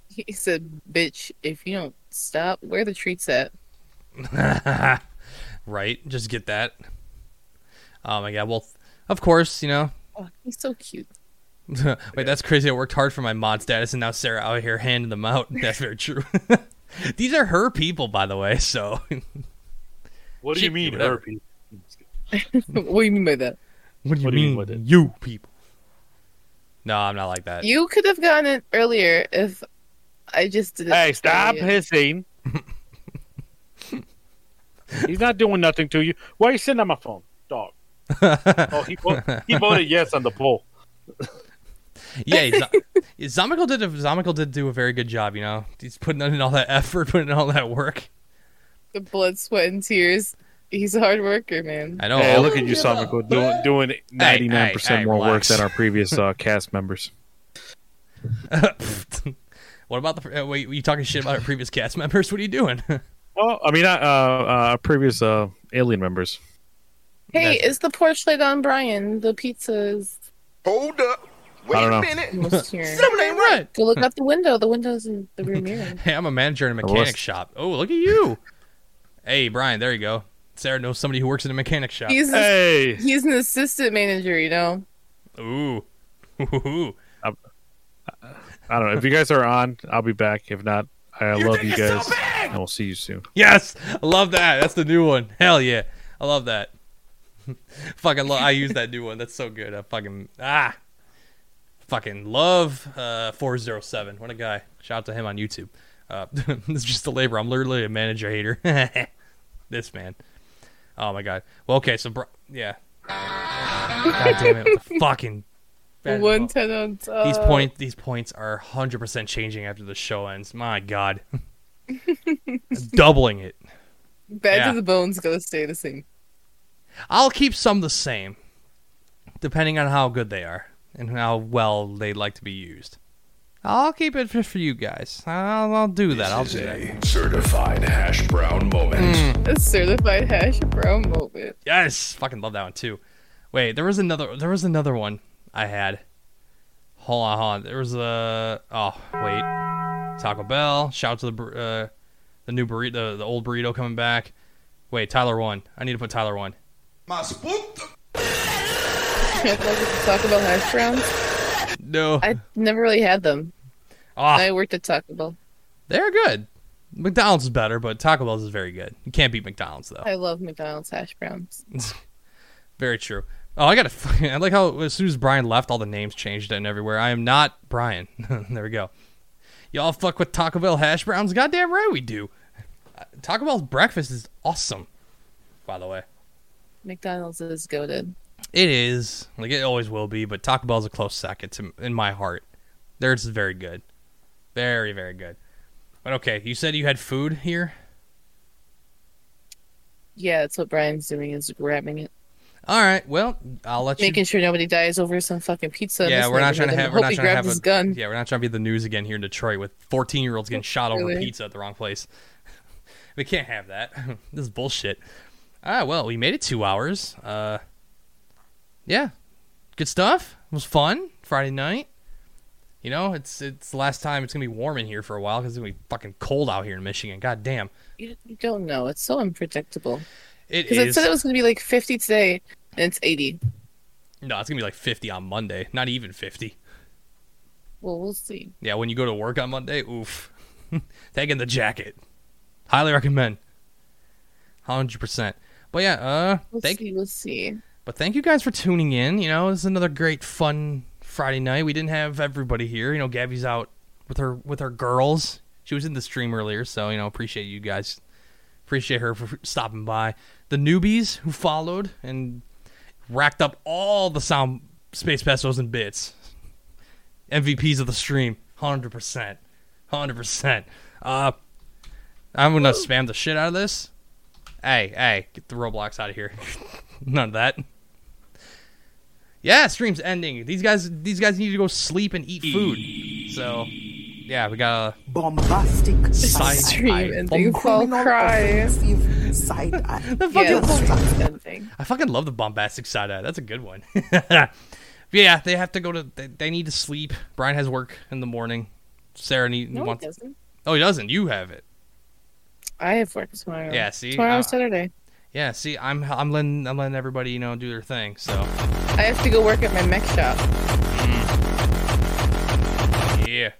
He said, "Bitch, if you don't stop, where the treats at?" *laughs* right? Just get that. Oh my god. Well, of course, you know. Oh, he's so cute. *laughs* Wait, that's crazy. I worked hard for my mod status, and now Sarah out here handing them out. *laughs* That's very true. These are her people, by the way. So What do She- you mean, whatever. her people? what do you mean by that? what do you What do you mean mean, with it? you people? No, I'm not like that. You could have gotten it earlier if I just didn't. Hey, stop say it. hissing. He's not doing nothing to you. Why are you sitting on my phone, dog? Oh, he, vo- he voted yes on the poll. yeah, *laughs* Z- Zomical did a, Zomical did do a very good job. You know, he's putting in all that effort, *laughs* putting in all that work. The blood, sweat, and tears. He's a hard worker, man. I know. hey, all- Oh, look at you, Sonico, doing doing ninety nine hey, percent more work relax. than our previous uh, cast members. *laughs* what about the? Uh, wait, you talking shit about our previous cast members? What are you doing? *laughs* Well, I mean, uh, uh, previous uh, alien members. Hey, That's- is the porch light on, Brian? The pizza's Hold up. I Wait don't a know. minute. *laughs* almost here. ain't right. Go look out the window. The window's in the rear *laughs* mirror. Hey, I'm a manager in a Unless- mechanic shop. Oh, look at you. Hey, Brian, there you go. Sarah knows somebody who works in a mechanic shop. He's Hey, he's an assistant manager, you know. Ooh. *laughs* Ooh. I don't know if you guys are on. I'll be back. If not, I love you guys, and we'll see you soon. Yes, I love that. That's the new one. Hell yeah, I love that. *laughs* fucking love. I use that new one. That's so good. I fucking ah, fucking love. Uh, four zero seven. What a guy. Shout out to him on YouTube. Uh, *laughs* it's just a labor. I'm literally a manager hater. *laughs* this man. Oh my god. Well, okay. So bro- yeah. God damn it. fucking. bad- One ten on top. these point these points are hundred percent changing after the show ends. My god. Doubling it. Back yeah. to the bones. Gonna stay the same. I'll keep some the same, depending on how good they are and how well they like to be used. I'll keep it just for you guys. I'll, I'll do that. I'll This do is that. a certified hash brown moment. A certified hash brown moment. Yes, fucking love that one too. Wait, there was another. There was another one I had. Hold on, hold on. There was a. Oh wait, Taco Bell. Shout out to the bur- uh, the new burrito, the, the old burrito coming back. Wait, Tyler one. I need to put Tyler one. My spook. I'd like to talk about hash browns. No, I never really had them. Ah. I worked at Taco Bell. They're good. McDonald's is better, but Taco Bell's is very good. You can't beat McDonald's though. I love McDonald's hash browns. Very true. Oh, I gotta. *laughs* I like how as soon as Brian left, all the names changed and everywhere. I am not Brian. *laughs* there we go. Y'all fuck with Taco Bell hash browns? Goddamn right we do. Uh, Taco Bell's breakfast is awesome. By the way, McDonald's is goaded. it is like it always will be, but Taco Bell's a close second to, in my heart. Theirs is very good, very very good. But okay, you said you had food here. Yeah, that's what Brian's doing is wrapping it, All right. Well, I'll let you. making sure nobody dies over some fucking pizza. in yeah, this we're not trying to neighborhood. have. I We're hope not he trying to grabbed have his a gun. Yeah, we're not trying to be the news again here in Detroit with 14 year olds getting shot over Really? pizza at the wrong place. *laughs* we can't have that. *laughs* this is bullshit. Ah, well, we made it two hours. Uh, yeah, good stuff. It was fun Friday night. You know, it's it's the last time it's gonna be warm in here for a while because it's gonna be fucking cold out here in Michigan. God damn, You, you don't know. It's so unpredictable. it Because it is. said it was going to be like 50 today, and it's 80. no, it's gonna be like 50 on Monday. Not even 50. Well, we'll see. Yeah, when you go to work on Monday, oof. *laughs* Taking the jacket. Highly recommend. 100%. But yeah, uh We'll thank see. We'll see. but thank you guys for tuning in. You know, it's another great fun Friday night. We didn't have everybody here. You know, Gabby's out with her with her girls. She was in the stream earlier, so you know, appreciate you guys. Appreciate her for stopping by. The newbies who followed and racked up all the sound space pesos and bits. MVPs of the stream, hundred percent, hundred percent. Uh, I'm gonna spam the shit out of this. Hey, hey, get the Roblox out of here. *laughs* None of that. Yeah, stream's ending. These guys, these guys need to go sleep and eat food. So, yeah, we got bombastic Side- side Stream I- ending. Paul criminal cry. offensive *laughs* side eye. a fucking. Yeah, the stream's ending. I fucking love the bombastic side eye. That's a good one. *laughs* But yeah, they have to go to. They, they need to sleep. Brian has work in the morning. Sarah need, No, it wants. doesn't. Oh, he doesn't. You have it. I have work tomorrow. Yeah, see? Tomorrow's Uh, Saturday. Yeah. See, I'm I'm letting I'm letting everybody you know do their thing. So I have to go work at my mech shop. *laughs* yeah,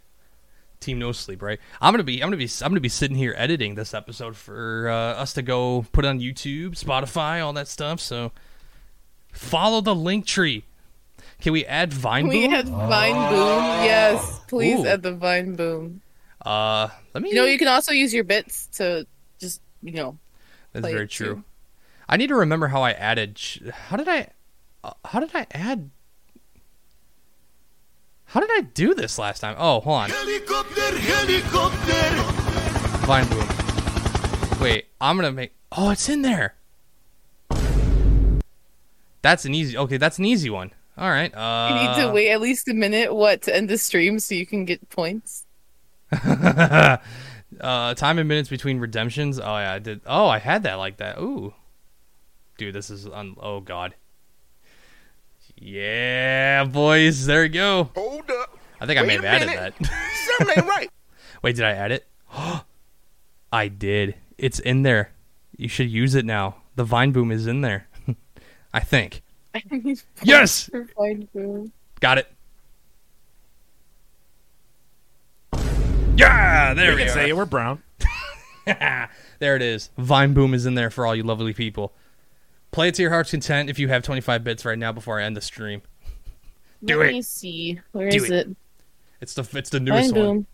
team no sleep. Right. I'm gonna be I'm gonna be I'm gonna be sitting here editing this episode for uh, us to go put on YouTube, Spotify, all that stuff. So follow the link tree. Can we add Vine We Boom? had Vine Boom. Yes, please Ooh. add the Vine Boom. uh, let me. You know, you can also use your bits to just, you know, That's play very it, true. too. I need to remember how I added. sh- How did I? uh, How did I add? How did I do this last time? Oh, hold on. Helicopter, helicopter. Vine boom. Wait, I'm gonna make. Oh, it's in there. That's an easy. Okay, that's an easy one. All right. Uh, you need to wait at least a minute, what, to end the stream so you can get points. uh, time and minutes between redemptions. Oh yeah, I did. Oh, I had that like that. Ooh, dude, this is. Un- oh god. Yeah, boys. There you go. Hold up. I think I may Wait have a added minute. *laughs* that. Something ain't right. *laughs* Wait, did I add it? *gasps* I did. It's in there. You should use it now. The vine boom is in there. *laughs* I think. I need Yes! for Vine Boom. Got it. Yeah, there we, can are. say you were brown. There it is. Vine Boom is in there for all you lovely people. Play it to your heart's content if you have 25 bits right now before I end the stream. Do Let it. me see. Where Do is it. it? It's the it's the Vine newest one. Boom.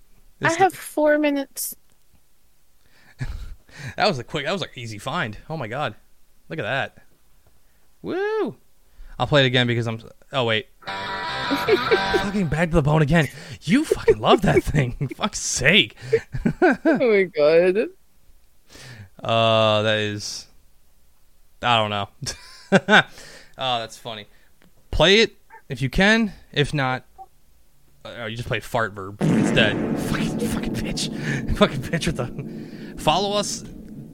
I It's the- have four minutes. That was a quick. That was an easy find. Oh my god, look at that. Woo! I'll play it again because I'm. Oh *laughs* wait. fucking back to the bone again. You fucking love that *laughs* thing. Fuck's sake. oh my god. Uh, that is. I don't know. *laughs* oh, that's funny. Play it if you can. If not, oh, you just played fart verb instead. *laughs* fucking, fucking bitch. *laughs* Fucking bitch with the. Follow us.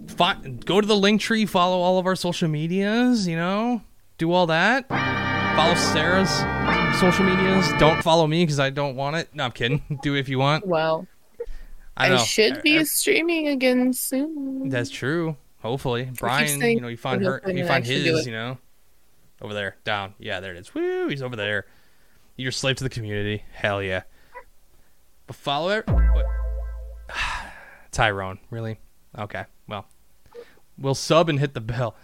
Fi- go to the link tree. Follow all of our social medias. You know, do all that. Follow Sarah's social medias. Don't follow me because I don't want it. No, I'm kidding. *laughs* do it if you want. Wow. I, I, know. Uh, should be I- streaming again soon. that's true. Hopefully, Brian, saying you know, you find we're her, hoping you to find actually do his, it. you know, over there, down. Yeah, there it is. Woo, he's over there. You're a slave to the community. Hell yeah. But *sighs* follow it. What? Tyrone, really? Okay. Well, we'll sub and hit the bell,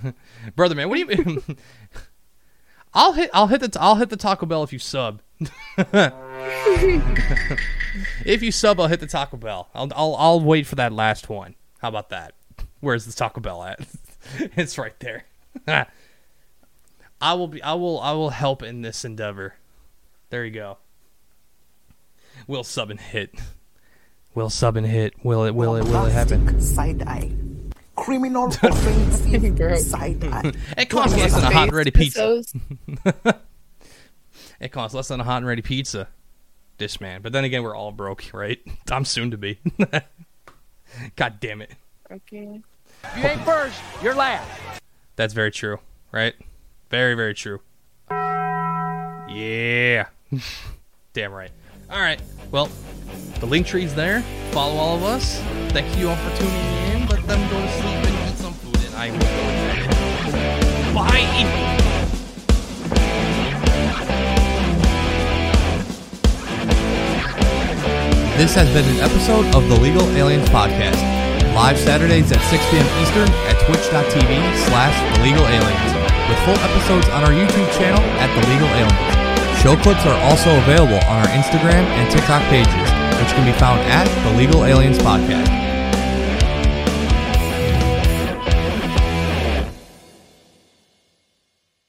*laughs* brother man. What do *laughs* you? I'll hit. I'll hit the. I'll hit the Taco Bell if you sub. if you sub, I'll hit the Taco Bell. I'll. I'll. I'll wait for that last one. How about that? Where's the Taco Bell at? *laughs* it's right there. *laughs* I will be. I will. I will help in this endeavor. There you go. Will sub and hit. Will sub and hit. Will it? Will it? Will it happen? Bombastic Side eye. *laughs* Criminal offensive Bro. side eye. It costs less than a hot and ready pizza. *laughs* Episodes. It costs less than a hot and ready pizza. This man. But then again, we're all broke, right? *laughs* I'm soon to be. God damn it. Okay. You ain't first, you're last. That's very true, right? Very, very true. Yeah. *laughs* Damn right. All right. Well, the link tree's there. Follow all of us. Thank you all for tuning in. Let them go to sleep and eat some food, and I will go and edit. Bye. This has been an episode of the Legal Aliens Podcast. Live Saturdays at 6 p.m. Eastern at twitch.tv slash The Legal Aliens. With full episodes on our YouTube channel at The Legal Aliens. Show clips are also available on our Instagram and TikTok pages, which can be found at The Legal Aliens Podcast.